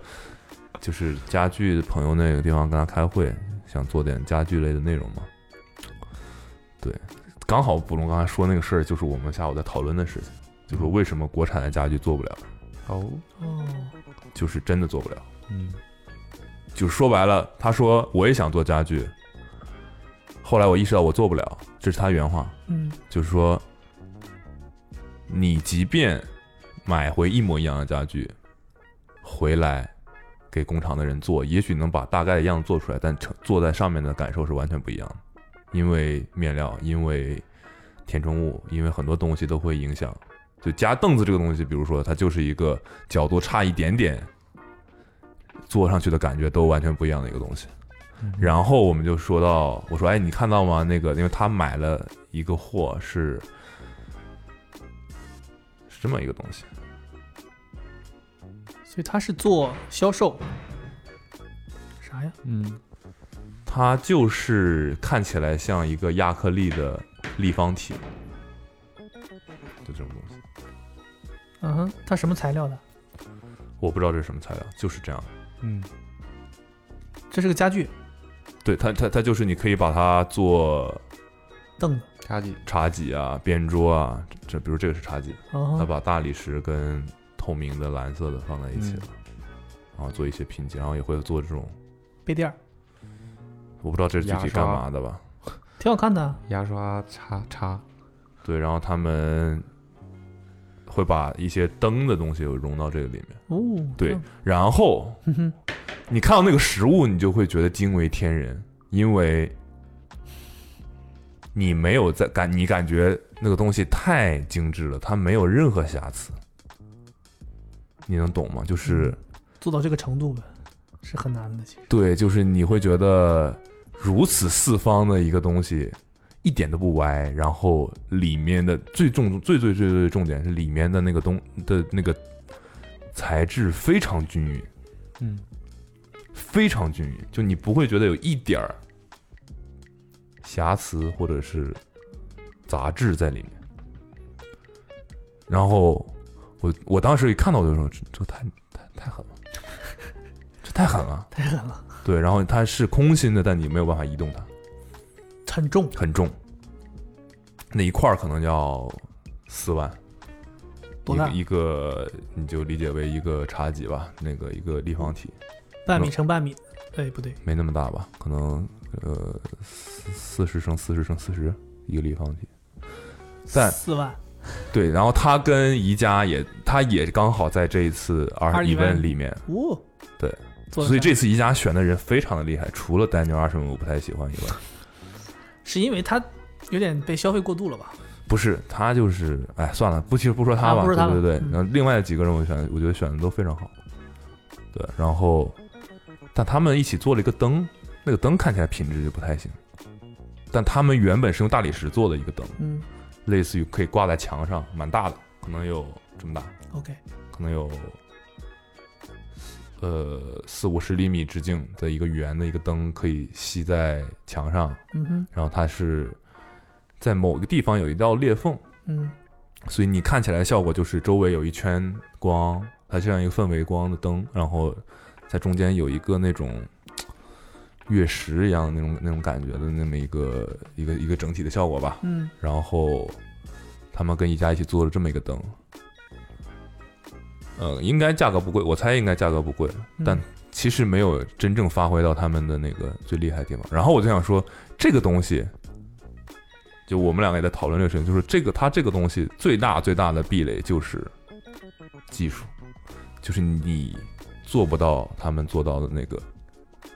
C: 就是家具朋友那个地方跟他开会，想做点家具类的内容嘛。对，刚好卜龙刚才说那个事儿，就是我们下午在讨论的事情，就是为什么国产的家具做不了，
D: 哦，
B: 哦，
C: 就是真的做不了。
D: 嗯，
C: 就是说白了，他说我也想做家具，后来我意识到我做不了，这是他原话，
B: 嗯，
C: 就是说，你即便买回一模一样的家具，回来给工厂的人做，也许能把大概的样子做出来，但成坐在上面的感受是完全不一样的，因为面料，因为填充物，因为很多东西都会影响。就加凳子这个东西，比如说它就是一个角度差一点点，坐上去的感觉都完全不一样的一个东西。然后我们就说到，我说，哎，你看到吗？那个，因为他买了一个货是是这么一个东西，
B: 所以他是做销售，啥呀？
D: 嗯，
C: 它就是看起来像一个亚克力的立方体，就这种东西，
B: 嗯哼，他什么材料的？
C: 我不知道这是什么材料，就是这样。
D: 嗯，
B: 这是个家具
C: 对它，它它就是你可以把它做
B: 凳子，
D: 差距，
C: 茶几啊、边桌啊，这这比如这个是茶几，
B: 嗯
D: 哦
C: 他
B: 哼，
C: 把大理石跟透明的蓝色的放在一起了，
D: 嗯
C: 然后做一些拼接，然后也会做这种，
B: 杯垫儿，
C: 我不知道这是具
D: 牙
C: 体
D: 刷
C: 干嘛的吧？
B: 挺好看的啊。
D: 牙刷叉叉，
C: 对，然后他们会把一些灯的东西融到这个里面，
B: 哦，
C: 对
B: 这，
C: 然后
B: 哼哼，
C: 你看到那个实物，你就会觉得惊为天人，因为你没有在感，你感觉那个东西太精致了，它没有任何瑕疵，你能懂吗？就是。
B: 做到这个程度呗，是很难的，其实。
C: 对，就是你会觉得如此四方的一个东西，一点都不歪，然后里面的最重最最最最最重点是里面的那个东的那个材质非常均匀，
D: 嗯，
C: 非常均匀，就你不会觉得有一点儿瑕疵或者是杂质在里面。然后我我当时一看到我就说，这这太太太狠了，太狠了。
B: 太狠了，
C: 对，然后它是空心的，但你没有办法移动它，
B: 很重，
C: 很重。那一块儿可能要四万，
B: 多
C: 一
B: 大
C: 个一个你就理解为一个茶几吧，那个一个立方体，
B: 半米乘半米，哎，不对，
C: 没那么大吧？可能呃四四十乘四十乘四十一个立方体。但
B: 四万，
C: 对，然后他跟宜家也，他也刚好在这一次 R
B: 二
C: event
B: event
C: 里面，
B: 哦，
C: 对，
B: 做得
C: 所
B: 很
C: 以这次宜家选的人非常的厉害，除了 Daniel a s h m 我不太喜欢以外，
B: 好是因为他有点被消费过度了吧？
C: 不是他就是，哎，算了，不其实不说他吧，
B: 啊不说他
C: 对
B: 了
C: 对对，
B: 嗯
C: 然后另外几个人我选，我觉得选的都非常好，对，然后但他们一起做了一个灯，那个灯看起来品质就不太行，但他们原本是用大理石做的一个灯，
B: 嗯
C: 类似于可以挂在墙上，蛮大的，可能有这么大，
B: ，OK，
C: 可能有呃四五十厘米直径的一个圆的一个灯，可以吸在墙上，
B: 嗯哼，
C: 然后它是在某个地方有一道裂缝，
B: 嗯
C: 所以你看起来效果就是周围有一圈光，它这样一个氛围光的灯，然后在中间有一个那种。嗯月食一样的那种那种感觉的那么一个一个一个整体的效果吧，
B: 嗯，
C: 然后他们跟宜家一起做了这么一个灯，呃，应该价格不贵，我猜应该价格不贵，
B: 嗯
C: 但其实没有真正发挥到他们的那个最厉害的地方。然后我就想说，这个东西，就我们两个也在讨论这个事情，就是这个它这个东西最大最大的壁垒就是技术，就是你做不到他们做到的那个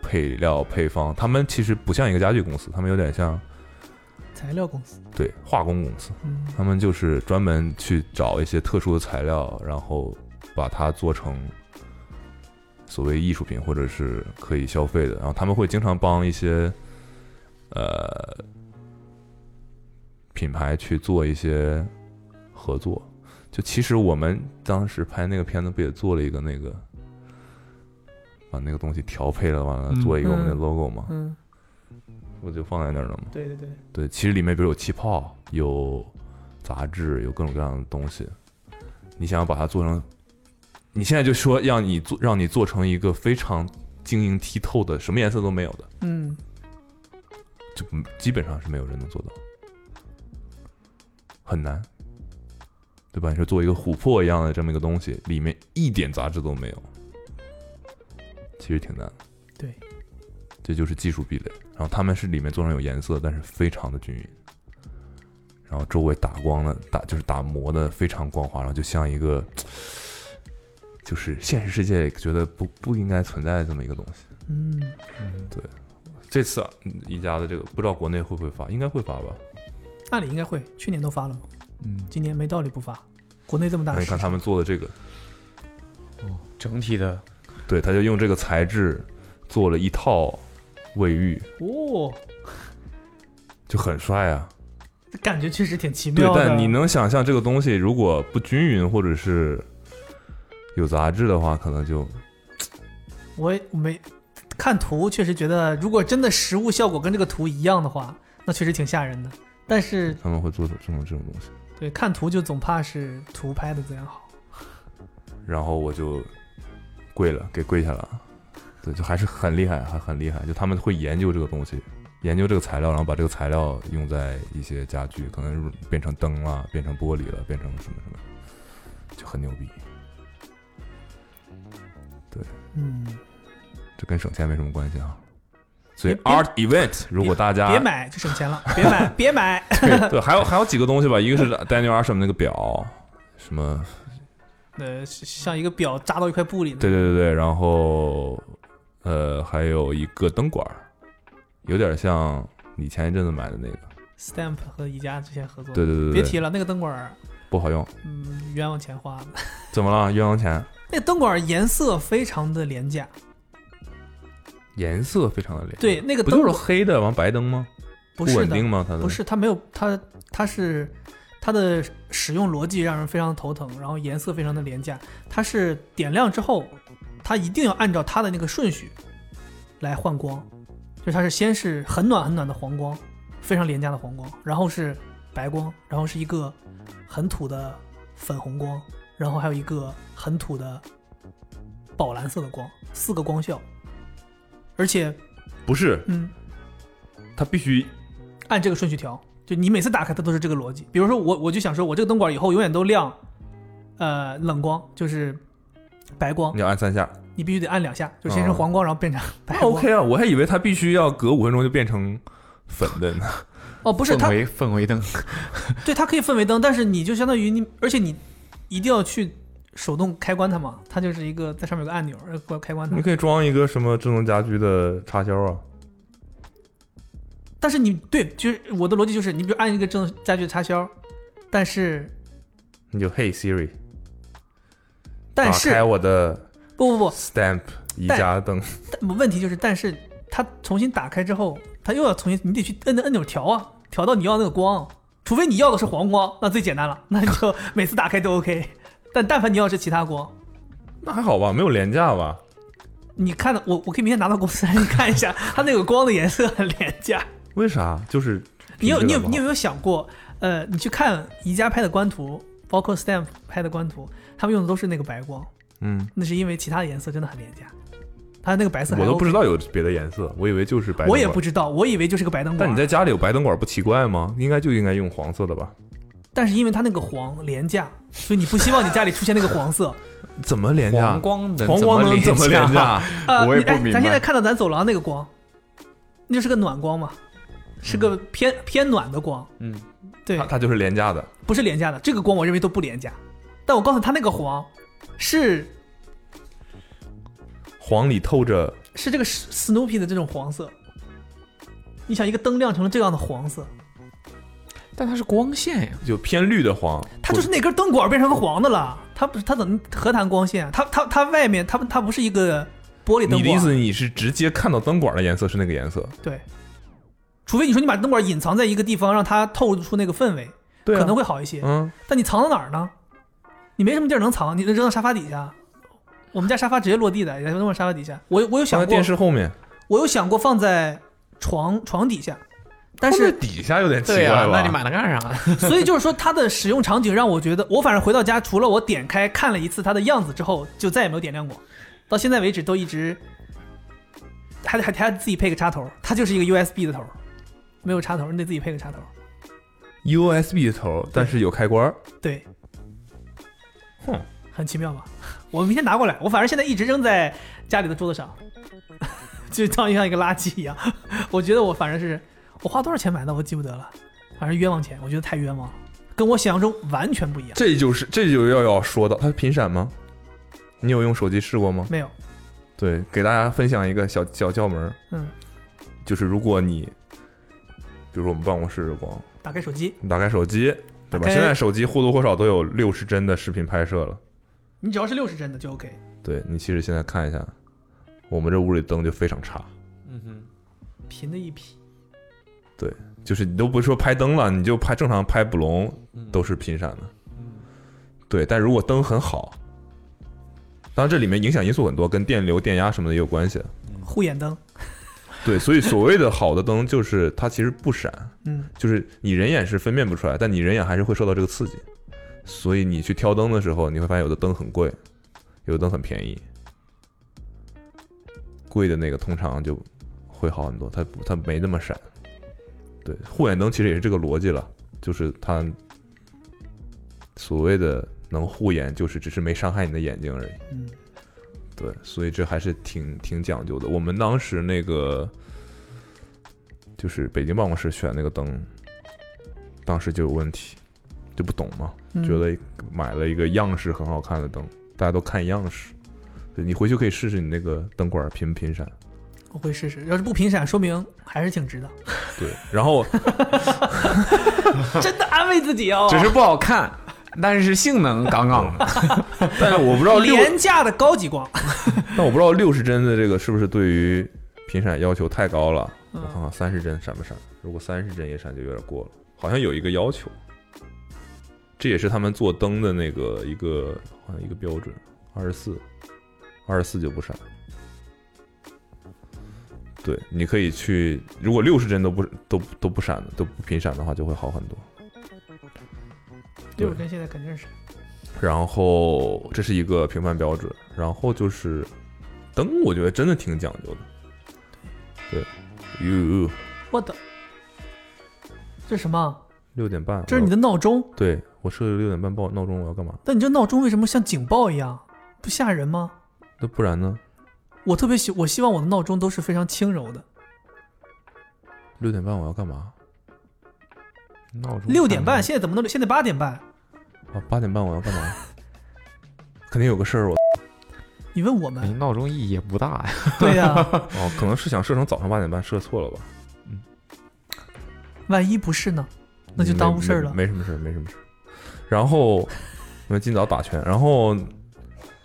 C: 配料配方，他们其实不像一个家具公司，他们有点像
B: 材料公司，
C: 对化工公司。
B: 嗯
C: 他们就是专门去找一些特殊的材料，然后把它做成所谓艺术品或者是可以消费的。然后他们会经常帮一些呃品牌去做一些合作。就其实我们当时拍那个片子，不也做了一个那个，把那个东西调配了，完了
D: 嗯
C: 做一个我们的
B: 嗯
C: logo 嘛，
B: 嗯，
C: 我就放在那儿了嘛。
B: 对对对，
C: 对，其实里面比如有气泡、有杂质、有各种各样的东西，你想要把它做成，你现在就说让你做让你做成一个非常晶莹剔透的，什么颜色都没有的，
B: 嗯，
C: 就嗯基本上是没有人能做到，很难，对吧？你说做一个琥珀一样的这么一个东西，里面一点杂质都没有，其实挺难的。
B: 对，
C: 这就是技术壁垒。然后他们是里面做成有颜色，但是非常的均匀，然后周围打光的打就是打磨的非常光滑，然后就像一个。就是现实世界觉得不不应该存在的这么一个东西。
B: 嗯，
C: 这次、啊、宜家的这个不知道国内会不会发，应该会发吧？
B: 按理应该会，去年都发了嘛，
D: 嗯，
B: 今年没道理不发，国内这么大
C: 你
B: 市
C: 哎看
B: 场，
C: 他们做的这个，
D: 整体的
C: 对，他就用这个材质做了一套卫浴，
B: 哦，
C: 就很帅啊。
B: 感觉确实挺奇
C: 对
B: 妙，的，
C: 但你能想象这个东西如果不均匀或者是有杂质的话，可能就
B: 我也没看图，确实觉得如果真的实物效果跟这个图一样的话，那确实挺吓人的。但是
C: 他们会做出这种这种东西。
B: 对看图就总怕是图拍的怎样好，
C: 然后我就跪了，给跪下了。对，就还是很厉害，还很厉害。就他们会研究这个东西，研究这个材料，然后把这个材料用在一些家具，可能变成灯啦，变成玻璃了，变成什么什么，就很牛逼。
B: 嗯，
C: 这跟省钱没什么关系啊。所以
B: 别别
C: art event，如果大家
B: 别买就省钱了，别买 别买，
C: 对对，还有还有几个东西吧，一个是 Daniel Arsham 那个表，什么
B: 呃，像一个表扎到一块布里呢，
C: 对对对对，然后呃还有一个灯管儿，有点像你前一阵子买的那个，
B: ，Stamp 和宜家之前合作，
C: 对对对
B: 别
C: 对
B: 提
C: 对，
B: 了，那个灯管儿，
C: 不好用，
B: 嗯，冤枉钱花了，
C: 怎么了？冤枉钱，
B: 那个灯管儿颜色非常的廉价，
C: 颜色非常的亮，
B: 对，，那个
C: 不
B: 灯
C: 就是
B: 管
C: 黑的完白灯吗？
B: 不
C: 不
B: 是
C: 稳
B: 的，
C: 定吗？它的
B: 不是，它没有它，它是它的使用逻辑让人非常头疼，然后颜色非常的廉价。它是点亮之后，它一定要按照它的那个顺序来换光，就是它是先是很暖很暖的黄光，非常廉价的黄光，然后是白光，然后是一个很土的粉红光，然后还有一个很土的宝蓝色的光，四个光效，而且
C: 不是，
B: 嗯，
C: 它必须
B: 按这个顺序调，就你每次打开它都是这个逻辑。比如说我我就想说，我这个灯管以后永远都亮，呃，冷光就是白光
C: 你，要按三下。
B: 你必须得按两下，就先是
C: 嗯哦
B: 黄光，然后变成白
C: 那
B: 光。
C: OK 啊，我还以为它必须要隔五分钟就变成粉的呢。
B: 哦，不是它
D: 氛围氛围灯，
B: 对，它可以氛围灯，但是你就相当于你，而且你一定要去手动开关它嘛，它就是一个在上面有个按钮，然后关开关它
C: 你。可以装一个什么智能家居的插销啊，
B: 但是你对，就是我的逻辑就是，你比如按一个智能家居的插销，但是
C: 你就 Hey Siri，
B: 但
C: 打开
B: 是
C: 我的
B: 不不不，
C: Stamp 宜
B: 但
C: 家灯，
B: 但问题就是，但是它重新打开之后，它又要重新，你得去摁那按钮调啊，调到你要那个光，除非你要的是黄光，那最简单了，那 你就每次打开都 OK。但但凡你要是其他光，
C: 那还好吧，没有廉价吧？
B: 你看到我，我可以明天拿到公司来你看一下，它那个光的颜色很廉价。
C: 为啥？就是
B: 你有
C: 品
B: 你
C: 质
B: 有
C: 感不好
B: 你有没有想过，呃，你去看宜家拍的官图，包括 Stamp 拍的官图，他们用的都是那个白光，
C: 嗯，
B: 那是因为其他的颜色真的很廉价，它那个白色还
C: 我都
B: OK
C: 不知道有别的颜色，我以为就是白。
B: 我也不。知道，啊我以为就是个白灯管。
C: 但你在家里有白灯管不奇怪吗？应该就应该用黄色的吧？
B: 但是因为它那个黄廉价，所以你不希望你家里出现那个黄 色。
C: 怎么廉价？
D: 黄光能
C: 黄光能怎么
D: 廉
C: 廉价？？
B: 呃，
D: 我也
B: 你哎
D: 不明
B: 咱现在
D: 白。
B: 看到咱走廊那个光，那就是个暖光嘛，是个偏偏暖的光。
D: 嗯，
B: 对
C: 它，它就是廉价的。
B: 不是廉价的，这个光我认为都不廉价。但我告诉他那个黄是
C: 黄里透着，
B: 是这个史 Snoopy 的这种黄色。你想一个灯亮成了这样的黄色，
D: 但它是光线呀，
C: 就偏绿的黄，
B: 它就是那根灯管变成个黄的了。它不是它怎么何谈光线啊？它它它外面它它不是一个玻璃灯管。
C: 你
B: 啊
C: 的意思你是直接看到灯管的颜色是那个颜色？
B: 对，除非你说你把灯管隐藏在一个地方，让它透出那个氛围，
C: 对、啊，
B: 可能会好一些。
C: 嗯，
B: 但你藏到哪儿呢？你没什么地儿能藏，你扔到沙发底下。我们家沙发直接落地的，也扔到沙发底下。我我有
C: 放
B: 想
C: 在
B: 过，
C: 电视后面，
B: 我有想过放在床床底 下，但
C: 放在
B: 是
C: 底下有点奇
D: 对
C: 怪
D: 呀，
C: 吧？
D: 那你买它干啥？啊
B: 所以就是说它的使用场景让我觉得，我反正回到家，除了我点开看了一次它的样子之后，就再也没有点亮过，到现在为止都一直还得还得还得自己配个插头，它就是一个 USB 的头，没有插头，你得自己配个插头。
C: USB 的头，但是有开关儿。
B: 对，
C: 哼，
B: 很奇妙吧？ 我明天拿过来，我反正现在一直扔在家里的桌子上， 就当像一个垃圾一样。 我觉得我反正是我花多少钱买的，我记不得了，反正冤枉钱，我觉得太冤枉了，跟我想象中完全不一样。
C: 这就是这就要要说到它是频闪吗？你有用手机试过吗？
B: 没有，
C: 对，给大家分享一个小小窍门儿，
B: 嗯，
C: 就是如果你，比如说我们办公室的光，
B: 打开手机，
C: 你打开手机，对吧？
B: 打开
C: 现在手机或多或少都有六十帧的视频拍摄了。
B: 你只要是六十帧的就 OK。
C: 对你其实现在看一下，我们这屋里灯就非常差，
D: 嗯哼，
B: 贫的一批，
C: 就是你都不说拍灯了，你就拍正常拍捕龙
D: 嗯
C: 都是频闪的。
D: 嗯
C: 对，但如果灯很好，当然这里面影响因素很多，跟电流、电压什么的也有关系。
B: 护眼灯，
C: 对，所以所谓的好的灯就是它其实不闪，
B: 嗯，
C: 就是你人眼是分辨不出来，但你人眼还是会受到这个刺激。所以你去挑灯的时候，你会发现有的灯很贵，有的灯很便宜。贵的那个通常就会好很多，它不它没那么闪。对，护眼灯其实也是这个逻辑了，就是它所谓的能护眼，就是只是没伤害你的眼睛而已。
B: 嗯，
C: 对，所以这还是挺挺讲究的。我们当时那个就是北京办公室选那个灯，当时就有问题，就不懂嘛，
B: 嗯
C: 觉得买了一个样式很好看的灯，大家都看样式。对你回去可以试试你那个灯管频不频闪。
B: 我会试试。要是不频闪，说明还是挺值的。
C: 对，然后
B: 真的安慰自己哦，
D: 只是不好看，但是性能杠杠的。
C: 但是我不知道六，
B: 廉价的高级光。
C: 但我不知道六十帧的这个是不是对于频闪要求太高了。我
B: 嗯
C: 看看三十帧闪不闪，如果三十帧也闪就有点过了，好像有一个要求，这也是他们做灯的那个一个好像一个标准，二十四，二十四就不闪。对，你可以去，如果六十帧都不都不都不闪的，都不频闪的话，就会好很多。
B: 六十帧现在肯定是
C: 然后这是一个评判标准，然后就是灯，我觉得真的挺讲究的。哟，
B: 我的，这是什么？啊
C: 六点半，
B: 这是你的闹钟？
C: 对我设的六点半报闹钟，我要干嘛？
B: 但你这闹钟为什么像警报一样？不吓人吗？
C: 那不然呢？
B: 我特别喜，我希望我的闹钟都是非常轻柔的。
C: 六点半我要干嘛？
D: 闹钟
B: 六点半，现在怎么能？现在八点半。
C: 啊，八点半我要干嘛？ 肯定有个事儿，我
B: 你问我
D: 哎
B: 们？
D: 闹钟意义也不大呀。
C: 嗯
B: 对呀、
C: 哦，可能是想设成早上八点半，设错了吧？
B: 万一不是呢？那就当
C: 没
B: 误事儿了
C: 没。没什么事儿，没什么事儿。然后我们今早打拳，然后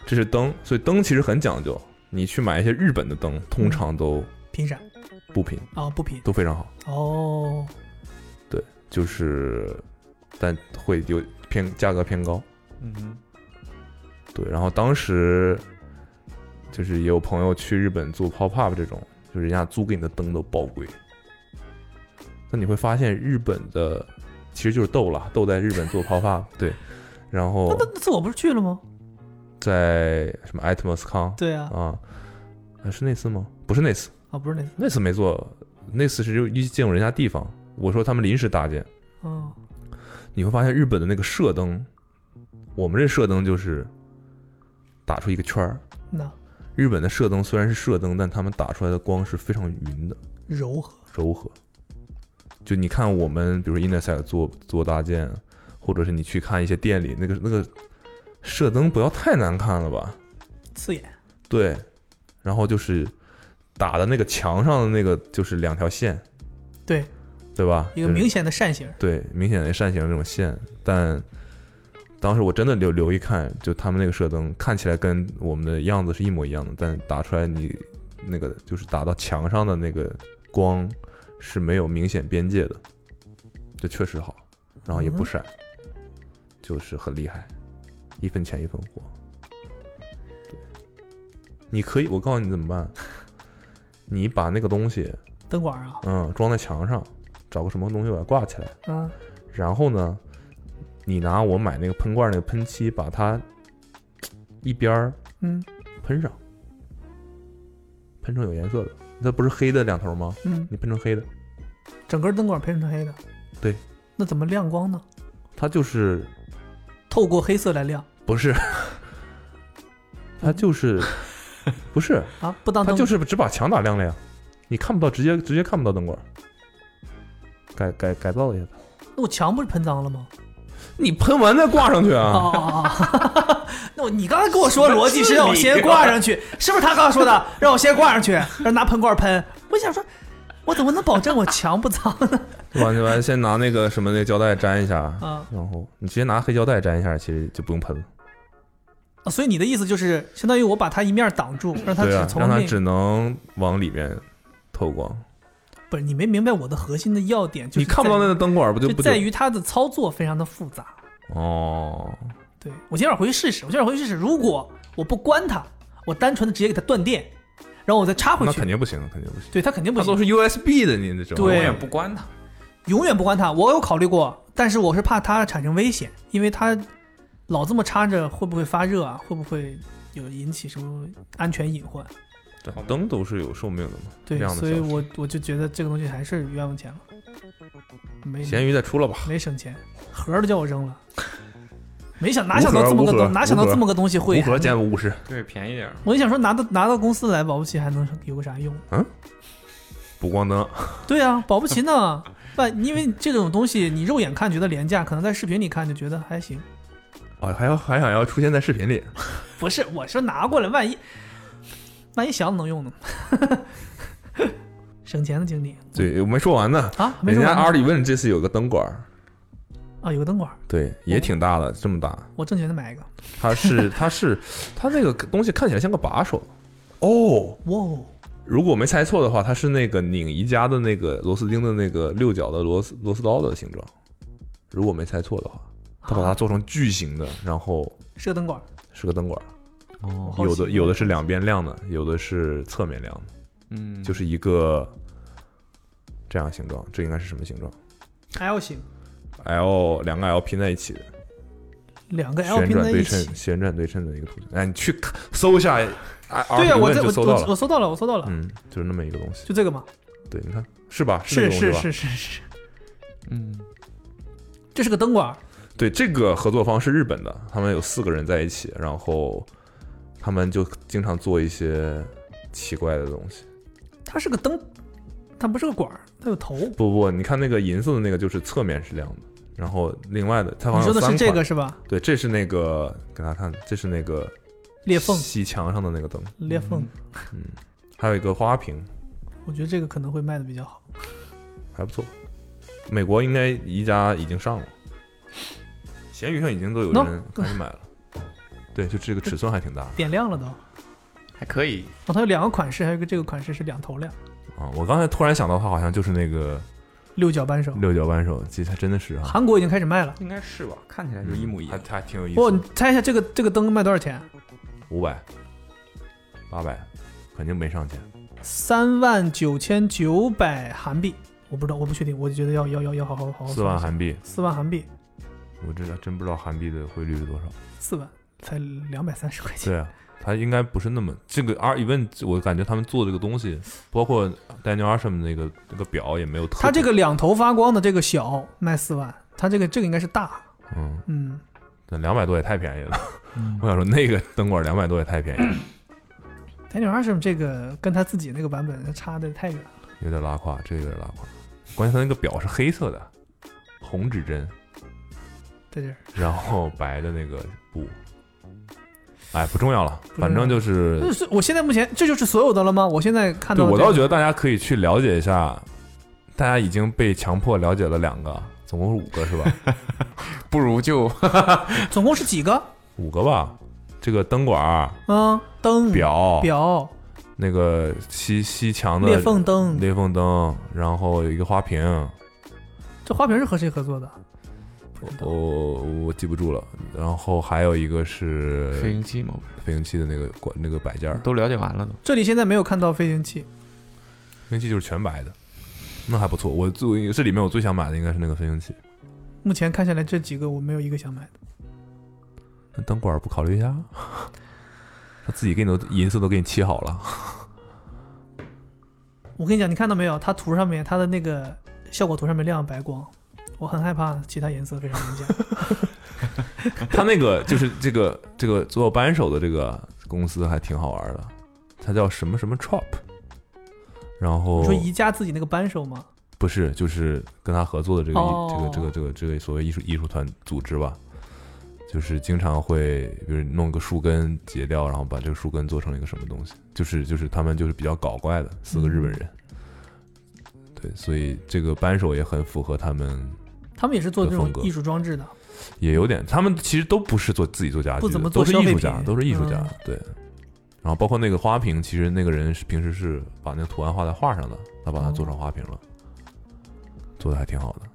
C: 这是灯，所以灯其实很讲究。你去买一些日本的灯，通常都
B: 凭啥？
C: 不平，
B: 啊，不凭。
C: 都非常好，
B: 哦，
C: 就是但会有偏价格偏高。
D: 嗯，
C: 对，然后当时就是也有朋友去日本做 pop up 这种，就是人家租给你的灯都爆贵。那你会发现日本的其实就是豆了，豆在日本做 pop up，对，然
B: 那
C: 后
B: 那那次我不是去了吗？
C: 在什么 Atmos Con
B: 对啊，
C: 啊，呃是那次吗？不是那次，
B: 啊不是那次，
C: 那次没做，那次是就一进我人家地方，我说他们临时搭建，
B: 嗯，
C: 你会发现日本的那个射灯，我们这射灯就是打出一个圈儿，
B: 那
C: 日本的射灯虽然是射灯，但他们打出来的光是非常匀的、
B: 柔和，
C: 柔和。就你看我们，比如说 i n n e s e c 做做搭建，或者是你去看一些店里那个那个射灯，不要太难看了吧？
B: 刺眼，
C: 对，然后就是打的那个墙上的那个就是两条线，
B: 对，
C: 对吧？
B: 一个
C: 就是
B: 明显的扇形。
C: 对明显的扇形的那种线，但当时我真的留留意看，就他们那个射灯看起来跟我们的样子是一模一样的，但打出来你那个就是打到墙上的那个光是没有明显边界的，这确实好，然后也不
B: 嗯
C: 闪，就是很厉害，一分钱一分货。对，你可以，我告诉你怎么办，你把那个东西，
B: 灯管啊，
C: 嗯，装在墙上，找个什么东西把它挂起来。
B: 啊，
C: 然后呢，你拿我买那个喷罐儿那个喷漆，把它一边儿
B: 嗯
C: 喷上，喷成有颜色的。那不是黑的两头吗？
B: 嗯，
C: 你喷成黑的，
B: 整根灯管喷成黑的。
C: 对，
B: 那怎么亮光呢？
C: 它就是
B: 透过黑色来亮
C: 不是？ 它就是不是？
B: 啊？不当
C: 它
B: 灯
C: 就是只把墙打亮了呀，你看不到，直接直接看不到灯管儿。改改改造一下它，
B: 那我墙不是喷脏了吗？
C: 你喷完再挂上去
B: 哦
C: 啊！
B: 哦哦， 那我你刚才跟我说逻辑是让我先挂上 去，是不是他刚刚说的？让我先挂上去，让拿喷罐喷。我想说，我怎么能保证我墙不脏 呢？
C: 完完，完先拿那个什么那胶带粘一下，
B: 啊，
C: 然后你直接拿黑胶带粘一下，其实就不用喷了。
B: 啊所以你的意思就是，相当于我把它一面挡住，让它
C: 对
B: 只
C: 啊，
B: 从
C: 让它
B: 那
C: 只能往里面透光，
B: 不是你没明白我的核心的要点，就是
C: 你看不到
B: 在
C: 那
B: 于
C: 个灯管，不就不
B: 就
C: 就
B: 在于它的操作非常的复杂。
C: 哦？
B: 对我今天晚上回去试试，我今天晚上回去试试，如果我不关它，我单纯的直接给它断电，然后我再插回
C: 那
B: 去
C: 肯，定不行，肯定不行。
B: 对它肯定不
C: 它
B: 行
C: 都。是 USB 的，你那种
B: 对
D: 永远不关它。
B: 永远不关它。我有考虑过，但是我是怕它产生危险，因为它老这么插着，会不会发热啊？会不会有引起什么安全隐患？
C: 对灯都是有寿命的嘛。
B: 对
C: 这，样的
B: 所以
C: 小事
B: 我我就觉得这个东西还是冤枉钱了，没
C: 咸鱼再出了吧，
B: 没省钱，盒儿都叫我扔了。没想哪
C: 无
B: 想到
C: 盒
B: 这么个
C: 无盒
B: 东，哪想到
C: 无盒
B: 这么个东西会
C: 无盒减五十，
D: 对，便宜点儿。
B: 我就想说拿到拿到公司来，保不齐还能有个啥用？
C: 补光灯。
B: 对啊，保不齐呢。 但因为这种东西，你肉眼看觉得廉价，可能在视频里看就觉得还行。
C: 哦，还要还想要出现在视频里，
B: 不是，我说拿过来，万一万一想能用呢？ 省钱的经历
C: 对，我没说完呢。
B: 啊，没
C: 人
B: 说
C: 家
B: 完呢
C: R 里问这次有个灯管儿，
B: 啊，有个灯管儿，
C: 对，也挺大的，这么大。
B: 我挣钱的买一个。
C: 它是 它是它那个东西看起来像个把手。哦，
B: 哇哦，
C: 如果我没猜错的话，它是那个拧宜家的那个螺丝钉的那个六角的螺丝螺丝刀的形状。如果我没猜错的话，它把它做成巨型的，然后
B: 是个灯管儿，
C: 是个灯管，
B: 我
D: 哦，
B: 好
C: 有
B: 奇
C: 的有的是两边亮的，有的是侧面亮的，
D: 嗯，
C: 就是一个这样形状。这应该是什么形状
B: L 型，
C: ？L 两个 L 拼在一起的，
B: 两个 L
C: 旋
B: 拼
C: 转
B: 在一
C: 对
B: 起
C: 称，。旋转对称的一个图形。哎，你去看搜一下，哎，
B: 对呀、
C: 啊，
B: 我在
C: 就
B: 我
C: 搜到
B: 我
C: 了，
B: 我搜到了，我搜到了，
C: 嗯，就是那么一个东西。
B: 就这个嘛。
C: 对，你看是吧？那
B: 是
C: 个东西
B: 是
C: 吧？
B: 是是是，
D: 嗯，
B: 这是个灯管儿，
C: 对，这个合作方是日本的，他们有四个人在一起，然后他们就经常做一些奇怪的东西。
B: 它是个灯，它不是个管儿，它有头。你
C: 不不，你看那个银色的那个就是侧面是亮的，然后另外的它好像
B: 说
C: 有
B: 的
C: 三
B: 是这
C: 款
B: 个是吧？
C: 对，这是那个给大家看，这是那个
B: 裂缝，
C: 西墙上的那个灯，嗯
B: 裂缝，
C: 还有一个花瓶，
B: 我觉得这个可能会卖的比较好。
C: 还不错。美国应该宜家已经上了，闲鱼上已经都有
B: 喏嗯
C: 人开始买了。对，就这个尺寸还挺大
B: 点亮了都，
D: 还可以。
B: 哦，它有两个款式，还有一个这个款式是两头亮，
C: 啊！我刚才突然想到，它好像就是那个
B: 六角扳手。
C: 六角扳手，其实它真的是啊，
B: 韩国已经开始卖了。
D: 应该是吧，看起来就一模一
C: 还
D: 样。
C: 还挺有意
B: 哦，你
C: 思的。
B: 猜一下这个这个灯卖多少钱？
C: 五百、八百，肯定没上千。
B: 三万九千九百韩币，我不知道，我不确定，我就觉得要要要要好好好好
C: 四万韩币，
B: 四万韩币，
C: 我这真不知道韩币的汇率是多少。
B: 四万才两百三十块钱。
C: 对啊，它应该不是那么这个 R event，我感觉他们做这个东西，包括 Daniel Arsham 那个那个表也没有特别。
B: 它这个两头发光的这个小卖四万，它这个这个应该是大，
C: 嗯，
B: 嗯，
C: 两百多也太便宜了。我想说那个灯管两百多也太便宜了，
B: Daniel a s h m 这个跟他自己那个版本差的太远了。
C: 有点拉胯，这个有点拉胯。关键它那个表是黑色的，红指针，
B: 在这儿，
C: 然后白的那个布。哎，不重要了，
B: 重要
C: 反正就是
B: 那是我现在目前这就是所有的了吗？我现在看
C: 对
B: 到的
C: 我
B: 这
C: 倒
B: 个
C: 觉得大家可以去了解一下，大家已经被强迫了解了两个，总共是五个是吧？
D: 不如 就
B: 总共是几个？
C: 五个吧，这个灯管儿、
B: 嗯，灯
C: 表、
B: 表
C: 那个西西墙的
B: 裂缝灯，
C: 裂缝灯，然后有一个花瓶，
B: 这花瓶是和谁合作的？不知道
C: 我我记不住了，然后还有一个是
D: 飞行器嘛，
C: 飞行器的那个管那个摆件儿，
D: 都了解完了都。
B: 这里现在没有看到飞行器，
C: 飞行器就是全白的，那还不错。我最这里面我最想买的应该是那个飞行器，
B: 目前看下来这几个我没有一个想买的。
C: 那灯管儿不考虑一下？啊 他自己给你都银色都给你切好了，
B: 我跟你讲，你看到没有？它图上面它的那个效果图上面亮白光，我很害怕其他颜色非常明显。
C: 他那个就是这个这个左右扳手的这个公司还挺好玩的，它叫什么什么 Trop，然后
B: 你说宜家自己那个扳手吗？
C: 不是，就是跟他合作的这个艺、
B: 哦
C: 这个这个这个这个所谓艺术艺术团组织吧，就是经常会，比如弄个树根截掉，然后把这个树根做成了一个什么东西，就是就是他们就是比较搞怪的四个日本人，
B: 嗯
C: 对，所以这个扳手也很符合他们，
B: 他们也是做这
C: 的
B: 种
C: 风格
B: 艺术装置的。
C: 也有点，他们其实都不是做自己做家具的，
B: 不怎么做
C: 都
B: 消
C: 是
B: 费
C: 艺术
B: 品
C: 家，都是艺术家，
B: 嗯
C: 对。然后包括那个花瓶，其实那个人是平时是把那个图案画在画上的，他把它做成花瓶了，做的还挺好的。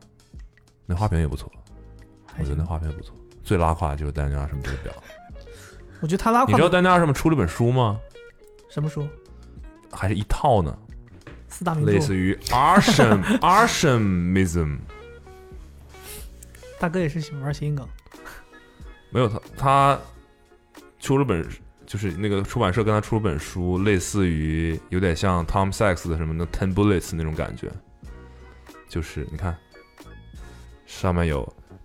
C: 那花瓶也不错，我
B: 还
C: 觉得
B: 行
C: 那花瓶也不错。最拉胯的就是丹尼尔什么这个表，
B: 哦我觉得他拉
C: 你知
B: 胯
C: 道
B: 的
C: 丹尼尔什么出了本书吗？
B: 什么书？
C: 还是一套呢，
B: 四大名
C: 类
B: 著
C: 似。于 Arsham Arshamism，
B: 大哥也是喜欢玩谐音梗。
C: 没有他他出了本，就是那个出版社跟他出了本书，类似于有点像 Tom Sachs 的什么的 Ten Bullets 那种感觉，就是你看上面有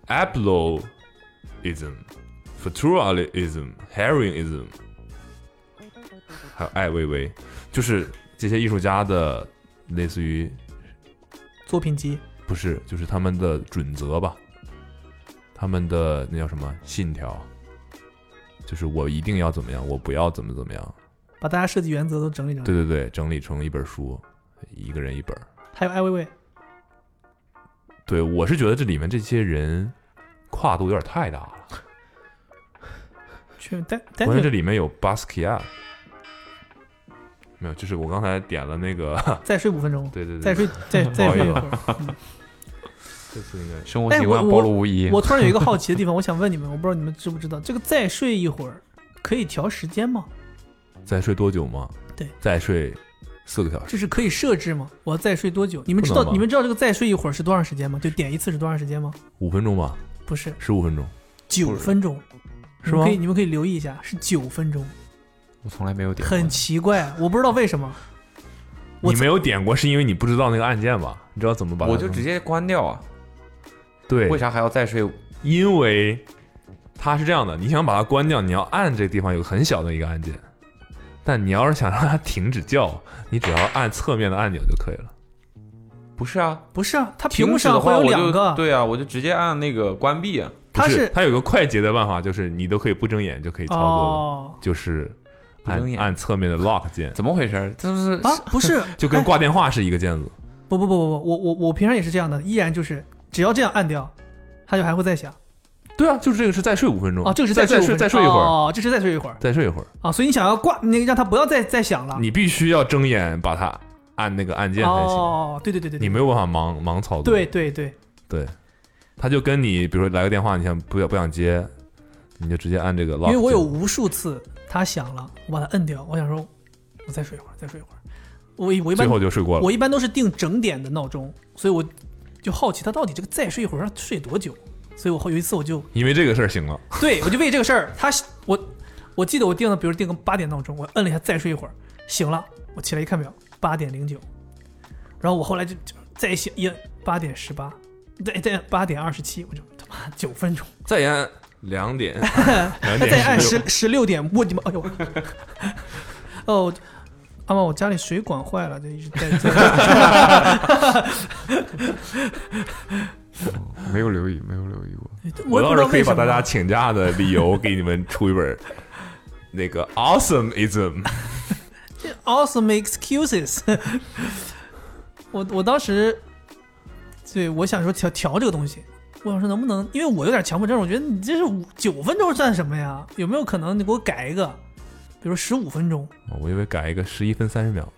C: Abloism、Futuralism、Herringism，还有艾薇薇，就是这些艺术家的类似于
B: 作品集，
C: 不是，就是他们的准则吧，他们的那叫什么信条，就是我一定要怎么样，我不要怎么怎么样。
B: 把大家设计原则都整理整
C: 对
B: 理。
C: 对对，整理成一本书，一个人一本儿。
B: 还有艾薇薇，
C: 对我是觉得这里面这些人跨度有点太大了，
B: 去丹丹
C: 关键这
B: 尼
C: 里面有 Basquiat，没有，就是我刚才点了那个，
B: 再睡五分钟，
C: 对哎对对，
B: 再睡再再睡一会儿。
C: 这次应该
D: 生活
B: 哎
D: 习
B: 我
D: 惯
B: 我
D: 暴露无遗。
B: 我突然有一个好奇的地方，我想问你们，我不知道你们知不知道，这个再睡一会儿可以调时间吗？
C: 再睡多久吗？
B: 对，
C: 再睡四个小时。
B: 这是可以设置吗？我要再睡多久？你们知
C: 不
B: 道
C: 能吧
B: 你们知道这个再睡一会儿是多长时间吗？就点一次是多长时间吗？
C: 五分钟吧，
B: 不是，
C: 十五分钟，
B: 九分钟，
D: 是
B: 你们
D: 吗
B: 可以你们可以留意一下，是九分钟，
D: 我从来没有点过
B: 很奇怪，啊我不知道为什么。我
C: 你没有点过，是因为你不知道那个按键吧？你知道怎么把它
D: 我就直接关掉啊！
C: 对
D: 为，啥还要再睡？
C: 因为它是这样的，你想把它关掉，你要按这个地方有个很小的一个按键，但你要是想让它停止叫，你只要按侧面的按钮就可以了。
D: 不是啊，
B: 不是啊，它屏
D: 停
B: 幕
D: 止的
B: 上会
D: 话
B: 有
D: 我就
B: 两个，
D: 对啊，我就直接按那个关闭啊。
C: 不
B: 它
C: 是
B: 是
C: 它有个快捷的办法，就是你都可以不睁眼就可以操作，
B: 哦
C: 就是
D: 不
C: 按
D: 睁眼
C: 按侧面的 lock 键，
D: 怎么回事？这不是
B: 啊，不是，
C: 就跟
B: 哎
C: 挂电话是一个键子。
B: 不不不不不，我我我平常也是这样的，依然就是只要这样按掉，它就还会再响。
C: 对啊，就是这个是再睡五分钟
B: 哦，这个是
C: 再
B: 睡
C: 再睡再睡一会儿，
B: 哦，这是再睡一会儿
C: 再睡一会儿，
B: 啊，所以你想要挂那个让它不要再再响了。
C: 你必须要睁眼把它按那个按键才行，
B: 哦，对对对对，对
C: 你没有办法盲盲操作。
B: 对对对，
C: 对，它就跟你比如说来个电话，你想不想不想接，你就直接按这个 lock
B: 因为
C: 键。
B: 我有无数次它响了，我把它摁掉，我想说，我再睡一会儿，再睡一会儿。我一我一
C: 最
B: 般
C: 后就睡过了。
B: 我一般都是定整点的闹钟，所以我就好奇它到底这个再睡一会儿要睡多久。所以我后有一次我就
C: 因为这个事儿醒了，
B: 对，我就为这个事儿，他我我记得我定了，比如定个八点闹钟，我摁了一下再睡一会儿，醒了，我起来一看表，八点零九，然后我后来就就再醒一摁，八点十八，再再八点二十七，我就他妈九分钟，
C: 再按两点，两
B: 再按
C: 点
B: 十
C: 六，
B: 十六点，我你妈，哎呦，哦。阿妈，我家里水管坏了，就一直在 在。
D: 哦没有留意，没有留意过。
B: 我也不知
C: 到时
B: 道
C: 候可以
B: 为
C: 把
B: 什么。
C: 大家请假的理由给你们 出一本。那个 awesomeism，
B: awesome excuses 我。我当时，对我想说调调这个东西，我想说能不能，因为我有点强迫症，我觉得你这是五九分钟算什么呀？有没有可能你给我改一个，比如十五分钟？
C: 我以为改一个十一分三十秒，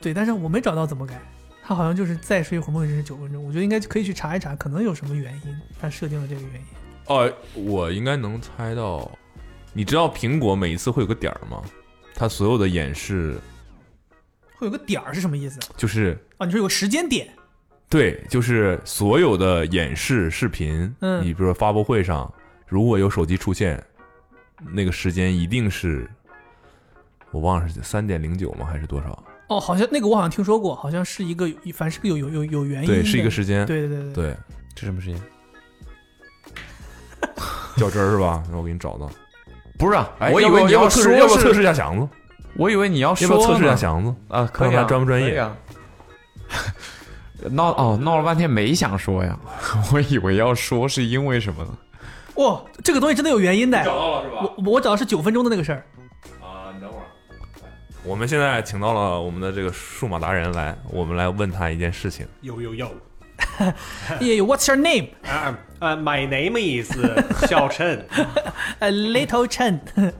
B: 对，但是我没找到怎么改。它好像就是再睡一会儿，梦见是九分钟，我觉得应该可以去查一查，可能有什么原因，它设定了这个原因。
C: 哦，我应该能猜到。你知道苹果每一次会有个点儿吗？它所有的演示
B: 会有个点儿是什么意思
C: 就是
B: 啊？你说有个时间点
C: 对，就是所有的演示视频，
B: 嗯
C: 你比如说发布会上，如果有手机出现，那个时间一定是，我忘了是三点零九吗？还是多少？
B: 哦，好像那个我好像听说过，好像是一个凡是个有有有有原因的，
C: 哎对，是一个时间。
B: 对对对对
C: 对，
D: 这什么时间？
C: 较真儿是吧？那我给你找到。
D: 不是啊，
C: 哎
D: 我以
C: 要不
D: 为
C: 要
D: 你要
C: 测
D: 说
C: 试，要不要测
D: 是，
C: 试一下祥子？
D: 我以为你要
C: 要
D: 说
C: 不要测试一下
D: 呢
C: 祥子？
D: 啊，可以
C: 看
D: 啊，
C: 他专不专业
D: 可以啊。 闹哦，闹了半天没想说呀， 我以为要说是因为什么呢？
B: 哇、这个东西真的有原因的。
C: 到了是吧？
B: 我我找的是九分钟的那个事 儿，
C: 啊，你等会儿。我们现在请到了我们的这个数码达人来，我们来问他一件事情。
E: Yo yo yo.
B: 也有哎 What's your name?
E: Uh, uh, my name is uh, Xiao Chen.
B: A little Chen 。
E: 嗯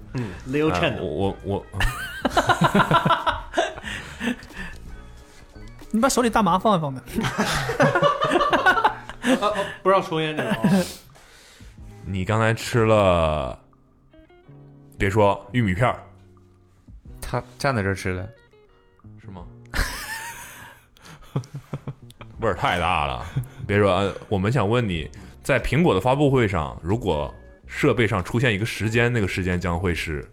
E: ，Liu
C: 啊
E: Chen。
C: 我我我
B: 你把手里大麻放一放呗。
E: 啊哦不让抽烟这个哦。
C: 你刚才吃了，别说玉米片儿
D: 他站在这儿吃的，
C: 是吗？ 味儿太大了，别说。呃我们想问你，在苹果的发布会上，如果设备上出现一个时间，那个时间将会是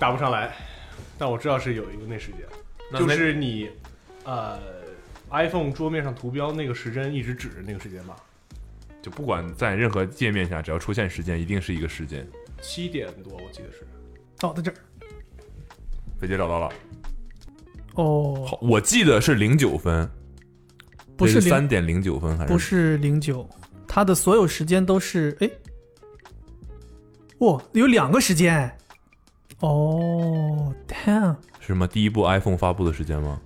E: 答不上来，但我知道是有一个那时间，
C: 那
E: 就
C: 那
E: 是你呃 iPhone 桌面上图标那个时针一直指着那个时间吧，
C: 就不管在任何界面下，只要出现时间，一定是一个时间。
E: 七点多我记得是。
B: 哦，在这儿。
C: 飞姐找到了，
B: 哦，
C: 好，我记得是零九分，
B: 不是
C: 三
B: 零，
C: 点零九分还是
B: 不是零九，它的所有时间都是哎，哇、有两个时间。哦，damn，
C: 是什么？第一部 iPhone 发布的时间吗？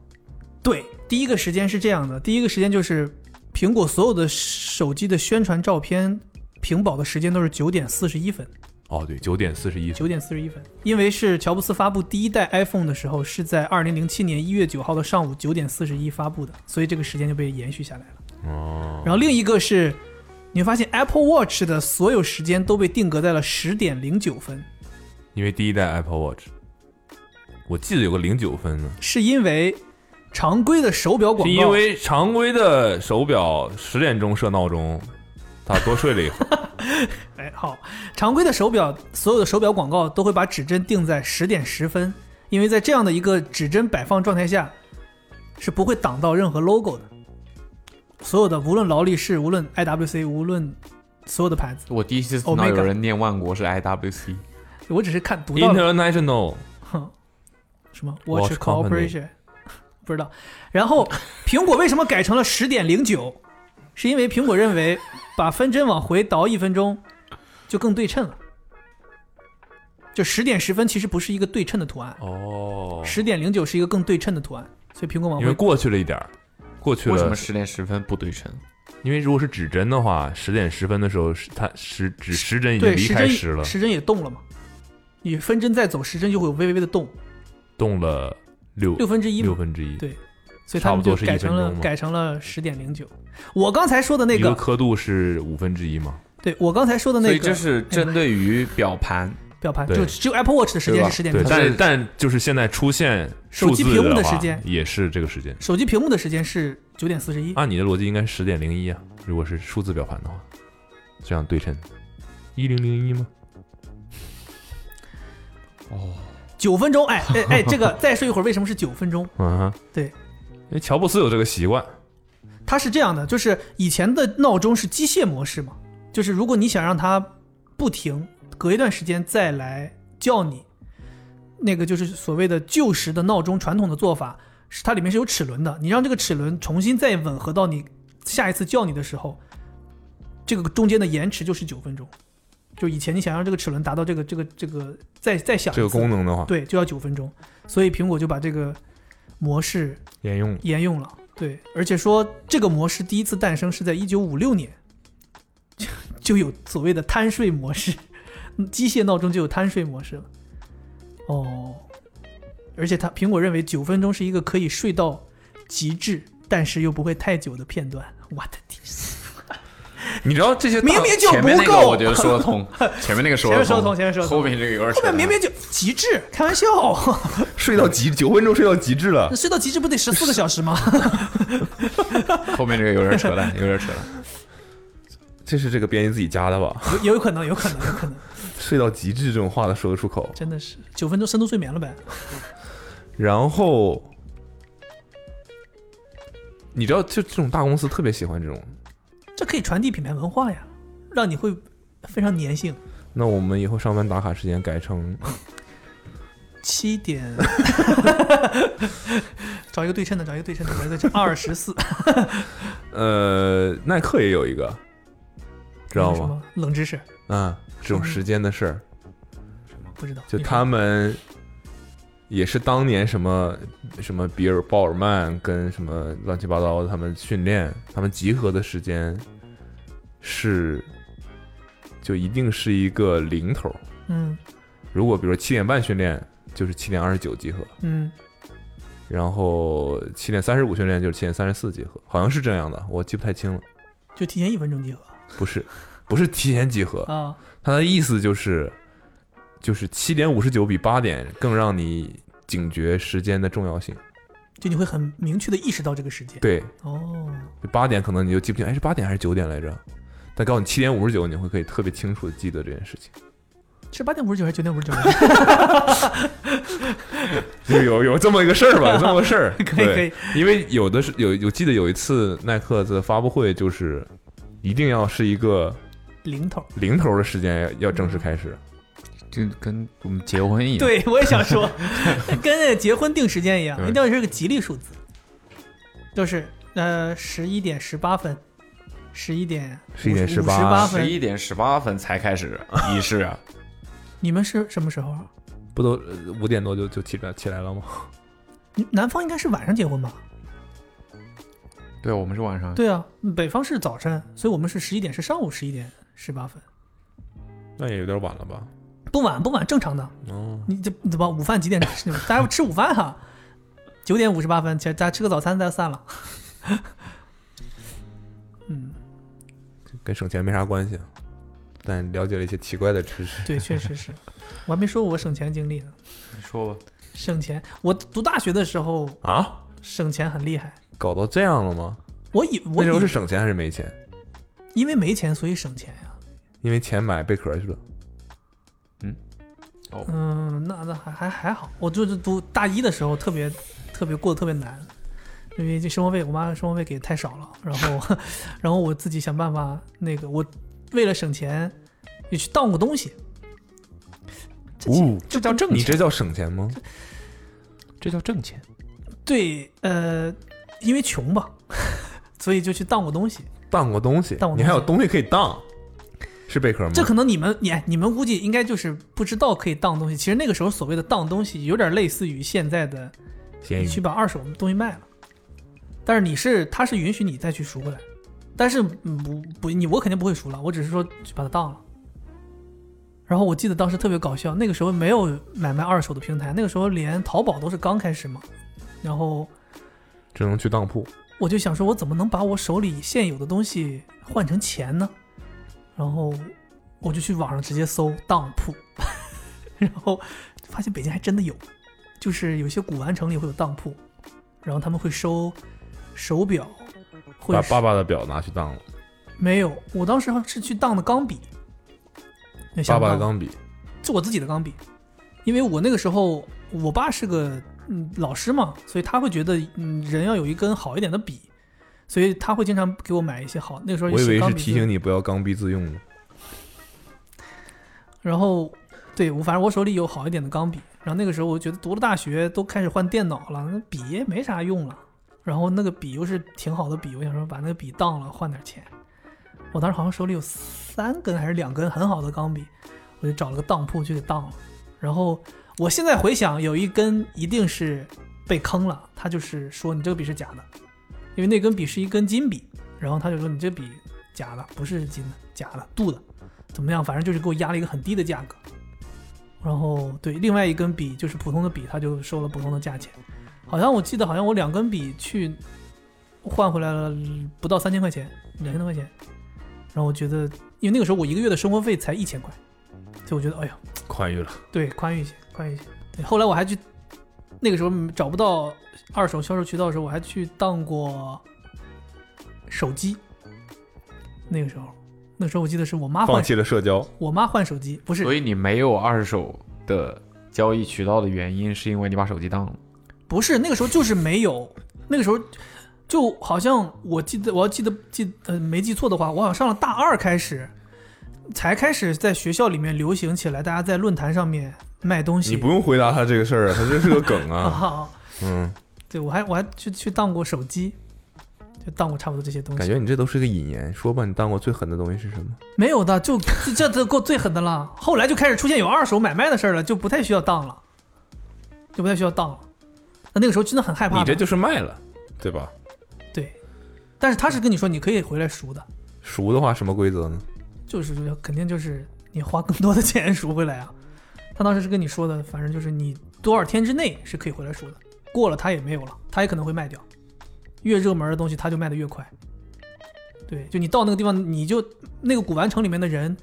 B: 对，第一个时间是这样的，第一个时间就是苹果所有的手机的宣传照片屏保的时间都是九点四十一分。
C: 哦，对，九点四十一分。
B: 九点四十一分，因为是乔布斯发布第一代 iPhone 的时候是在二零零七年一月九号的上午九点四十一发布的，所以这个时间就被延续下来了。
C: 哦，
B: 然后另一个是，你会发现 Apple Watch 的所有时间都被定格在了十点零九分，
C: 因为第一代 Apple Watch，我记得有个零九分呢。
B: 是因为常规的手表广
C: 是
B: 告，
C: 因为常规的手表十点钟设闹钟，他多睡了一会儿。
B: 哎好，常规的手表所有的手表广告都会把指针定在十点十分，因为在这样的一个指针摆放状态下，是不会挡到任何 logo 的。所有的无论劳力士，无论 IWC，无论所有的牌子，
D: 我第一次听到
B: Omega
D: 有人念万国是 IWC，
B: 我只是看读到了
C: International
B: 什么
C: Watch
B: Watch
C: Company
B: Corporation，不 知道。然后苹果为什么改成了十点零九？是因为苹果认为把分针往回倒一分钟就更对称了。就十点十分其实不是一个对称的图案，
C: 哦，
B: 十点零九是一个更对称的图案，所以苹果往
C: 因为
B: 回
C: 过去了一点儿，过去
D: 为什
C: 了
D: 么。十点十分不对称？
C: 因为如果是指针的话，十点十分的时候，是它时指时针已经
B: 对
C: 离
B: 时
C: 开
B: 针
C: 时了，
B: 时针也动了嘛。你分针再走，时针就会有微微的动，
C: 动了六
B: 六分之一
C: 六
B: 嘛，
C: 分之一。
B: 对所以他们
C: 差
B: 就
C: 不多是一
B: 改成
C: 分
B: 了
C: 钟嘛
B: 改成了十点零九。我刚才说的那
C: 一个
B: 个，
C: 刻度是五分之一嘛？
B: 对我刚才说的
D: 所
B: 那
D: 以这
B: 个
D: 是针对于表 盘，
B: 表盘，
C: 对
B: 就只有 Apple Watch 的时间是十点零
C: 对，
B: 九，
C: 但是但就是现在出现
B: 手
C: 数
B: 机
C: 字
B: 屏幕的
C: 话
B: 时间
C: 也是这个时间。
B: 手机屏幕的时间是九点四十一，
C: 按你的逻辑应该十点零一啊，如果是数字表盘的话，这样对称，一零零一吗？
B: 九分钟。哎哎哎，这个再说一会儿为什么是九分钟？
C: 嗯哼，
B: 对
C: 因为哎乔布斯有这个习惯，
B: 它是这样的，就是以前的闹钟是机械模式嘛，就是如果你想让它不停，隔一段时间再来叫你，那个就是所谓的旧时的闹钟传统的做法，是它里面是有齿轮的，你让这个齿轮重新再吻合到你下一次叫你的时候，这个中间的延迟就是九分钟。就以前你想让这个齿轮达到这个这个这个再再响一
C: 这个
B: 次
C: 功能的话，
B: 对，就要九分钟，所以苹果就把这个模式
C: 沿用了
B: 沿用了。对，而且说这个模式第一次诞生是在一九五六年，就就有所谓的贪睡模式， 嗯机械闹钟就有贪睡模式了。哦，而且它苹果认为九分钟是一个可以睡到极致，但是又不会太久的片段。我的天，
D: 你知道这些
B: 明明就
D: 前面那
B: 不
D: 个
B: 够
D: 我觉得说 得通，前面那个说得
B: 前面说得通前面说得通
D: 后面这个有点
B: 后面
D: 扯淡啊
B: 明明就极致，开玩笑，
C: 睡到极九分钟睡到极致了
B: 那，睡到极致不得十四个小时吗？
D: 后面这个有点扯淡，有点扯淡。
C: 这是这个编辑自己加的吧？
B: 有有可能，有可能，有可能，
C: 睡到极致这种话都说得出口。
B: 真的是九分钟深度睡眠了呗。
C: 然后，你知道，就这种大公司特别喜欢这种。
B: 这可以传递品牌文化呀，让你会非常粘性。
C: 那我们以后上班打卡时间改成
B: 七点， 找一个对称的，找一个对称的，找 一个对称二十四，
C: 呃，耐克也有一个，知道
B: 什
C: 吗？
B: 么冷知识
C: 啊，这种时间的事儿，
B: 不知道。
C: 就
B: 你说
C: 他们也是当年什么什么比尔鲍尔曼跟什么乱七八糟的，他们训练，他们集合的时间是就一定是一个零头。
B: 嗯
C: 如果比如说七点半训练，就是七点二十九集合，
B: 嗯，
C: 然后七点三十五训练就是七点三十四集合，好像是这样的，我记不太清了。
B: 就提前一分钟集合
C: 不是， 不是提前集合，
B: 啊，
C: 他的意思就是，就是七点五十九比八点更让你警觉时间的重要性。
B: 就你会很明确的意识到这个时间。
C: 对，
B: 哦，
C: 八点可能你就记不清，哎，是八点还是九点来着？但告诉你七点五十九，你会可以特别清楚的记得这件事情。
B: 是八点五十九还是九点五十 九？啊
C: 就是有有这么一个事儿吧，有这么个事儿。
B: 可以
C: 对
B: 可以，
C: 因为有的是有有记得有一次耐克的发布会就是。一定要是一个
B: 零头。
C: 零头的时间要要正式开始，
D: 就跟我们结婚一样，
B: 对，我也想说， 跟结婚定时间一样，
D: 对
B: 一定要是个吉利数字，就是呃十一点十八分，十一点
C: 11:18
B: 十八
D: 十
B: 分。
D: 一点十八分才开始仪式啊，
B: 你们是什么时候啊？
C: 不都呃五点多就就起来起来了吗？
B: 你南方应该是晚上结婚吧？
D: 对，我们是晚 上，
B: 对啊，北方是早晨，所以我们是十一点，是上午十一点十八分，
C: 那也有点晚了吧？
B: 不晚不晚，正常的。
C: 哦，
B: 你这你怎么午饭几点吃？ 大家吃午饭哈、啊九点五十八分，起来大家吃个早餐再散了。 嗯，
C: 跟省钱没啥关系，但了解了一些奇怪的知识。
B: 对，确实是，我还没说我省钱经历呢。
D: 你说吧，
B: 省钱，我读大学的时候
C: 啊，
B: 省钱很厉害。
C: 搞到这样了吗？
B: 我以
C: 那
B: 我
C: 时候
B: 以
C: 是省钱还是没钱？
B: 因为没钱所以省钱呀、
C: 因为钱买贝壳去了。
B: 嗯，那那还还还好，我就是读大一的时候特别特别过得特别难，因为这生活费我妈生活费给的太少了，然后 然后我自己想办法那个我为了省钱也去当过东西，这其
C: 哦，
D: 这叫 挣
C: 你
D: 钱，
C: 这叫省钱吗？
D: 这叫挣钱。
B: 对呃，因为穷吧， 所以就去当过东西。
D: 嗯
C: 当过东西，
B: 当过东西
C: 你还有东西可以当，是贝壳吗？
B: 这可能你们你你们估计应该就是不知道可以当东西，其实那个时候所谓的当东西有点类似于现在的
C: 咸
B: 你
C: 鱼
B: 去把二手东西卖了，但是你是他是允许你再去赎回来，但是嗯不不你我肯定不会赎了，我只是说去把它当了。然后我记得当时特别搞笑，那个时候没有买卖二手的平台，那个时候连淘宝都是刚开始嘛，然后
C: 只能去当铺。
B: 我就想说，我怎么能把我手里现有的东西换成钱呢？然后我就去网上直接搜当铺，然后发现北京还真的有，就是有些古玩城里会有当铺，然后他们会收手表，会
C: 把
B: 收
C: 爸爸的表拿去当了，
B: 没有，我当时是去当的钢笔，那
C: 爸
B: 想
C: 爸的
B: 当
C: 钢笔，
B: 是我自己的钢笔，因为我那个时候我爸是个嗯老师嘛，所以他会觉得嗯人要有一根好一点的笔，所以他会经常给我买一些好。那个时候
C: 我以为
B: 钢
C: 是
B: 笔
C: 提
B: 字
C: 醒你不要刚愎自用呢。
B: 然后对我反正我手里有好一点的钢笔，然后那个时候我觉得读了大学都开始换电脑了，那笔也没啥用了，然后那个笔又是挺好的笔，我想说把那个笔当了换点钱。我当时好像手里有三根还是两根很好的钢笔，我就找了个当铺去给当了。然后我现在回想，有一根一定是被坑了，他就是说你这个笔是假的，因为那根笔是一根金笔，然后他就说你这笔假的，不是金的，假的，镀的。怎么样，反正就是给我压了一个很低的价格。然后对，另外一根笔就是普通的笔，他就收了普通的价钱。好像我记得，好像我两根笔去换回来了不到三千块钱，两千多块钱。然后我觉得，因为那个时候我一个月的生活费才一千块，所以我觉得，哎呀，
C: 宽裕了，
B: 对，宽裕一些，宽裕一些。对，后来我还去，那个时候找不到二手销售渠道的时候，我还去当过手机。那个时候，那个时候我记得是我妈换
C: 放弃了社交，
B: 我妈换手机，不是
D: 所以你没有二手的交易渠道的原因，是因为你把手机当了。
B: 不是那个时候就是没有，那个时候就好像我记得我要记得记呃没记错的话，我好像上了大二开始才开始在学校里面流行起来，大家在论坛上面卖东西。
C: 你 不用回答他这个事儿啊，他这是个梗啊。
B: 啊？
C: 嗯，
B: 对，我还我还去去当过手机，就当过差不多这些东
C: 感
B: 西。
C: 觉你这都是个引言。说吧，你当过最狠的东西是什么？
B: 没有的，就这这都够最狠的了。后来就开始出现有二手买卖的事儿了，就不太需要当了，就不太需要当了。那那个时候真的很害怕
C: 你
B: 的。
C: 这就是卖了，对吧？
B: 对，但是他是跟你说你可以回来赎的，
C: 赎的话什么规则呢？
B: 就是肯定就是你花更多的钱赎回来啊。他当时是跟你说的，反正就是你多少天之内是可以回来赎的，过了他也没有了，他也可能会卖掉。越热门的东西，他就卖的越快。对，就你到那个地方，你就那个古玩城里面的人，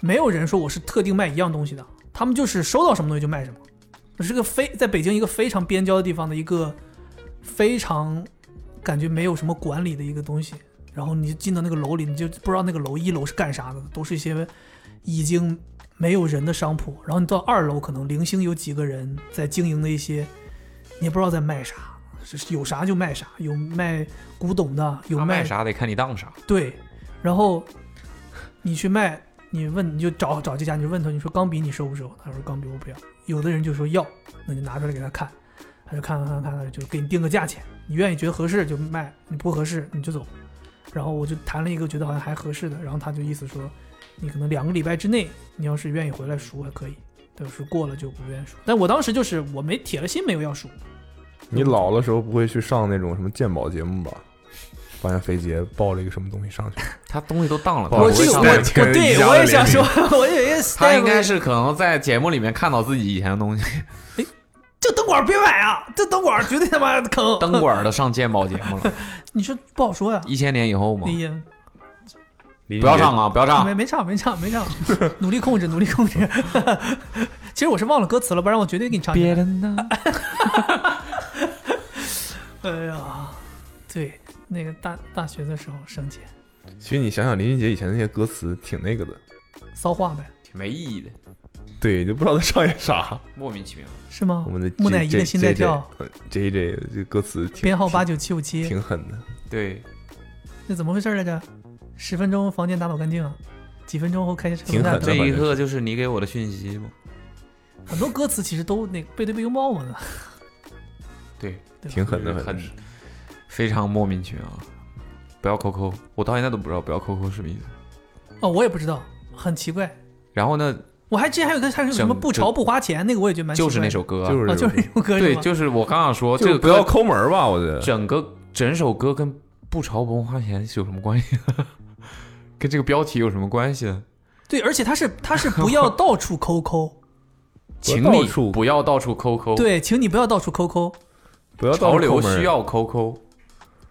B: 没有人说我是特定卖一样东西的，他们就是收到什么东西就卖什么。这是个非在北京一个非常边郊的地方的一个非常感觉没有什么管理的一个东西，然后你就进到那个楼里，你就不知道那个楼一楼是干啥的，都是一些已经没有人的商铺。然后你到二楼，可能零星有几个人在经营的一些，你也不知道在卖啥，就是有啥就卖啥，有卖古董的，有
D: 他
B: 卖
D: 卖啥得看你当啥。
B: 对，然后你去卖，你问你就找找这家，你就问他，你说钢笔你收不收？他说钢笔我不要。有的人就说要，那就拿出来给他看，他就看看看看看，就给你定个价钱，你愿意觉得合适就卖，你不合适你就走。然后我就谈了一个觉得好像还合适的，然后他就意思说，你可能两个礼拜之内，你要是愿意回来赎还可以，但是过了就不愿意赎。但我当时就是我没铁了心没有要赎，
C: 你
B: 嗯
C: 老的时候不会去上那种什么鉴宝节目吧？发现肥杰抱了一个什么东西上去，
D: 他东西都当了，
C: 不好
D: 他
B: 我
C: 意
D: 不
C: 思
B: 这
D: 会
B: 个我
C: 带
D: 上来
C: 着
B: 我
C: 跟
B: 对
C: 一样
B: 我
C: 的
B: 也想
C: 联
B: 说， 我以为
D: 他应
B: Steve-
D: 该是可能在节目里面看到自己以前的东西，
B: 这灯管儿别买啊！这灯管儿绝对他妈的坑。
D: 灯，管儿的上鉴宝节目 了，
B: 你说不好说呀、
D: 一千年以后嘛，
B: 李英，
D: 不要上
C: 啊！
D: 啊，不要
B: 没
D: 上，
B: 没唱，没唱，没 唱，努力控制，努力控制。 其实我是忘了歌词了，不然我绝对给你唱一遍。
D: 人呢？
B: 哎呀，对，那个大大学的时候省钱，
C: 其实你想想林俊杰以前那些歌词挺那个的，
B: 骚话呗，
D: 挺没意义的，
C: 对，就不知道他唱 些啥。
D: 莫名其妙。
B: 是吗？
C: 我们的
B: 木乃伊
C: J-
B: 的心在
C: J-
B: 跳，
C: 呃，J J 这歌词挺
B: 编号八
C: 挺
B: 九七五七，
C: 挺狠的。
D: 对，
B: 那怎么回事来着？十分钟房间打扫干净啊，几分钟后开车
C: 挺狠
B: 带
C: 的
B: 走
D: 这一刻就是你给我的讯息嘛。
B: 很多歌词其实都那个背对背拥抱嘛呢，
D: 对，
B: 对吧
C: 挺狠的，
D: 就是
C: 反正
D: 嗯很
C: 是
D: 非常莫名其妙啊。不要扣扣，我到现在都不知道不要扣扣是什么意思。
B: 哦，我也不知道，很奇怪。
D: 然后呢，
B: 我还之前还有个还有个什么
D: 整
B: 不潮不花钱那个，我也觉得蛮奇怪
D: 就
B: 的
D: 是那首歌啊、
C: 就是
B: 啊，就是那首歌
D: 对，
B: 吗
D: 就是我刚想说这
C: 就
D: 个
C: 是不要
D: 歌
C: 抠门儿吧，我觉得。
D: 整个整首歌跟不潮不花钱是有什么关系？ 跟这个标题有什么关系呢？
B: 对，而且他是他是不要到处抠 抠，
D: 请
C: 到
D: 你
C: 处
D: 不要到处抠抠，，
B: 对，请你不要到处抠抠。
C: 不要到
D: 潮
C: 处
D: 流
C: 抠门儿
D: 需要抠抠，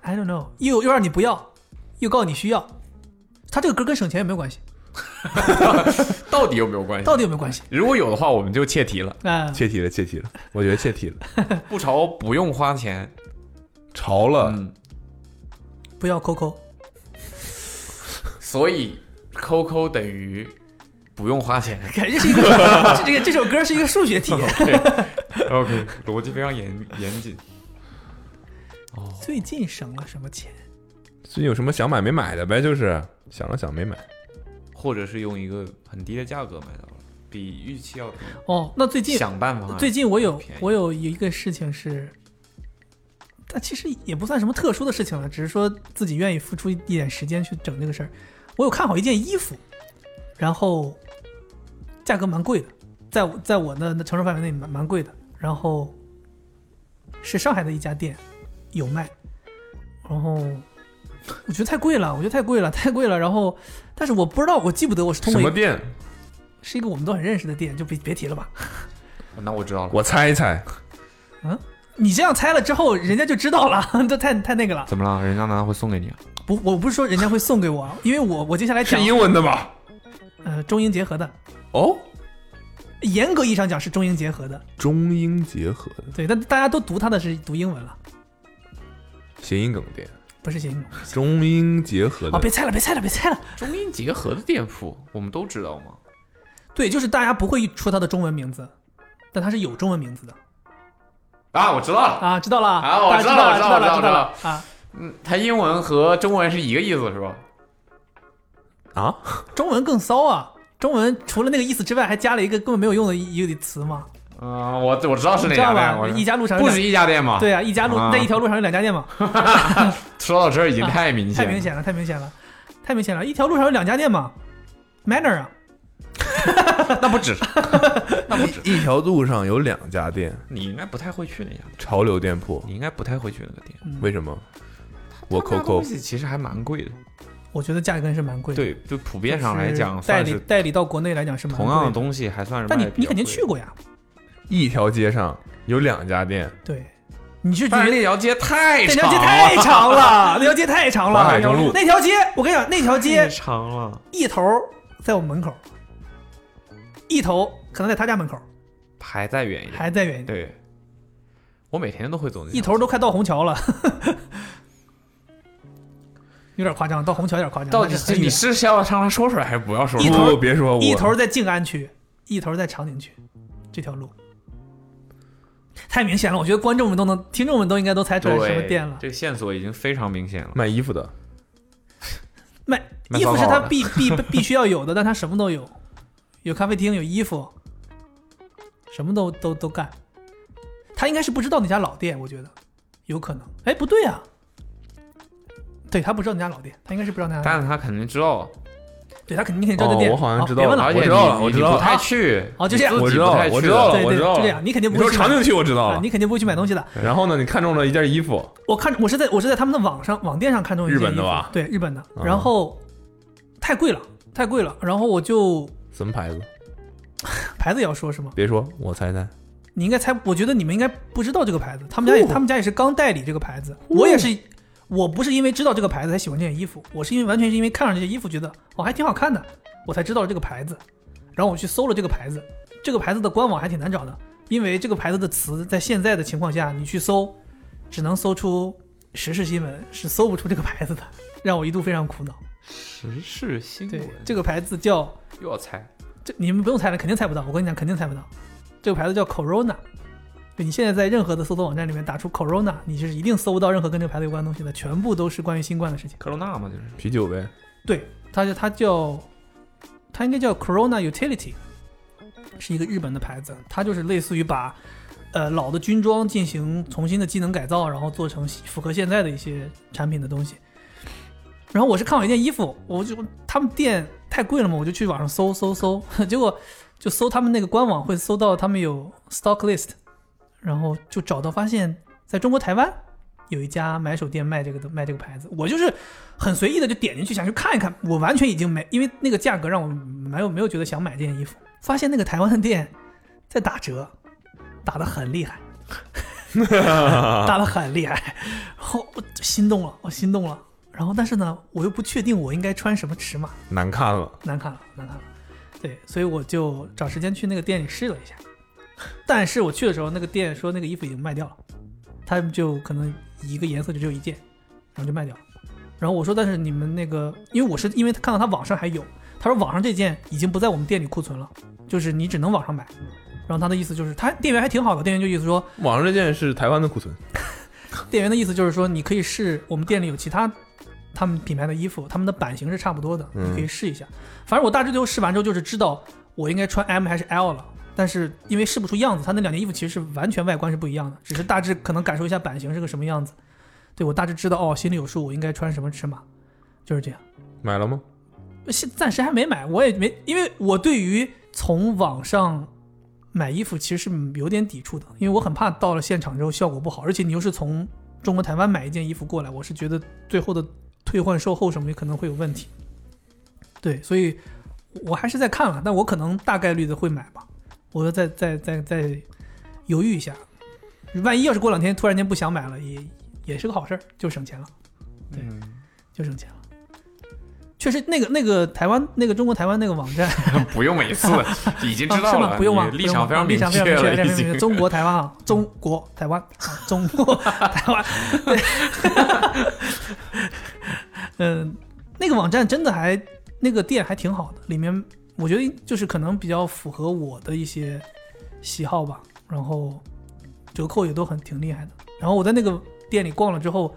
B: I don't know，又又让你不要，又告诉你需要。他这个歌跟省钱有没有关系？
D: 到底有没有关系？
B: 到底有没有关系？
D: 如果有的话，我们就切题了。
B: 啊、
C: 切题了，切题了，我觉得切题了，
D: 不潮不用花钱，
C: 潮了，
D: 嗯，
B: 不要抠抠。
D: 所以抠抠等于不用花 钱。
B: 感觉是一个这这个这首歌是一个数学 题。
D: OK，逻辑非常严严谨。
B: 最近省了什么钱？
C: 最近有什么想买没买的呗？就是想了想没买，
D: 或者是用一个很低的价格买到了，比预期要低。
B: 哦，那最近
D: 想办法，
B: 最近我有
D: 啊便宜
B: 我有一个事情是，但其实也不算什么特殊的事情了，只是说自己愿意付出一点时间去整这个事儿。我有看好一件衣服，然后价格蛮贵的，在我在我的承受范围内蛮蛮贵的，然后是上海的一家店有卖，然后我觉得太贵了，我觉得太贵了，太贵了。然后，但是我不知道，我记不得我是通
C: 什
B: 过一
C: 么
B: 个
C: 店？
B: 是一个我们都很认识的店，就别别提了吧。
D: 那我知道了，
C: 我猜一猜，
B: 你这样猜了之后，人家就知道了， 这太太那个了。
D: 怎么了？人家难道会送给你啊？
B: 不，我不是说人家会送给我，因为我我接下来
C: 是
B: 讲，
C: 英文的吧？
B: 呃，中英结合的，
C: 哦，
B: 严格意义上讲是中英结合的，
C: 中英结合的
B: 对，但大家都读它的是读英文了，
C: 谐音梗店，
B: 不是谐音
C: 中英结合
B: 啊！
C: 的
B: 别猜了，别猜了，别猜了。
D: 中英结合的店铺，我们都知道吗？
B: 对，就是大家不会说它的中文名字，但它是有中文名字的
D: 啊，我知道了，
B: 啊，知道了，
D: 啊
B: 大家
D: 我知道了
B: 知道
D: 我知道
B: 了，
D: 了
B: 知道了啊！
D: 嗯，它英文和中文是一个意思是吧？
C: 啊？
B: 中文更骚啊！中文除了那个意思之外，还加了一个根本没有用的一一个词嘛，
D: 嗯，我我知道是
B: 你
D: 哪
B: 知
D: 家
B: 道
D: 店，
B: 吧
D: 我？
B: 一家路上有
D: 不
B: 两
D: 止一家店吗？，
B: 对啊，一家路
D: 啊
B: 在一条路上有两家店嘛。
D: 说到这儿已经太明
B: 啊太
D: 显了，
B: 明显了，太明显了，太明显了！一条路上有两家店嘛，Manner 啊，
D: 那不 止，
C: 那不止一条路上有两家店，
D: 你应该不太会去那家店，
C: 潮流店铺，
D: 你应该不太会去那个店。
C: 为什么？我
D: 他们
C: 扣
D: 家
C: 扣
D: 东，西其实还蛮贵的，
B: 我觉得价格是蛮贵的。
D: 对，就普遍上来讲，
B: 代
D: 算
B: 理
D: 是
B: 代理到国内来讲是蛮贵
D: 同
B: 的
D: 样的东西还算是卖
B: 但
D: 得
B: 你
D: 比
B: 你
D: 较贵的。
B: 肯定去过呀，
C: 一条街上有两家店，
B: 对，你是觉
D: 但是
B: 得
D: 那啊条街太
B: 那条
D: 长
B: 街
D: 了
B: 太长了，那条街太长了，
C: 淮海中路
B: 那条街我跟你讲，那条
D: 太
B: 街
D: 长了，
B: 一头在我们门口，一头可能在他家门口，
D: 还再远一点。
B: 还再远一点，
D: 对，我每天都会走那条
B: 一头都快到虹桥了。 有点夸张，到虹桥有点夸张。
D: 到
B: 但
D: 底
B: 是
D: 是
B: 很
D: 你
B: 远
D: 是要让他说出来，还是不要说出
B: 一
D: 来？
B: 头
C: 不别说，我
B: 一头在静安区，一头在长宁区，这条路太明显了。我觉得观众们都能，听众们都应该都猜出来是什么店了。
D: 这个线索已经非常明显了。
C: 卖衣服的，
B: 卖
D: 卖
B: 衣服是
D: 烧烤
B: 他
D: 的
B: 必必必须要有的，但他什么都有，有咖啡厅，有衣服，什么都都都干。他应该是不知道那家老店，我觉得有可能。哎，不对啊，对他不知道那家老店，他应该是不知道那家，
D: 但是他肯定知道，
B: 对他肯定肯定知道这店。
C: 哦我好像
B: 好
C: 知道
B: 别问
C: 了
B: 了
D: 而且
C: 我知
D: 你
C: 道了
D: 你
C: 我知
D: 你
C: 道
D: 不
C: 了
D: 太去
B: 哦就这样
D: 你自
C: 我
D: 己
C: 知道
D: 不太去
C: 我知道了
B: 对
C: 我
B: 对，
C: 知道
B: 就
C: 了
B: 这样，你肯定
C: 你
B: 不会
C: 说
B: 去
C: 长
B: 买
C: 宁区我知道
B: 啊
C: 了，，
B: 你肯定不会去买东西的。
C: 然后呢，你看中了一件衣服，
B: 我看我是在我是在他们的网上网店上看中一件
C: 日本的
B: 衣服
C: 吧
B: 对日本的，
C: 啊
B: 然后、太贵了，太贵了，然后我就
C: 什么牌子？
B: 牌子也要说是吗？
C: 别说，我猜猜，
B: 你应该猜，我觉得你们应该不知道这个牌子，他们家也、
C: 哦
B: 他们家也是刚代理这个牌子，我也是，我不是因为知道这个牌子才喜欢这件衣服，我是因为完全是因为看上这件衣服觉得哦还挺好看的，我才知道了这个牌子，然后我去搜了这个牌子，这个牌子的官网还挺难找的，因为这个牌子的词在现在的情况下你去搜，只能搜出时事新闻，是搜不出这个牌子的，让我一度非常苦恼。
F: 时事新
B: 对
D: 嗯
F: 闻，，
B: 这个牌子叫
F: 又要猜，
B: 这你们不用猜了，肯定猜不到。我跟你讲，肯定猜不到。这个牌子叫 Corona，对你现在在任何的搜索网站里面打出 Corona，你是一定搜不到任何跟这个牌子有关的东西的，全部都是关于新冠的事情。
F: 科罗 娜嘛，就是
C: 啤酒呗，
B: 对，它就它叫它应该叫 Corona Utility，是一个日本的牌子，它就是类似于把呃老的军装进行重新的机能改造，然后做成符合现在的一些产品的东西。然后我是看好一件衣服，我就他们店太贵了嘛，我就去网上搜搜搜， 结果就搜他们那个官网会搜到他们有 stock list，然后就找到发现在中国台湾有一家买手店卖这个的卖这个牌子，我就是很随意的就点进去想去看一看，我完全已经没，因为那个价格让我没有没有觉得想买这件衣服，发现那个台湾的店在打折， 打得很厉害，打得很厉害， 然后我就心动了，我心动了，然后但是呢，我又不确定我应该穿什么尺码，
C: 难看了，
B: 难看了，难看了，对，所以我就找时间去那个店里试了一下， 但是我去的时候，那个店说那个衣服已经卖掉了，他们就可能一个颜色就只有一件，然后就卖掉了。然后我说，但是你们那个，因为我是因为看到他网上还有，他说网上这件已经不在我们店里库存了，就是你只能网上买。然后他的意思就是，他店员还挺好的，店员就意思说，
C: 网上这件是台湾的库存，
B: 店员的意思就是说，你可以试我们店里有其他他们品牌的衣服，他们的版型是差不多的，
C: 嗯
B: 你可以试一下。反正我大致就试完之后就是知道我应该穿 M 还是 L 了，但是因为试不出样子，它那两件衣服其实是完全外观是不一样的，只是大致可能感受一下版型是个什么样子。对我大致知道哦，心里有数，我应该穿什么尺码，就是这样。
C: 买了吗？
B: 现暂时还没买，我也没，因为我对于从网上买衣服其实是有点抵触的，因为我很怕到了现场之后效果不好，而且你又是从中国台湾买一件衣服过来，我是觉得最后的退换售后什么可能会有问题。对，所以我还是在看了，但我可能大概率的会买吧，我要再再再再犹豫一下，万一要是过两天突然间不想买了，也也是个好事儿，就省钱了。对
D: 嗯，
B: 就省钱了。确实，那个那个台湾那个中国台湾那个网站
D: 不用每次，已经
B: 啊，
D: 知
B: 是
D: 道
B: 吗？
D: 了，
B: 不用吗？
D: 你立
B: 不用吗
D: 场非常明
B: 立场非常明
D: 了，
B: 非
D: 已
B: 常明
D: 经
B: 确。中国台湾啊，中国台湾，啊中国台湾，对，嗯，那个网站真的还那个店还挺好的，里面我觉得就是可能比较符合我的一些喜好吧，然后折扣也都很挺厉害的。然后我在那个店里逛了之后，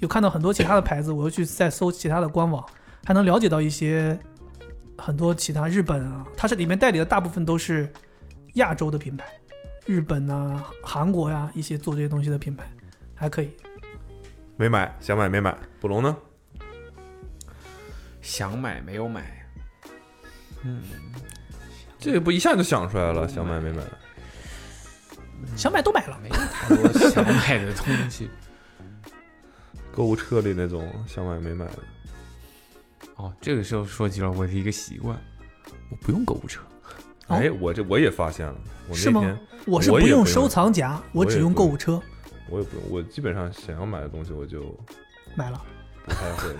B: 有看到很多其他的牌子，我又去再搜其他的官网，还能了解到一些很多其他日本啊，它是里面代理的大部分都是亚洲的品牌，日本啊、韩国呀、一些做这些东西的品牌，还可以。
C: 没买，想买没买。捕龙呢？
D: 想买没有买，
C: 这不一下就想出来了，想买没买？嗯
B: 想买都买了，
F: 没有太多想买的东西。
C: 购物车里那种想买没买的，
D: 哦，这个时候说起了我的一个习惯，我不用购物车。
B: 哦
C: 哎，我这我也发现了，我
B: 是吗
C: 那天
B: 我是
C: 我也
B: 不用
C: 不用
B: 收藏夹，我
C: 我也
B: 只用
C: 不
B: 购
C: 用
B: 物车
C: 我也不用，我基本上想要买的东西我就
B: 买了。
C: 不太会。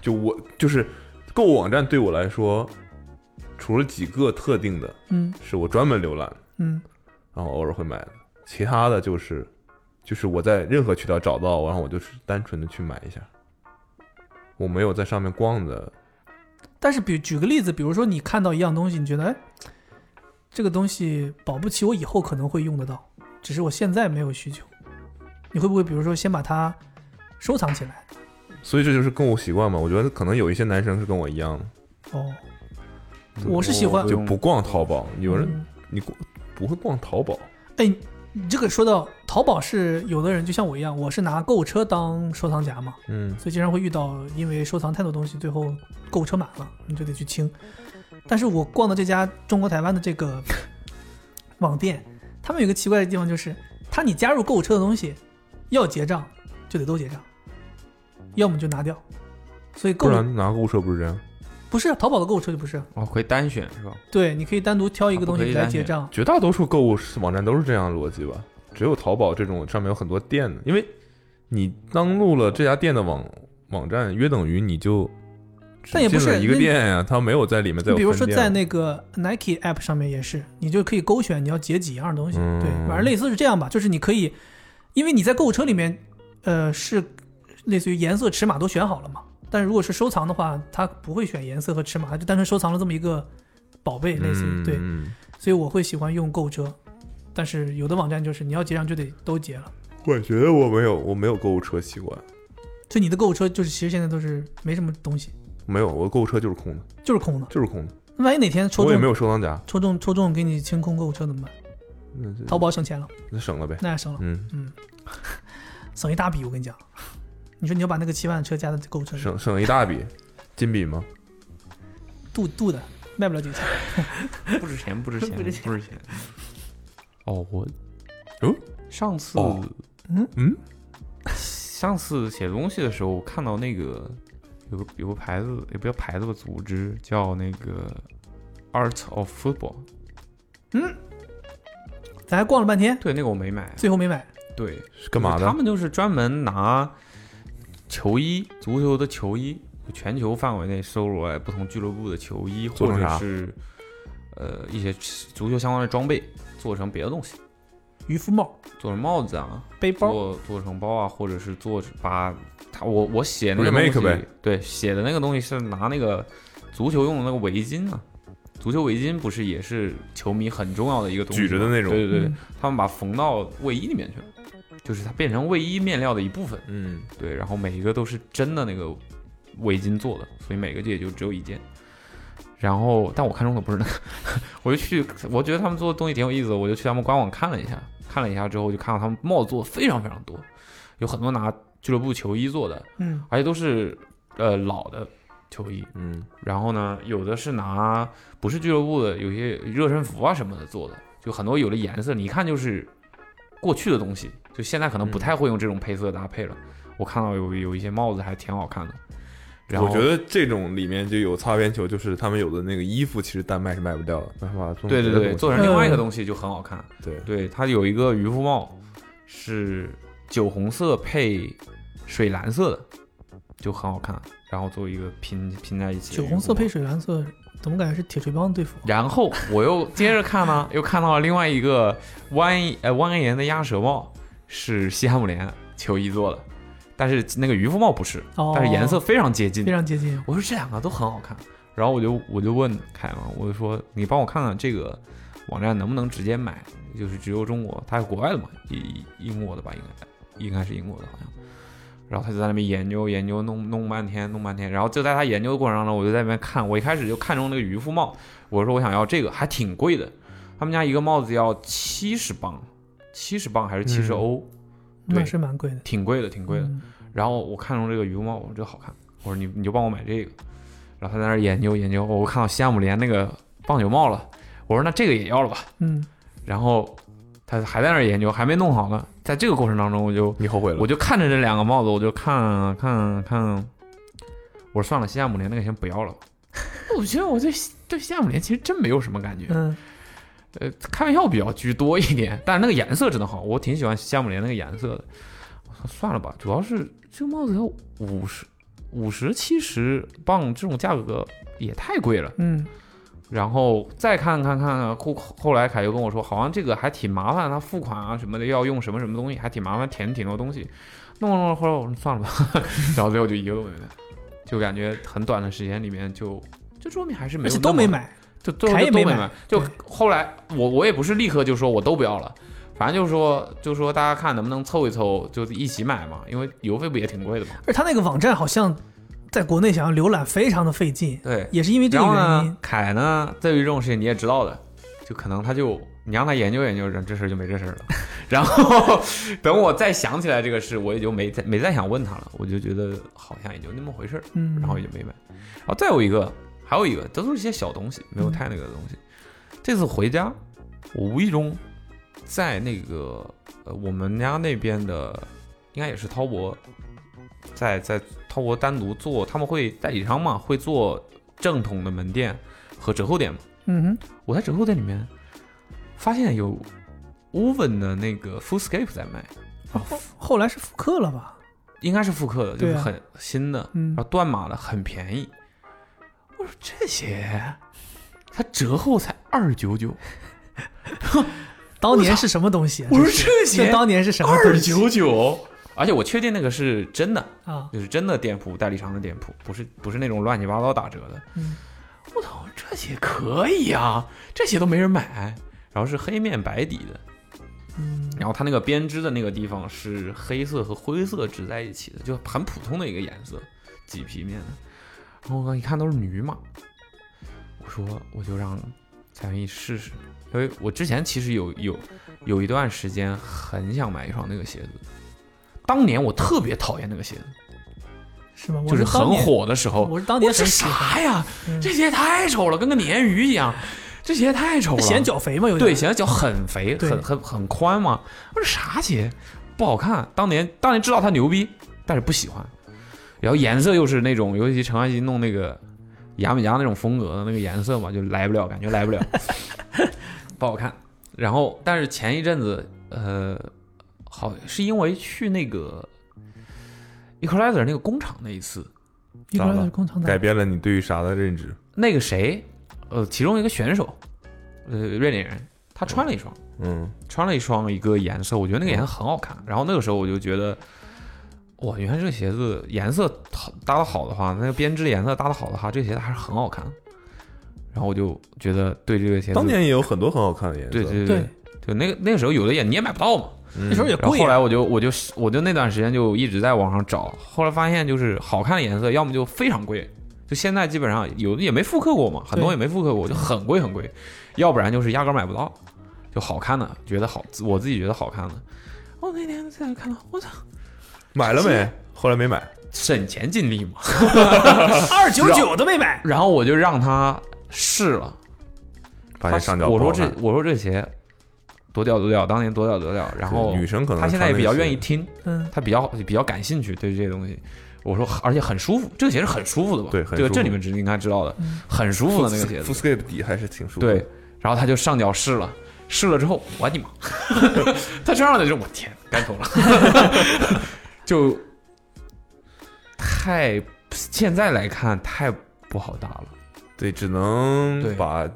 C: 就我就是购物网站对我来说，除了几个特定的
B: 嗯
C: 是我专门浏览，
B: 嗯
C: 然后偶尔会买的，其他的就是就是我在任何渠道找到，然后我就是单纯的去买一下，我没有在上面逛的。
B: 但是比举个例子，比如说你看到一样东西，你觉得哎，这个东西保不齐我以后可能会用得到，只是我现在没有需求，你会不会比如说先把它收藏起来？
C: 所以这就是购物习惯嘛，我觉得可能有一些男生是跟我一样的，
B: 哦，我是喜欢
C: 就不逛淘宝。有人
B: 嗯
C: 你逛不会逛淘宝，
B: 哎，你这个说到淘宝是有的人就像我一样，我是拿购物车当收藏夹嘛，
C: 嗯，
B: 所以经常会遇到因为收藏太多东西，最后购物车满了，你就得去清。但是我逛到这家中国台湾的这 个网店，他们有一个奇怪的地方，就是他你加入购物车的东西，要结账就得都结账，要么就拿掉。所以购
C: 不
B: 物
C: 然拿购物车不是这样，
B: 不是啊淘宝的购物车就不是，
D: 哦，可以单选是吧？
B: 对，你可以单独挑一个
D: 啊不
B: 东
D: 可
B: 西
D: 以
B: 来
D: 单
B: 结
D: 选
B: 账。
C: 绝大多数购物网站都是这样的逻辑吧？只有淘宝这种上面有很多店的，因为你登录了这家店的网网站，约等于你就只
B: 但也不
C: 进了
B: 是
C: 一个
B: 那
C: 店呀、它没有在里面再有
B: 比如
C: 分
B: 说
C: 店
B: 在
C: 了
B: 那个 Nike App 上面也是，你就可以勾选你要截几样东西，
C: 嗯
B: 对，反正类似是这样吧，就是你可以因为你在购物车里面，呃，是类似于颜色、尺码都选好了嘛。但如果是收藏的话，它不会选颜色和尺码，它就单纯收藏了这么一个宝贝，类似于、对。
C: 嗯
B: 所以我会喜欢用购物车，但是有的网站就是你要结账就得都结了，
C: 我觉得我没有，我没有购物车习惯，
B: 所以你的购物车就是其实现在都是没什么东西，
C: 没有，我购物车就是空的，
B: 就是空的。
C: 就是空的，
B: 那万一哪天抽
C: 我也没
B: 中
C: 有收藏夹，
B: 抽中抽中给你清空购物车怎么办？
C: 那这
B: 淘宝省钱了，
C: 那省了呗。
B: 那也省了，
C: 嗯，
B: 嗯，省一大笔。我跟你讲，你说你要把那个七万的车加到购物车里，
C: 省省一大笔，金笔吗？
B: 度度的卖不了几个钱。
D: 不值钱，不值钱，
B: 不
D: 不
B: 值
D: 值
B: 钱
D: 钱。哦，我
C: 哦，
D: 上次
C: 哦嗯
D: 嗯，上次写东西的时候，我看到那个有个有个牌子，也不叫牌子吧，组织叫那个 Art of Football，
B: 咱还逛了半天，
D: 对，那个我没买，
B: 最后没买。
D: 对，
C: 是干嘛
D: 就是
C: 的
D: 他？们就是专门拿球衣，足球的球衣，全球范围内搜罗来不同俱乐部的球衣，
C: 做
D: 或
C: 成
D: 者
C: 啥
D: 是呃一些足球相关的装备，做成别的东西，
B: 渔夫帽、
D: 做成帽子啊，
B: 背包，
D: 做做成包啊，或者是做把他我我写那个
C: Remake
D: 东西
C: 呗，
D: 对，写的那个东西是拿那个足球用的那个围巾啊。足球围巾不是也是球迷很重要的一个东西吗，
C: 举着的那种
D: 对对对，
B: 嗯
D: 他们把缝到卫衣里面去了，就是它变成卫衣面料的一部分。
C: 嗯，
D: 对，然后每一个都是真的那个围巾做的，所以每个也就只有一件。然后，但我看中的不是那个， 我就去，我觉得他们做的东西挺有意思的，我就去他们官网看了一下，看了一下之后，就看到他们帽子做的非常非常多，有很多拿俱乐部球衣做的，
B: 嗯，
D: 而且都是呃老的球衣，
C: 嗯，
D: 然后呢，有的是拿不是俱乐部的，有些热身服啊什么的做的，就很多有的颜色，你一看就是过去的东西，就现在可能不太会用这种配色搭配了。我看到有有一些帽子还挺好看的，然后
C: 我觉得这种里面就有擦边球，就是他们有的那个衣服，其实丹麦是卖不掉的，那把它做成
D: 对对
C: 别的
D: 对，
C: 东西
D: 做成另外一个东西就很好看。
C: 对，
D: 对，它有一个渔夫帽是酒红色配水蓝色的，就很好看，然后做一个拼拼在一起的
B: 酒
D: 渔夫帽。
B: 红色配水蓝色，怎么感觉是铁锤帮的队服？
D: 然后我又接着看呢，又看到了另外一个蜿呃蜿蜒的鸭舌帽，是西汉姆联球衣做的，但是那个渔夫帽不是，
B: 哦，
D: 但是颜色非常接近
B: 非。常接近。
D: 我说这两个都很好看，然后我就我就问凯嘛，我就说你帮我看看这个网站能不能直接买，就是只有中国，它是国外的嘛，英英国的吧，应该应该是英国的好像。然后他就在那边研究研究，弄弄半天，弄半天。然后就在他研究的过程当中，我就在那边看。我一开始就看中那个渔夫帽，我说我想要这个，还挺贵的。他们家一个帽子要七十磅，七十磅还是七十
C: 嗯
D: 欧，
B: 那
D: 对
B: 是蛮贵的，
D: 挺贵的，挺贵的。
B: 嗯
D: 然后我看中这个渔夫帽，我说这好看，我说你你就帮我买这个。然后他在那儿研究研究，哦我看到西汉姆联那个棒球帽了，我说那这个也要了吧。
B: 嗯，
D: 然后他还在那儿研究，还没弄好呢。在这个过程当中，我就
C: 你后悔了？
D: 我就看着这两个帽子，我就看啊看啊看啊，我说算了，西汉姆联那个先不要了。我觉得我对对西汉姆联其实真没有什么感觉，
B: 嗯，
D: 呃，开玩笑比较居多一点，但是那个颜色真的好，我挺喜欢夏目莲那个颜色的。我说算了吧，主要是这个帽子要五十、五十、七十磅这种价格也太贵了。
B: 嗯，
D: 然后再看看看看后后来凯又跟我说，好像这个还挺麻烦，他付款啊什么的要用什么什么东西，还挺麻烦，填挺多东西。弄了弄了，后来我说算了吧， 然后最后就一个都没买，就感觉很短的时间里面就就桌面还是没
B: 而
D: 有
B: 且都
D: 那么
B: 没买，
D: 就最后
B: 凯
D: 就
B: 也
D: 都
B: 没
D: 没
B: 买
D: 买。就
B: 对
D: 后来我我也不是立刻就说我都不要了，反正就是说就说大家看能不能凑一凑，就一起买嘛，因为邮费不也挺贵的嘛。
B: 而他那个网站好像在国内想要浏览非常的费劲，
D: 对，
B: 也是因为这个
D: 然后
B: 原
D: 呢
B: 因，，
D: 凯呢，对于这种事情你也知道的，就可能他就你让他研究研究，这事儿就没这事儿了。 然后等我再想起来这个事，我也就没再没再想问他了，我就觉得好像也就那么回事儿。
B: 嗯，
D: 然后也就没买。然后再有一个，还有一个，这都是一些小东西，没有
B: 嗯
D: 太那个的东西。这次回家，我无意中在那个呃我们家那边的，应该也是滔博，在在滔博单独做，他们会代理商嘛，会做正统的门店和折扣店嘛。
B: 嗯
D: 我在折扣店里面发现有 Oven 的那个 Foolscape 在卖，
B: 哼，后后来是复刻了吧？
D: 应该是复刻的，就
B: 对
D: 是
B: 啊
D: 很新的。
B: 嗯
D: 然后断码的很便宜。我说这些，它折后才二九九，
B: 当年是什么东西？啊
D: 我说
B: 这是
D: 这
B: 这
D: 些
B: 当年是什么
D: 二
B: 东西
D: 九 九，而且我确定那个是真的，
B: 啊？
D: 就是真的店铺代理商的店铺，不是不是那种乱七八糟打折的。
B: 嗯
D: 我操，这些可以啊，这些都没人买。然后是黑面白底的，
B: 嗯，
D: 然后它那个编织的那个地方是黑色和灰色织在一起的，就很普通的一个颜色，麂皮面的。然后我刚一看都是女码，我说我就让咱一试试，因为我之前其实有有有一段时间很想买一双那个鞋子，当年我特别讨厌那个鞋子，
B: 是吗？我
D: 就是
B: 当
D: 很
B: 年，
D: 火的时候，
B: 我是当年
D: 这
B: 很喜欢，
D: 啥呀？
B: 嗯
D: 这鞋太丑了，跟个鲶鱼一样。这鞋太丑了，
B: 显脚肥嘛，有点
D: 对，显得脚很肥，
B: 对
D: 很很很宽嘛。我说啥鞋不好看？当年当年知道它牛逼，但是不喜欢。然后颜色又是那种，尤其陈安琪弄那个牙买加那种风格的那个颜色嘛，就来不了，感觉来不了， 不好看。然后，但是前一阵子，呃，好是因为去那个 Equalizer 那个工厂那一次，
B: 一
C: 咋
B: 般
C: 了
B: 的工厂
C: 改
B: 的。
C: 变了你对于啥的认知？
D: 那个谁，呃，其中一个选手，呃，瑞典人，他穿了一双，
C: 嗯，
D: 穿了一双一个颜色，我觉得那个颜色很好看。然后那个时候我就觉得，哇，原来这个鞋子颜色好搭的好的话，那个编织的颜色搭的好的话，这个鞋子还是很好看。然后我就觉得对这个鞋子，
C: 当年也有很多很好看的颜色。
D: 对
B: 对
D: 对对，就那个那个时候有的也你也买不到嘛。
C: 嗯
B: 那时候也
D: 然后
B: 贵
D: 后
B: 啊，
D: 来我就我就我就那段时间就一直在网上找，后来发现就是好看的颜色，要么就非常贵，就现在基本上有的也没复刻过嘛，很多也没复刻过，就很贵很贵，要不然就是压根儿买不到，就好看的觉得好，我自己觉得好看的，我那天在看到，我操，
C: 买了没？后来没买。
D: 省钱尽力嘛，
B: 二九九都没买，
D: 然后我就让他试了，
C: 发
D: 他
C: 现上脚不
D: 我
C: 好
D: 说
C: 看
D: 这我说这鞋多屌多屌，当年多屌多屌，然后
C: 对女生可能
D: 他现在也比较愿意
C: 穿
D: 听，
B: 嗯，
D: 他比较比较感兴趣，对这些东西。我说，而且很舒服，这个鞋是很舒服的吧？
C: 对很
D: 这个
C: 舒
D: 这
C: 服
D: 你们知应该知道的
B: 嗯，
D: 很舒服
C: 那
D: 的那个鞋子。
C: f o o t Scape 底还是挺舒服。
D: 对，，然后他就上脚试了，试了之后，我的妈！ 他穿上的就是我天，干头了， 就太现在来看太不好搭了。
C: 对，只
D: 对
C: 能把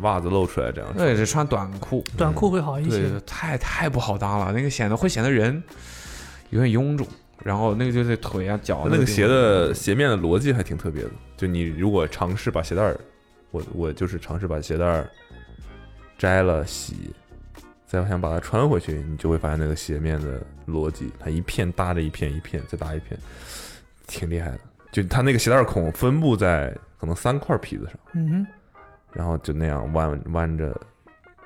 C: 袜子露出来这样。
D: 那也是穿短裤，
B: 短裤会好一
D: 对
B: 些。，
D: 太太不好搭了，那个显得会显得人有点臃肿，然后那个就是腿啊脚啊
C: 那个
D: 地
C: 鞋
D: 方
C: 的鞋面的逻辑还挺特别的，就你如果尝试把鞋带儿，我我就是尝试把鞋带儿摘了洗，再想把它穿回去，你就会发现那个鞋面的逻辑，它一片搭着一片，一片再搭一片，挺厉害的。就它那个鞋带儿孔分布在可能三块皮子上，
B: 嗯哼，
C: 然后就那样弯弯着，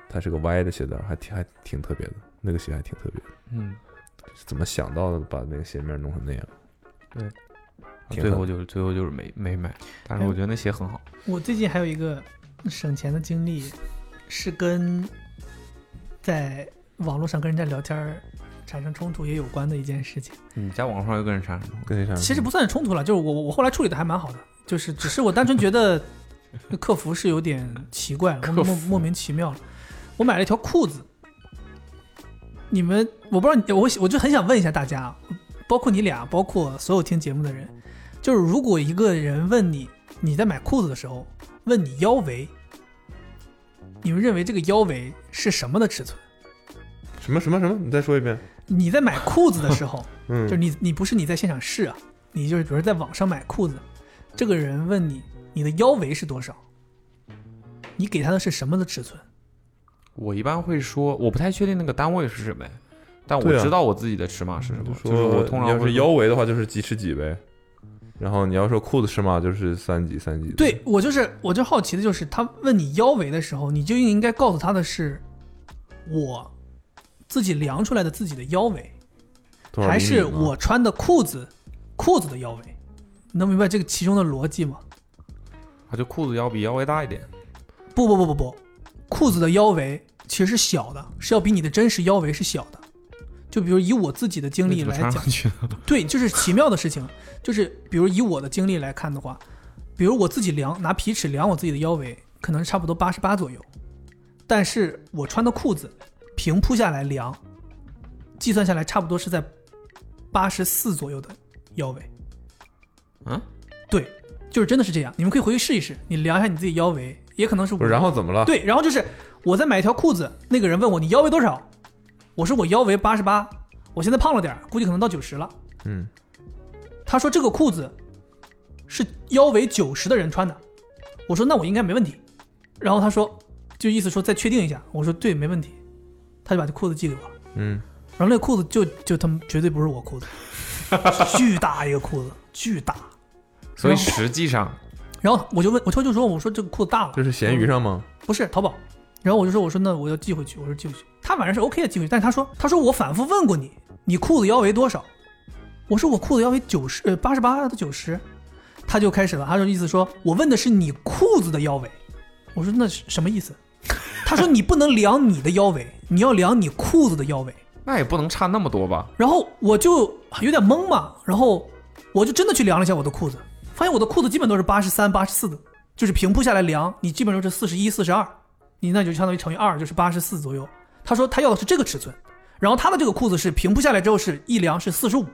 C: 它是个歪的鞋带儿，还挺还挺特别的。那个鞋还挺特别的，
D: 嗯，
C: 是怎么想到的把那个鞋面弄成那样？挺
D: 啊最
C: 狠
D: 后就是最后就是没没买，但是
B: 哎
D: 我觉得那鞋很好。
B: 我最近还有一个省钱的经历，是跟在网络上跟人家聊天儿产生冲突也有关的一件事情。
C: 嗯
D: 你在网上嗯又跟人啥？
C: 跟那啥
B: 其实不算是冲突了，就是我我后来处理的还蛮好的，就是只是我单纯觉得客服是有点奇怪了，
D: 客
B: 莫
D: 服
B: 莫莫名其妙了。我买了一条裤子，你们我不知道你，我我就很想问一下大家，啊包括你俩，包括所有听节目的人，就是如果一个人问你你在买裤子的时候问你腰围，你们认为这个腰围是什么的尺寸？
C: 什么什么什么，你再说一遍。
B: 你在买裤子的时候。
C: 嗯，
B: 就是你你不是你在现场试啊，你就是比如在网上买裤子，这个人问你你的腰围是多少，你给他的是什么的尺寸？
D: 我一般会说，我不太确定那个单位是什么，但我
C: 对啊
D: 知道我自己的尺码是什么，就是
C: 说
D: 我通常
C: 要
D: 会
C: 是腰围的话，就是几尺几呗。然后你要说裤子尺码，就是三几三几。
B: 对，我就是我就好奇的就是他问你腰围的时候，你就应该告诉他的是我自己量出来的自己的腰围，
C: 多少厘米嘛
B: 还是我穿的裤子裤子的腰围？能明白这个其中的逻辑吗？
D: 啊，就裤子要比腰围大一点。
B: 不不不不不，裤子的腰围其实是小的，是要比你的真实腰围是小的。就比如以我自己的经
D: 那
B: 历
D: 怎么
B: 来
D: 穿
B: 讲
D: 上，去的
B: 对，就是奇妙的事情，就是比如以我的经历来看的话，比如我自己量拿皮尺量我自己的腰围，可能是差不多八十八左右，但是我穿的裤子平铺下来量，计算下来差不多是在八十四左右的腰围。
D: 嗯，
B: 对，就是真的是这样，你们可以回去试一试，你量一下你自己腰围，也可能是
C: 不是，然后怎么了？
B: 对，然后就是我在买一条裤子，那个人问我你腰围多少，我说我腰围八十八，我现在胖了点儿，估计可能到九十了。
C: 嗯，
B: 他说这个裤子是腰围九十的人穿的，我说那我应该没问题。然后他说就意思说再确定一下，我说对，没问题。他就把这裤子寄给我了，
C: 嗯，
B: 然后那个裤子就就他们绝对不是我 裤子，巨大一个裤子，巨大。
D: 所以实际上
B: 然后我就问，我就就说我说这个裤子大了，
C: 这是闲鱼上吗？
B: 不是淘宝。然后我就说，我说那我要寄回去，我说寄回去。他反正是 OK 的寄回去，但是他说，他说我反复问过你，你裤子腰围多少？我说我裤子腰围九十，呃，八十八到九十。他就开始了，他就意思说我问的是你裤子的腰围。我说那是什么意思？他说你不能量你的腰围，你要量你裤子的腰围。
D: 那也不能差那么多吧？
B: 然后我就有点懵嘛，然后我就真的去量了一下我的裤子，发现我的裤子基本都是八十三、八十四的，就是平铺下来量，你基本都是四十一、四十二，你那就相当于乘以二，就是八十四左右。他说他要的是这个尺寸，然后他的这个裤子是平铺下来之后是一量是四十五，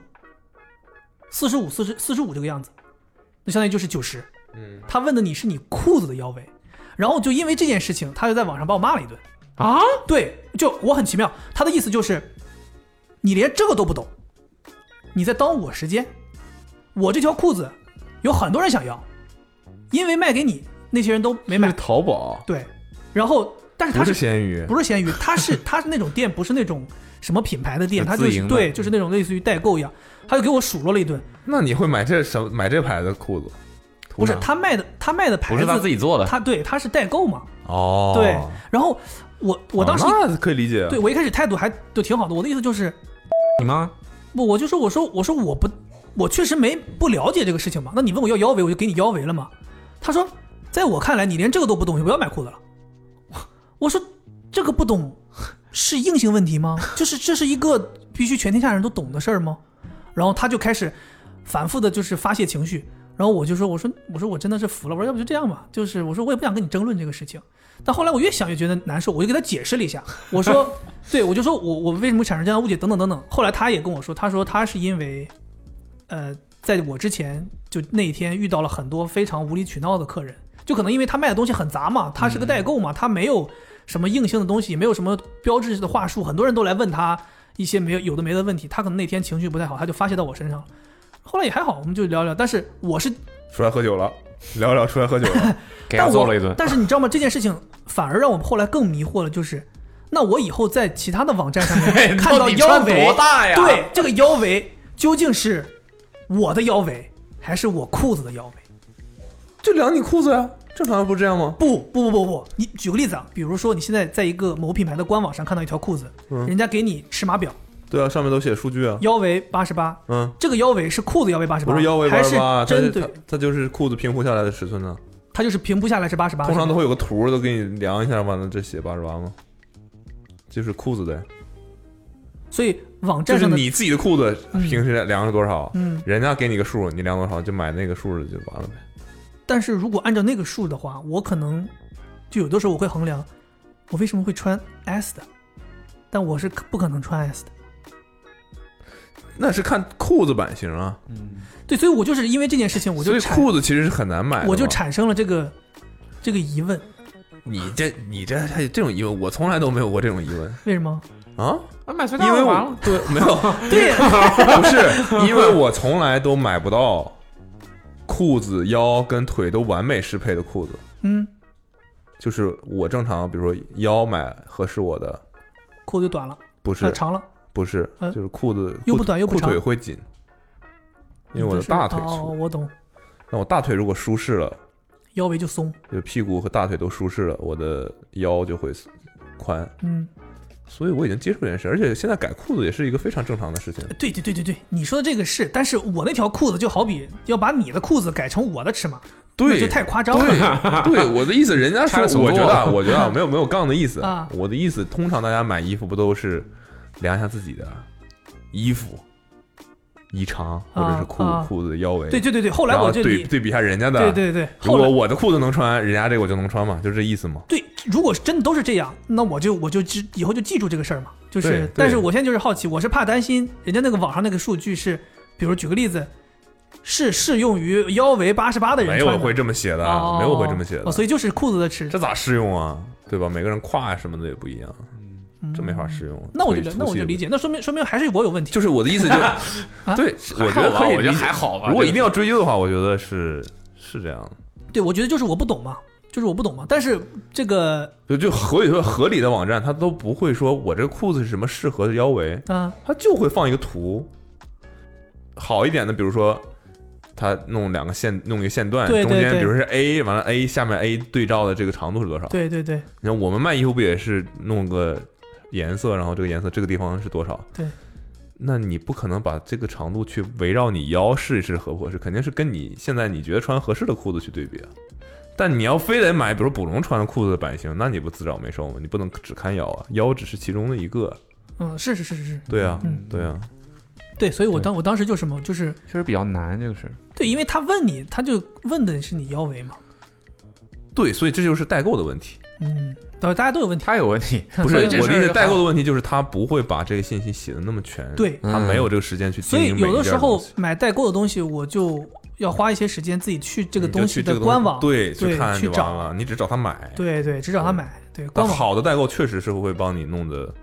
B: 四十五、四十四十五这个样子，那相当于就是九十。
C: 嗯，
B: 他问的你是你裤子的腰围，然后就因为这件事情，他就在网上把我骂了一顿。
D: 啊，
B: 对，就我很奇妙，他的意思就是，你连这个都不懂，你在耽误我时间。我这条裤子有很多人想要，因为卖给你那些人都没买。
C: 淘宝，
B: 对，然后但是
C: 不
B: 他
C: 是
B: 是
C: 闲鱼，
B: 不是闲鱼，它是它是那种店，不是那种什么品牌的店，
D: 是
B: 它就
D: 自
B: 是
D: 营的
B: 对，就是那种类似于代购一样。他就给我数落了一顿，
C: 那你会买这什么买这牌子的裤子？
B: 不是
C: 图啥
B: 他卖的他卖的牌
F: 不是他自
B: 子，
F: 己做的，
B: 他对他是代购嘛，
C: 哦，
B: 对。然后我我当时
C: 哦那可以理解，
B: 对，我一开始态度还就挺好的，我的意思就是
D: 你妈
B: 不，我就说，我说，我说我不，我确实没不了解这个事情嘛。那你问我要腰围，我就给你腰围了嘛。他说，在我看来，你连这个都不懂，你不要买裤子了。我说，这个不懂是硬性问题吗？就是这是一个必须全天下人都懂的事儿吗？然后他就开始反复的，就是发泄情绪。然后我就说，我说，我说我真的是服了。我说要不就这样吧，就是我说我也不想跟你争论这个事情。但后来我越想越觉得难受，我就给他解释了一下，我说，对我就说我我为什么产生这样的误解等等等等。后来他也跟我说，他说他是因为，呃，在我之前就那一天遇到了很多非常无理取闹的客人，就可能因为他卖的东西很杂嘛，他是个代
F: 嗯
B: 购嘛，他没有什么硬性的东西，没有什么标志的话术，很多人都来问他一些没有有的没的问题，他可能那天情绪不太好，他就发泄到我身上了。后来也还好，我们就聊聊，但是我是
C: 出来喝酒了，聊一聊出来喝酒 了，
D: 给
B: 但
D: 他
B: 我
D: 揍了一顿，
B: 但是你知道吗？这件事情反而让我们后来更迷惑了，就是那我以后在其他的网站上 面看
F: 哎底
B: 腰
F: 穿
B: 围
F: 多，大呀？
B: 对这个腰围究竟是我的腰围还是我裤子的腰围？
C: 就量你裤子呀，正常不是这样吗？
B: 不不不不不，你举个例子啊，比如说你现在在一个某品牌的官网上看到一条裤子，
C: 嗯
B: 人家给你尺码表，
C: 对啊，上面都写数据啊，
B: 腰围八十八，
C: 嗯，
B: 这个腰围是裤子腰围八十八，
C: 不是腰围八
B: 啊还是
C: 十八，它
B: 针
C: 是
B: 对
C: 它，它就是裤子平铺下来的尺寸呢。
B: 它就是平铺下来是八十八，
C: 通常都会有个图，都给你量一下，完了这写八十八吗？就是裤子的，
B: 所以网
C: 就
B: 站
C: 是
B: 上的
C: 你自己的裤子
B: 嗯
C: 平时量是多少，
B: 嗯，
C: 人家给你个数，你量多少就买那个数就完了呗。
B: 但是如果按照那个数的话，我可能就有的时候我会衡量，我为什么会穿 S 的，但我是不可能穿 S 的。
C: 那是看裤子版型啊，
F: 嗯，
B: 对，所以我就是因为这件事情，我
C: 所
B: 就
C: 以
B: 产
C: 裤子其实是很难买的嘛。
B: 我就产生了这个这个疑问，
C: 你这你这还有这种疑问，我从来都没有过这种疑问
B: 为什么？
C: 啊，
F: 啊买最大
C: 因为
F: 的完了
C: 我，对 没有
B: 对呀，
C: 不是，因为我从来都买不到裤子、腰跟腿都完美适配的裤子。
B: 嗯，
C: 就是我正常，比如说腰买合适我的，
B: 裤子就短了，
C: 不
B: 呃
C: 是
B: 长了，
C: 不是，
B: 嗯
C: 就是裤子
B: 又
C: 裤
B: 不短又不
C: 裤
B: 长嗯
C: 腿会紧，因为我的
B: 就是
C: 大腿
B: 哦，
C: 粗。
B: 我懂，
C: 那我大腿如果舒适了，
B: 腰围就松，
C: 就屁股和大腿都舒适了，我的腰就会宽。
B: 嗯，
C: 所以我已经接受这件事，而且现在改裤子也是一个非常正常的事情。
B: 对对对对对，你说的这个是，但是我那条裤子就好比要把你的裤子改成我的尺码，那
C: 对，
B: 就太夸张了，
C: 对，对，我的意思，人家
F: 拆
C: 说
F: 了，锁
C: 我觉得啊，
F: 过
C: 我 觉得啊，没有没有杠的意思
B: 啊
C: 我的意思，通常大家买衣服不都是量一下自己的衣服、衣长或者是裤、
B: 啊啊
C: 裤子的腰围，
B: 对对对对，后来
C: 然后
B: 我就
C: 对
B: 理，
C: 对比一下人家的，
B: 对对对，
C: 如
B: 后来
C: 果我的裤子能穿，人家这个我就能穿嘛，就这意思嘛。
B: 对，如果是真的都是这样，那我就我就记以后就记住这个事儿嘛。就
C: 对
B: 是
C: 对，
B: 但是我现在就是好奇，我是怕担心人家那个网上那个数据是，比如举个例子，是适用于腰围八十八的人
C: 没
B: 穿
C: 有
B: 的。
C: 会这么写的，啊
B: 哦
C: 没有会这么写的
B: 哦，，所以就是裤子的尺
C: 这咋适用啊？对吧？每个人胯啊什么的也不一样，这没法适用。
B: 嗯那我就
C: 所以
B: 那我
C: 粗细
B: 就
C: 也不
B: 理解，那啊说明说明还是我有问题。
C: 就是我的 意思就，对，我觉得可以
F: 我
C: 理解，
F: 觉得还好吧。
C: 如果一定
F: 要
C: 要追究的话，我觉得是是这样的，
B: 对，我觉得就是我不懂嘛，就是我不懂嘛。但是这个
C: 就就所以说合理的网站，它都不会说我这个裤子是什么适合的腰围，
B: 啊、
C: 它就会放一个图。好一点的，比如说它弄两个线，弄一个线段，
B: 对对
C: 中间
B: 对
C: 比如说是 A，完了 A 下面 A 对照的这个长度是多少？
B: 对对对，
C: 你看我们卖衣服不也是弄个颜色，然后这个颜色这个地方是多少？
B: 对。
C: 那你不可能把这个长度去围绕你腰试一试合不合适，肯定是跟你现在你觉得穿合适的裤子去对比啊。但你要非得买，比如捕龙穿的裤子的版型，那你不自找没受吗？你不能只看腰啊，腰只是其中的一个。
B: 嗯，是是是是是，
C: 对啊，
B: 嗯
C: 对啊，
B: 对，所以我当我当时就什么，就是
F: 确实比较难这个事儿。
B: 对，因为他问你，他就问的是你腰围嘛，
C: 对，所以这就是代购的问 题。
B: 嗯，对，大家都有问题，
F: 他有问题，
C: 不是
B: 所
C: 我
B: 以这
C: 的
F: 事
C: 意
F: 儿
C: 思，
F: 就
C: 代购的问题就是他不会把这个信息写的那么全，
B: 对
C: 他没
F: 嗯
C: 有这个时间去
B: 所
C: 经
B: 以
C: 营每一件
B: 有的时候
C: 东西
B: 买代购的东西，我就要花一些时间自己去这个
C: 你嗯就
B: 东
C: 去
B: 西
C: 这
B: 的
C: 个
B: 官网，
C: 对
B: 对
C: 去看
B: 去
C: 就完
B: 找
C: 了，你只找他买。
B: 对对，只找他买，对，官
C: 但
B: 网，
C: 好的代购确实是会帮你弄得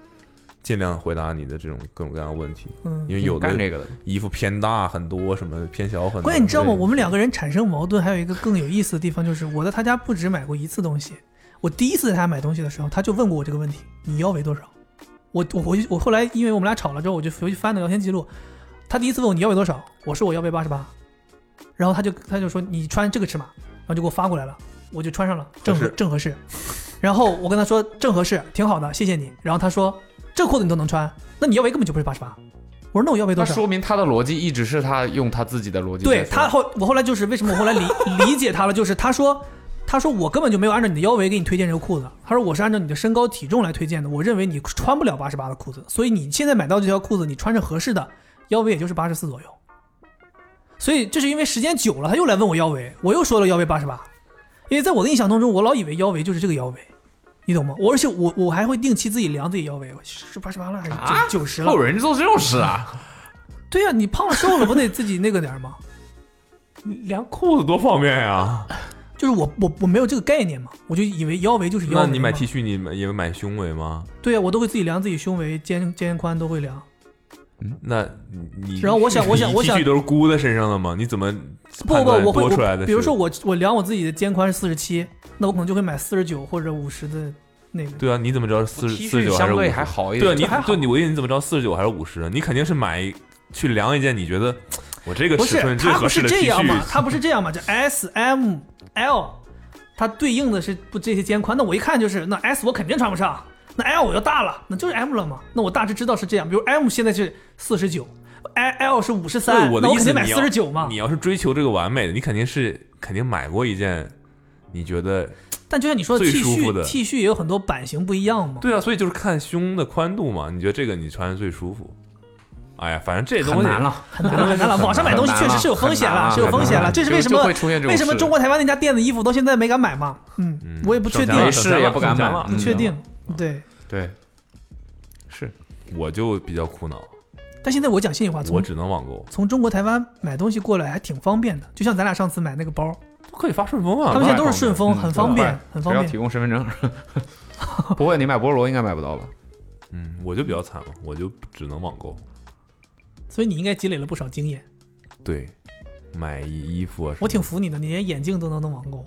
C: 尽量回答你的这种各种各样的问题，
B: 嗯
C: 因。为有
F: 干
C: 的
F: 这个的，
C: 衣服偏大很多，什么偏小很多。
B: 关键你知道吗？
C: 对
B: 我们两个人产生矛盾，还有一个更有意思的地方就是，我在他家不止买过一次东西。我第一次在他买东西的时候，他就问过我这个问题：你腰围多少？我我回去，我后来因为我们俩吵了之后，我就回去翻了聊天记录。他第一次问我你腰围多少，我说我腰围八十八，然后他就他就说你穿这个尺码，然后就给我发过来了，我就穿上了，正合
C: 合适
B: 正合适。然后我跟他说正合适，挺好的，谢谢你。然后他说这裤子你都能穿，那你腰围根本就不是八十八。我说那我腰围多
F: 那
B: 少？
F: 说明他的逻辑一直是他用他自己的逻辑在
B: 对
F: 说。
B: 他后，我后来就是为什么我后来 理理解他了，就是他说，他说我根本就没有按照你的腰围给你推荐这个裤子，他说我是按照你的身高体重来推荐的，我认为你穿不了八十八的裤子，所以你现在买到这条裤子，你穿着合适的，腰围也就是八十四左右。所以这是因为时间久了，他又来问我腰围，我又说了腰围八十八，因为在我的印象当中，我老以为腰围就是这个腰围，你懂吗？我而且我我还会定期自己量自己腰围，我是八十八了还
F: 啊
B: 是九九十了
F: 后？有人做这种事 啊？
B: 对呀、你胖了瘦了不得自己那个点儿吗？
C: 量裤子多方便呀！
B: 就是我我我没有这个概念嘛，我就以为腰围就是腰围嘛。
C: 那你买 T 恤，你买也买胸围吗？
B: 对啊，我都会自己量自己胸围、肩肩宽都会量。
C: 那你你
B: 然后我想我想
C: 你
B: 我想
C: T 恤都是箍在身上的吗？你怎么
B: 不
C: 判
B: 不，
C: 断
B: 我会
C: 多出来
B: 我
C: 的？
B: 比如说，我我量我自己的肩宽是四十七，那我可能就会买四十九或者五十的那个。
C: 对啊，你怎么知道四
F: T
C: 四十
F: 恤
C: 九还是
F: 相
C: 五
F: 对
C: 十？
F: 还好一
C: 对啊，
F: 点，
C: 你
B: 还好
C: 对你我意思你怎么知道四十九还是五十？你肯定是买去量一件你觉得我这个
B: 不
C: 尺
B: 是，
C: 寸最
B: 它
C: 合
B: 不是
C: 适的 T
B: 这样嘛？
C: 恤，
B: 它不是这样嘛？就 S、M、L，它对应的是不这些肩宽。那我一看就是，那 S 我肯定穿不上，那 L 我就大了，那就是 M 了嘛。那我大致知道是这样。比如 M 现在是四十九，L L 是五十
C: 对
B: 三，
C: 我的
B: 那我
C: 意
B: 肯
C: 思
B: 定买
C: 你
B: 四
C: 要
B: 十九嘛
C: 你。要是追求这个完美的，你肯定是肯定买过一件，你觉得
B: 但就像你说的
C: 最
B: T
C: 舒服
B: 恤
C: 的
B: ，T 恤也有很多版型不一样嘛。
C: 对啊，所以就是看胸的宽度嘛，你觉得这个你穿着最舒服。哎呀，反正这东
F: 很
C: 西
F: 难，了。
B: 很难了，很难了。网上买东西确实是有风险了，
F: 很难了
B: 是有风险了。这是为什
F: 就
B: 么
F: 就会出现这种
B: 为什么
F: 事
B: 中国台湾那家店的衣服到现在没敢买嘛？嗯，我也不确定，
C: 省钱了
F: 没事也不敢买嗯
C: 省钱了
B: 不确定。对，
F: 对，
C: 我就比较苦恼，
B: 但现在我讲心里话，
C: 我
B: 从
C: 只能网购，
B: 从中国台湾买东西过来还挺方便的，就像咱俩上次买那个包，
C: 都可以发顺丰啊。
B: 他们现在都是顺丰，
F: 嗯
B: 很方便，很
F: 只
B: 方
F: 要提
B: 便。
F: 供身份证。 不会，你买菠萝应该买不到吧？
C: 嗯，我就比较惨了，我就只能网购。
B: 所以你应该积累了不少经验，
C: 对，买衣服啊什么的，
B: 我挺服你的，你连眼镜都能弄网购。
C: 啊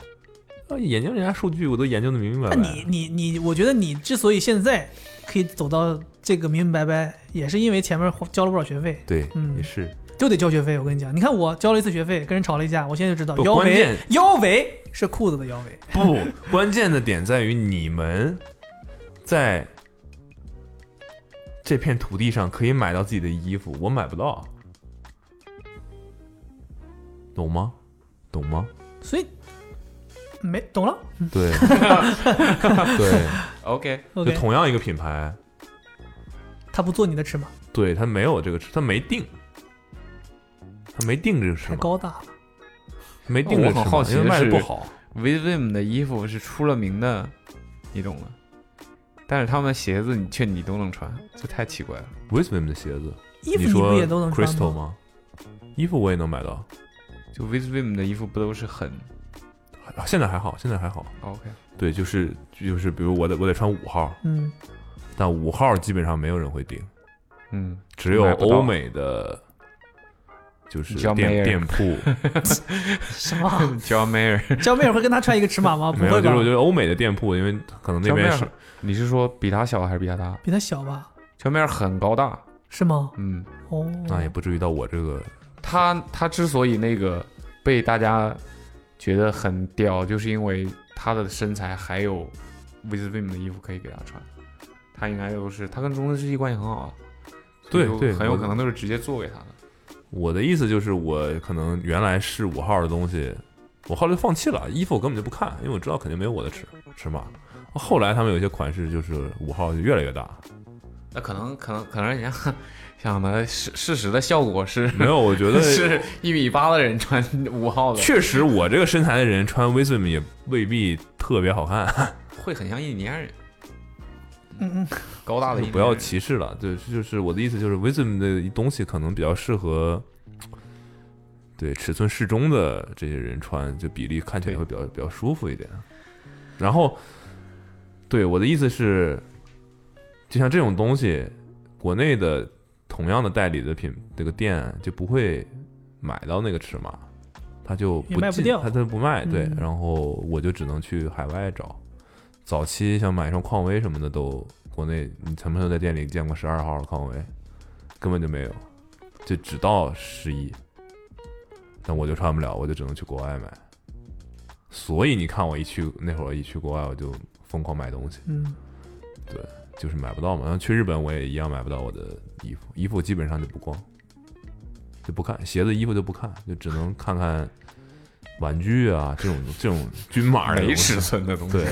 C: 眼睛人家数据我都研究的明明白
B: 那
C: 白。
B: 你你你，我觉得你之所以现在可以走到这个明明白白，也是因为前面花交了不少学费。
C: 对，
B: 嗯
C: 也是。
B: 就得交学费。我跟你讲，你看我交了一次学费，跟人吵了一架，我现在就知道
C: 不
B: 腰
C: 关
B: 围
C: 键，
B: 腰围是裤子的腰围。
C: 不，关键的点在于你们在这片土地上可以买到自己的衣服，我买不到，懂吗？懂吗？
B: 所以没懂了。
C: 对，对，
F: OK，
C: 就
B: OK，
C: 同样一个品牌，
B: 他不做你的尺码，
C: 对它没有这个尺，它没定，它没定这个尺
B: 太
C: 码，
B: 高大了。
C: 没定这个
F: 我
C: 尺
F: 很好
C: 码，
F: 奇
C: 因为
F: 的
C: 卖的
F: 是
C: 不好。
F: Vivim 的衣服是出了名的，你懂的。但是他们的鞋子你却你都能穿，这太奇怪了。
C: Wisdom 的鞋子，
B: 衣服
C: 你
B: 你不
C: 说
B: 也都能穿
C: Crystal 吗？衣服我也能买到，
D: 就 Visvim 的衣服不都是很
C: 啊现在还好，现在还好。
F: 哦
D: OK？
C: 对，就是就是，比如我得我得穿五号，
B: 嗯，
C: 但五号基本上没有人会订，
D: 嗯，
C: 只有
D: 买不到
C: 欧美的，就是
D: 你叫
C: 店
D: Mayer
C: 店 铺
B: 什么？
D: John Mayer，
B: 江妹儿会跟他穿一个尺码吗？不
C: 没有，
B: 会
C: 就是
B: 吧
C: 我？觉得欧美的店铺，因为可能那边是
D: John Mayer 你是说比他小还是比他大
B: 比他小吧？
D: ？John Mayer 很高大，
B: 是吗？
D: 嗯，
B: 哦，
C: 那哎也不至于到我这个
D: 他他之所以那个被大家觉得很屌，就是因为他的身材还有 Visvim 的衣服可以给他穿，他应该都是他跟中村世纪关系很好啊，所以
C: 对
D: 就
C: 对
D: 很有
C: 我
D: 可能都是直接做给他的。
C: 我的意思就是，我可能原来是五号的东西，我后来放弃了，衣服我根本就不看，因为我知道肯定没有我的尺尺码。后来他们有一些款式就是五号就越来越大，
D: 那可能可能可能人家 想的事事实的效果是
C: 没有，我觉 得
D: 是一米八的人穿五号的，
C: 确实我这个身材的人穿 Wism 也未必特别好看，
D: 会很像印第安人，
B: 嗯嗯，
D: 高大的
C: 就
D: 印第安人
C: 不要歧视了。对，就是我的意思就是 Wism 的东西可能比较适合。对尺寸适中的这些人穿，就比例看起来会比较比较舒服一点。然后，对我的意思是，就像这种东西，国内的同样的代理的品这个店就不会买到那个尺码，它就
B: 也
C: 不
B: 卖不
C: 进
B: 掉
C: 它它不卖。对
B: 嗯，
C: 然后我就只能去海外找。早期像买一双匡威什么的都，国内你曾没有在店里见过十二号的匡威，根本就没有，就只到十一。但我就穿不了，我就只能去国外买。所以你看，我一去那会儿一去国外，我就疯狂买东西，
B: 嗯，
C: 就是买不到嘛。然后去日本，我也一样买不到我的衣服，衣服基本上就不逛，就不看鞋子、衣服就不看，就只能看看玩具啊这种这种均码的
D: 没
C: 东西
D: 尺寸的东西，
C: 对，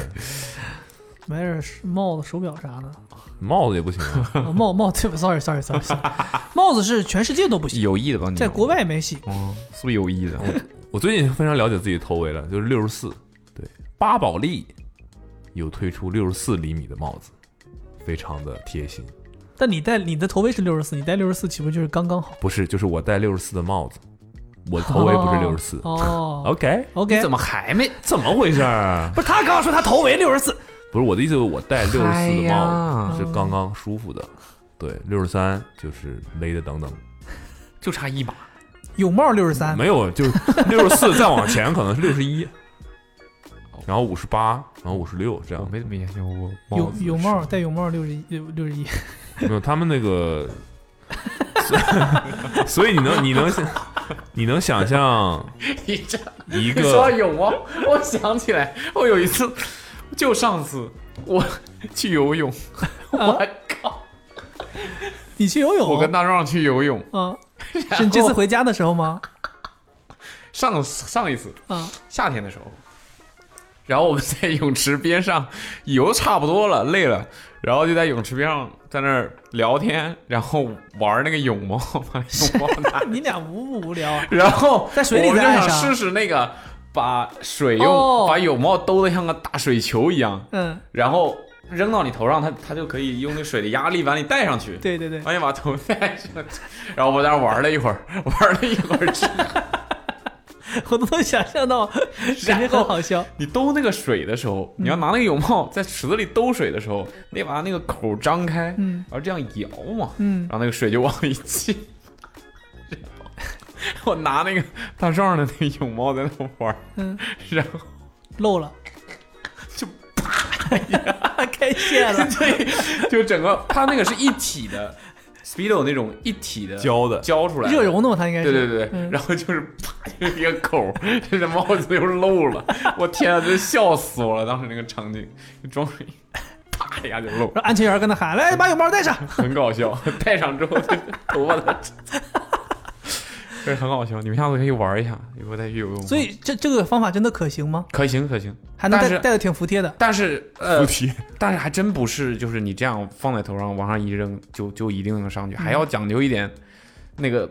B: 买点帽子、手表啥的。
C: 帽子也不行啊。
B: 啊帽帽对不？Sorry Sorry Sorry，帽 子是全世界都不行，
D: 有意的
C: 嗯
D: 吧？你
B: 在国，外没戏。
D: 哦，是不是有意的？
C: 我最近非常了解自己头围了，就是六十四。对，巴宝莉有推出六十四厘米的帽子，非常的贴心。
B: 但你戴你的头围是六十四，你戴六十四岂不就是刚刚 好？
C: 不是，就是我戴六十四的帽子，我头围不是六十四。
B: 哦
C: OK，
B: ，OK，
D: 怎么还没？
C: 怎么回事儿？啊
B: 不是他刚刚说他头围六十四？哎
C: 不是我的意思，我戴六十四的帽子
D: 呀
C: 是刚刚舒服的，对，六十三就是勒的等等，
D: 就差一码，
B: 有帽六十三，
C: 没有就是六十四 再往前可能是六十一，然后五十八，然后五十六这
D: 我
C: 样。
D: 没怎么研究过帽
B: 有
D: 子
B: 有
D: 是
B: 帽戴有帽六十一六十一，
C: 没有他们那个，所以 所以你能你能想你能想象
D: 你这
C: 一
D: 你说到
C: 个
D: 有啊， 我想起来，我有一次，就上次我 去游泳，我靠，
B: 你去游泳？
D: 我跟大壮去游泳，
B: 啊，是你这次回家的时候吗？
D: 上上一次
B: 啊，
D: 夏天的时候，然后我们在泳池边上游差不多了，累了，然后就在泳池边上在那儿聊天，然后玩那个泳帽，把泳帽 拿
B: 你俩无不无聊啊？
D: 然后
B: 在水里
D: 我们就
B: 再
D: 想
B: 上
D: 试试那个把水用、
B: 哦
D: 把泳帽兜得像个大水球一样，
B: 嗯，
D: 然后扔到你头上，它它就可以用那水的压力把你带上去。
B: 对对对，
D: 发现把头带上去，然后我在那玩了一会儿，玩了一会儿 之后，
B: 我都能想象 到，感觉很好笑。
D: 你兜那个水的时候，你要拿那个泳帽在池子里兜水的时候，你得把它那个口张开，
B: 嗯
D: 然后这样摇嘛，
B: 嗯
D: 然，后那个水就往里进。 然后我拿那个大壮的那个泳帽在那玩，
B: 嗯，
D: 然后
B: 漏了，
D: 就
B: 啪 开线了。
D: 对，就整个它那个是一体的，Speedo 那种一体的
C: 教的，
D: 浇出来的
B: 热熔的嘛，它应该是。
D: 对对对，
B: 嗯
D: 然后就是啪，就一个口，这个帽子又漏了，我天啊，真笑死我了！当时那个场景，装水啪一下就漏，
B: 然后安全员跟他喊：“
D: 嗯
B: 来，把泳帽戴上。
D: 很搞笑。戴上之后，这个头发的， 这很好笑。你们下次可以玩一下，以后再去游泳。”
B: 所以这这个方法真的可行吗？
D: 可行可行，
B: 还能
D: 但
B: 戴
D: 是
B: 戴的挺服帖的。
D: 但是呃，
C: 题
D: 但是还真不是，就是你这样放在头上往上一扔就就一定能上去，还要讲究一点，那个，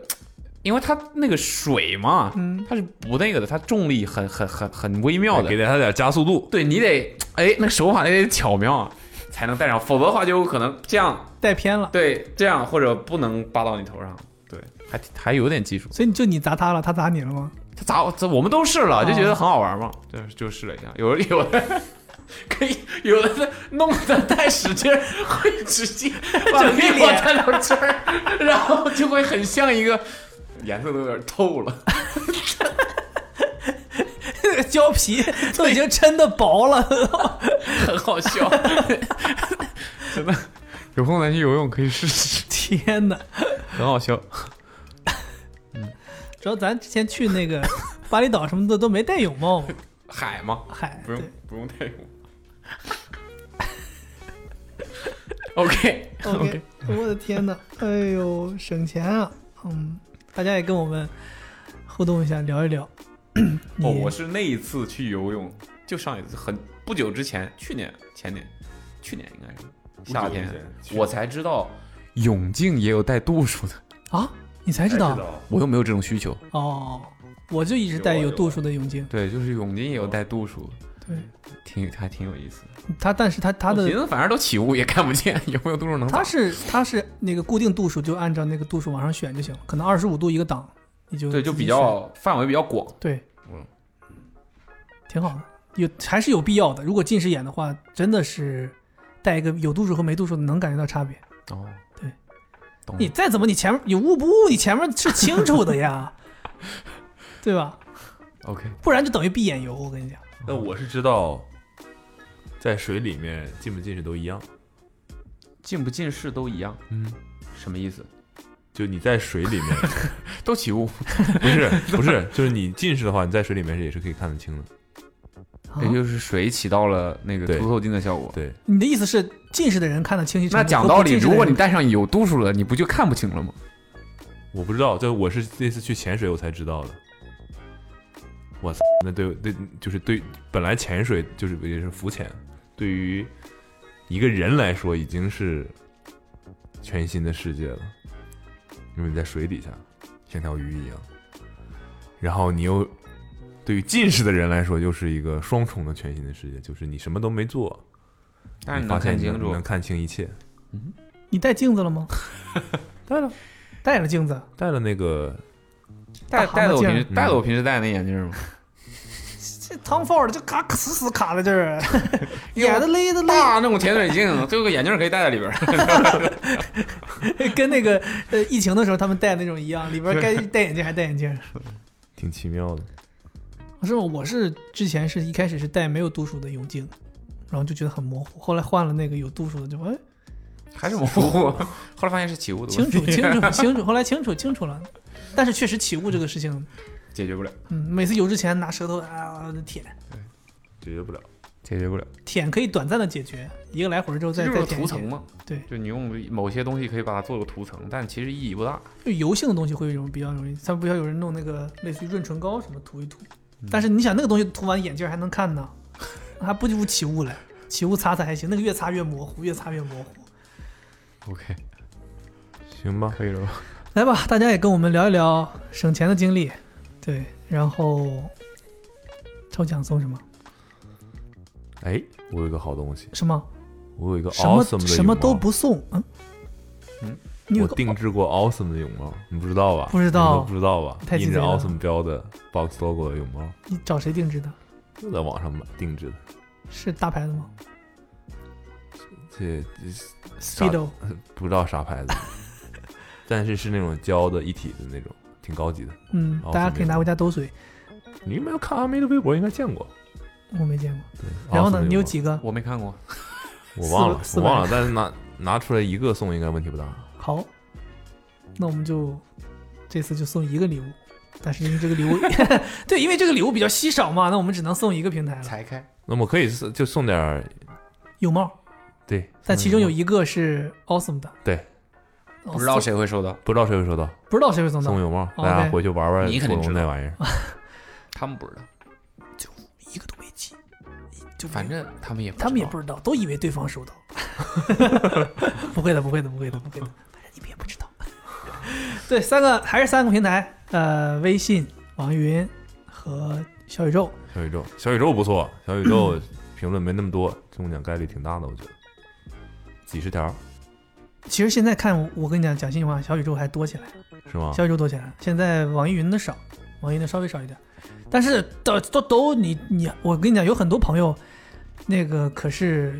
D: 因为它那个水嘛，
B: 嗯
D: 它是不那个的，它重力很很很很微妙的
C: 啊给，他点加速度，
D: 对你得哎那手法得巧妙啊，才能带上，否则的话就有可能这样
B: 戴偏了，
D: 对这样或者不能扒到你头上，对，还还有点技术，
B: 所以你就你砸他了，他砸你了吗？
D: 这咋这我们都试了，就觉得
B: 啊
D: 很好玩嘛，就是就试了一下，有的有的可以，有的在弄得太使劲儿，会直 接把
B: 整个
D: 屁股
B: 脸
D: 弹到这儿，然后就会很像一个 颜色都有点透了，
B: 胶皮都已经抻的薄了，
D: 很好笑，真的。 有空咱去游泳可以试试，
B: 天哪！
D: 很好笑。
B: 主要咱之前去那 个巴厘岛什么的都没戴泳帽嘛，
D: 海嘛，
B: 嗨，
D: 不用
B: 对
D: 不用太用。OK
B: OK，我的天呐，哎呦，省钱啊！嗯，大家也跟我们互动一下，聊一聊。
D: 哦，
B: 你
D: 我是那一次去游泳，就上一次很不久之前，去年前年，去年应该是夏天，我才知道泳镜也有带度数的，
B: 啊，你才知道啊
D: 我又没有这种需求。
B: 哦，我就一直戴有度数的泳镜。
D: 对，就是泳镜也有带度数，
B: 对，
D: 挺还挺有意思的。
B: 它但是它它
D: 我寻
B: 的
D: 思反正都起雾也看不见， 有没有度数能
B: 它
D: 打？
B: 是它是那个固定度数，就按照那个度数往上选就行了，可能二十五度一个档，你就
D: 对，就
B: 自己
D: 比
B: 选
D: 较范围比较广。
B: 对，
D: 嗯，
B: 挺好的，有还是有必要的。如果近视眼的话，真的是戴一个有度数和没度数的能感觉到差别。
D: 哦，
B: 对，
D: 懂
B: 你再怎么你前面你悟不悟，你前面是清楚的 呀，对吧？
D: OK，
B: 不然就等于闭眼游。我跟你讲，
C: 那我是知道，在水里面进不进去都一样，
D: 近不近视都一样。
C: 嗯，
D: 什么意思？
C: 就你在水里面，
D: 都起雾，
C: 不是不是，就是你近视的话，你在水里面是也是可以看得清的。
B: 啊
D: 也就是水起到了那个
C: 对
D: 凸透镜的效果。
C: 对，
B: 你的意思是近视的人看得清晰程度
D: 那
B: 和
D: 讲道理，
B: 不近视
D: 如
B: 的
D: 果
B: 人
D: 你戴上有度数了，你不就看不清了吗？
C: 我不知道，这我是那次去潜水我才知道的。我操，那对对，就是对，本来潜水就是也是浮潜，对于一个人来说已经是全新的世界了，因为你在水底下像条鱼一样，然后你又对于近视的人来说又是一个双重的全新的世界，就是你什么都没做，
D: 但是
C: 你
D: 你
C: 发
D: 能
C: 现
D: 看
C: 你
D: 清楚
C: 能。看清一切。
B: 你戴镜子了 吗？戴了，戴了镜子。
C: 戴了那个
D: 戴
B: 大
D: 戴的我
B: 蛤蟆
D: 平时
C: 镜儿
D: 戴的我平时戴的那眼镜吗？
B: 这 Tom Ford 就卡死死卡在这 儿，
D: 因为
B: 眼都勒都勒，
D: 大那种潜水镜，最后个眼镜可以戴在里边儿。
B: 跟那个呃疫情的时候他们戴那种一样，里边该戴眼镜还戴眼镜。
C: 挺奇妙的，
B: 是吗？我是之前是一开始是戴没有度数的泳镜，然后就觉得很模糊，后来换了那个有度数的就哎
D: 还是模糊。 后来发现是起雾的
B: 清
D: 问
B: 楚
D: 题，
B: 清楚清楚，后来清楚清楚了。但是确实起雾这个事情，
D: 解决不了，
B: 嗯，每次游之前拿舌头啊舔
C: 解决不了。
D: 解决不了。
B: 舔可以短暂的解决，一个来回之后
D: 这
B: 再
D: 就
B: 再
D: 是
B: 舔一
D: 涂
B: 舔
D: 层。嘛，
B: 对
D: 就你用某些东西可以把它做个涂层，但其实意义不大。
B: 就油性的东西会有一种比较容易，他们不要有人弄那个类似于润唇膏什么涂一涂，
C: 嗯
B: 但是你想那个东西涂完眼镜还能看呢，还不如起雾来，起雾擦擦还行，那个越擦越模糊，越擦越模糊。
D: OK，
C: 行吧，
D: 可以了吧？
B: 来吧，大家也跟我们聊一聊省钱的经历，对，然后抽奖送什么？
C: 哎，我有一个好东西，
B: 什么？
C: 我有一个
B: 什么
C: awesome 的
B: 什么
C: 泳帽
B: 都不送？嗯
D: 嗯，
B: 你有
C: 我
B: 个
C: 定制过 awesome 的泳帽，你不知道吧？
B: 不知道
C: 你都不知道吧？
B: 太鸡
C: 印
B: 贼
C: 着
B: 了
C: awesome 标的 box logo 的泳帽，
B: 你找谁定制的？
C: 就在网上买定制的。
B: 是大牌子吗
C: 这啥
B: ？Speedo
C: 不知道啥牌子， 但是是那种胶的一体的那种，挺高级的。
B: 嗯，
C: 哦
B: 大家可以拿回家抖水，
C: 你有没有看阿妹的微博？应该见过。
B: 我没见过。
C: 对，
B: 然后呢，
C: awesome
B: 你有
C: 的
B: 几个？
D: 我没看过，
C: 泳帽？我忘了，
B: 四
C: 我
B: 百
C: 忘了，但是拿拿出来一个送应该问题不大。
B: 好，那我们就这次就送一个礼物，但是因为这个礼物， 对，因为这个礼物比较稀少嘛，那我们只能送一个平台了。
D: 裁开。
C: 那么可以是就送点儿
B: 有帽，
C: 对，
B: 但其中有一个是 awesome 的，
C: 对
B: 哦，
D: 不知道
B: 送
D: 谁会收到，
C: 不知道谁会收到
B: 不知道谁会送
C: 送
B: 到，
C: 泳帽，
B: 哦
C: 大家
B: 对
C: 回去玩玩
D: 你肯
C: 古
D: 定
C: 龙
D: 知
C: 那
D: 道
C: 玩意儿。
D: 他们不知道，
B: 一个都没寄，就
D: 反正他们也
B: 他们也不
D: 知
B: 知道，都以为对方收到。 不会的，不会的，不会的，不会的，反正你们也不知道。 对，三个还是三个平台，呃，微信、网易云和小宇宙。
C: 小宇宙，小宇宙不错，小宇宙评论没那么多，中奖概率挺大的，我觉得。几十条
B: 其实现在看，我跟你讲，讲
C: 啊
B: 心里话，小宇宙还多起来，
C: 是吗？
B: 小宇宙多起来了。现在网易云的少，网易云的稍微少一点。但是都都都你你，我跟你讲，有很多朋友，那个可是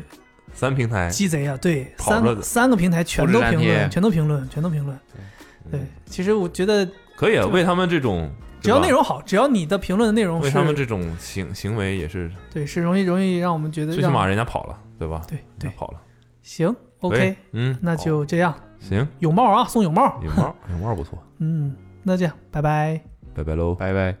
C: 三平台
B: 鸡贼啊，对，
C: 哎跑
B: 三
C: 着
B: 个
C: 的
B: 三个平台全都评
F: 不止粘贴
B: 论，全都评论，全都评论。
C: 嗯
B: 对，其实我觉得
C: 可以啊，
B: 对
C: 为他们这种
B: 只要
C: 对吧
B: 内容好，只要你的评论的内容
C: 为
B: 是
C: 他们这种行行为也是，
B: 对，是容易容易让我们觉得
C: 最起码嗯
B: 让
C: 人家跑了，对吧？
B: 对对
C: 人家跑了。
B: 行
C: 可
B: ，OK，
C: 以嗯，
B: 那
C: 好
B: 就这样，
C: 行。
B: 泳帽啊，送泳帽，
C: 泳帽，泳帽不错，
B: 嗯，那这样，拜拜。
C: 拜拜喽。
F: 拜拜。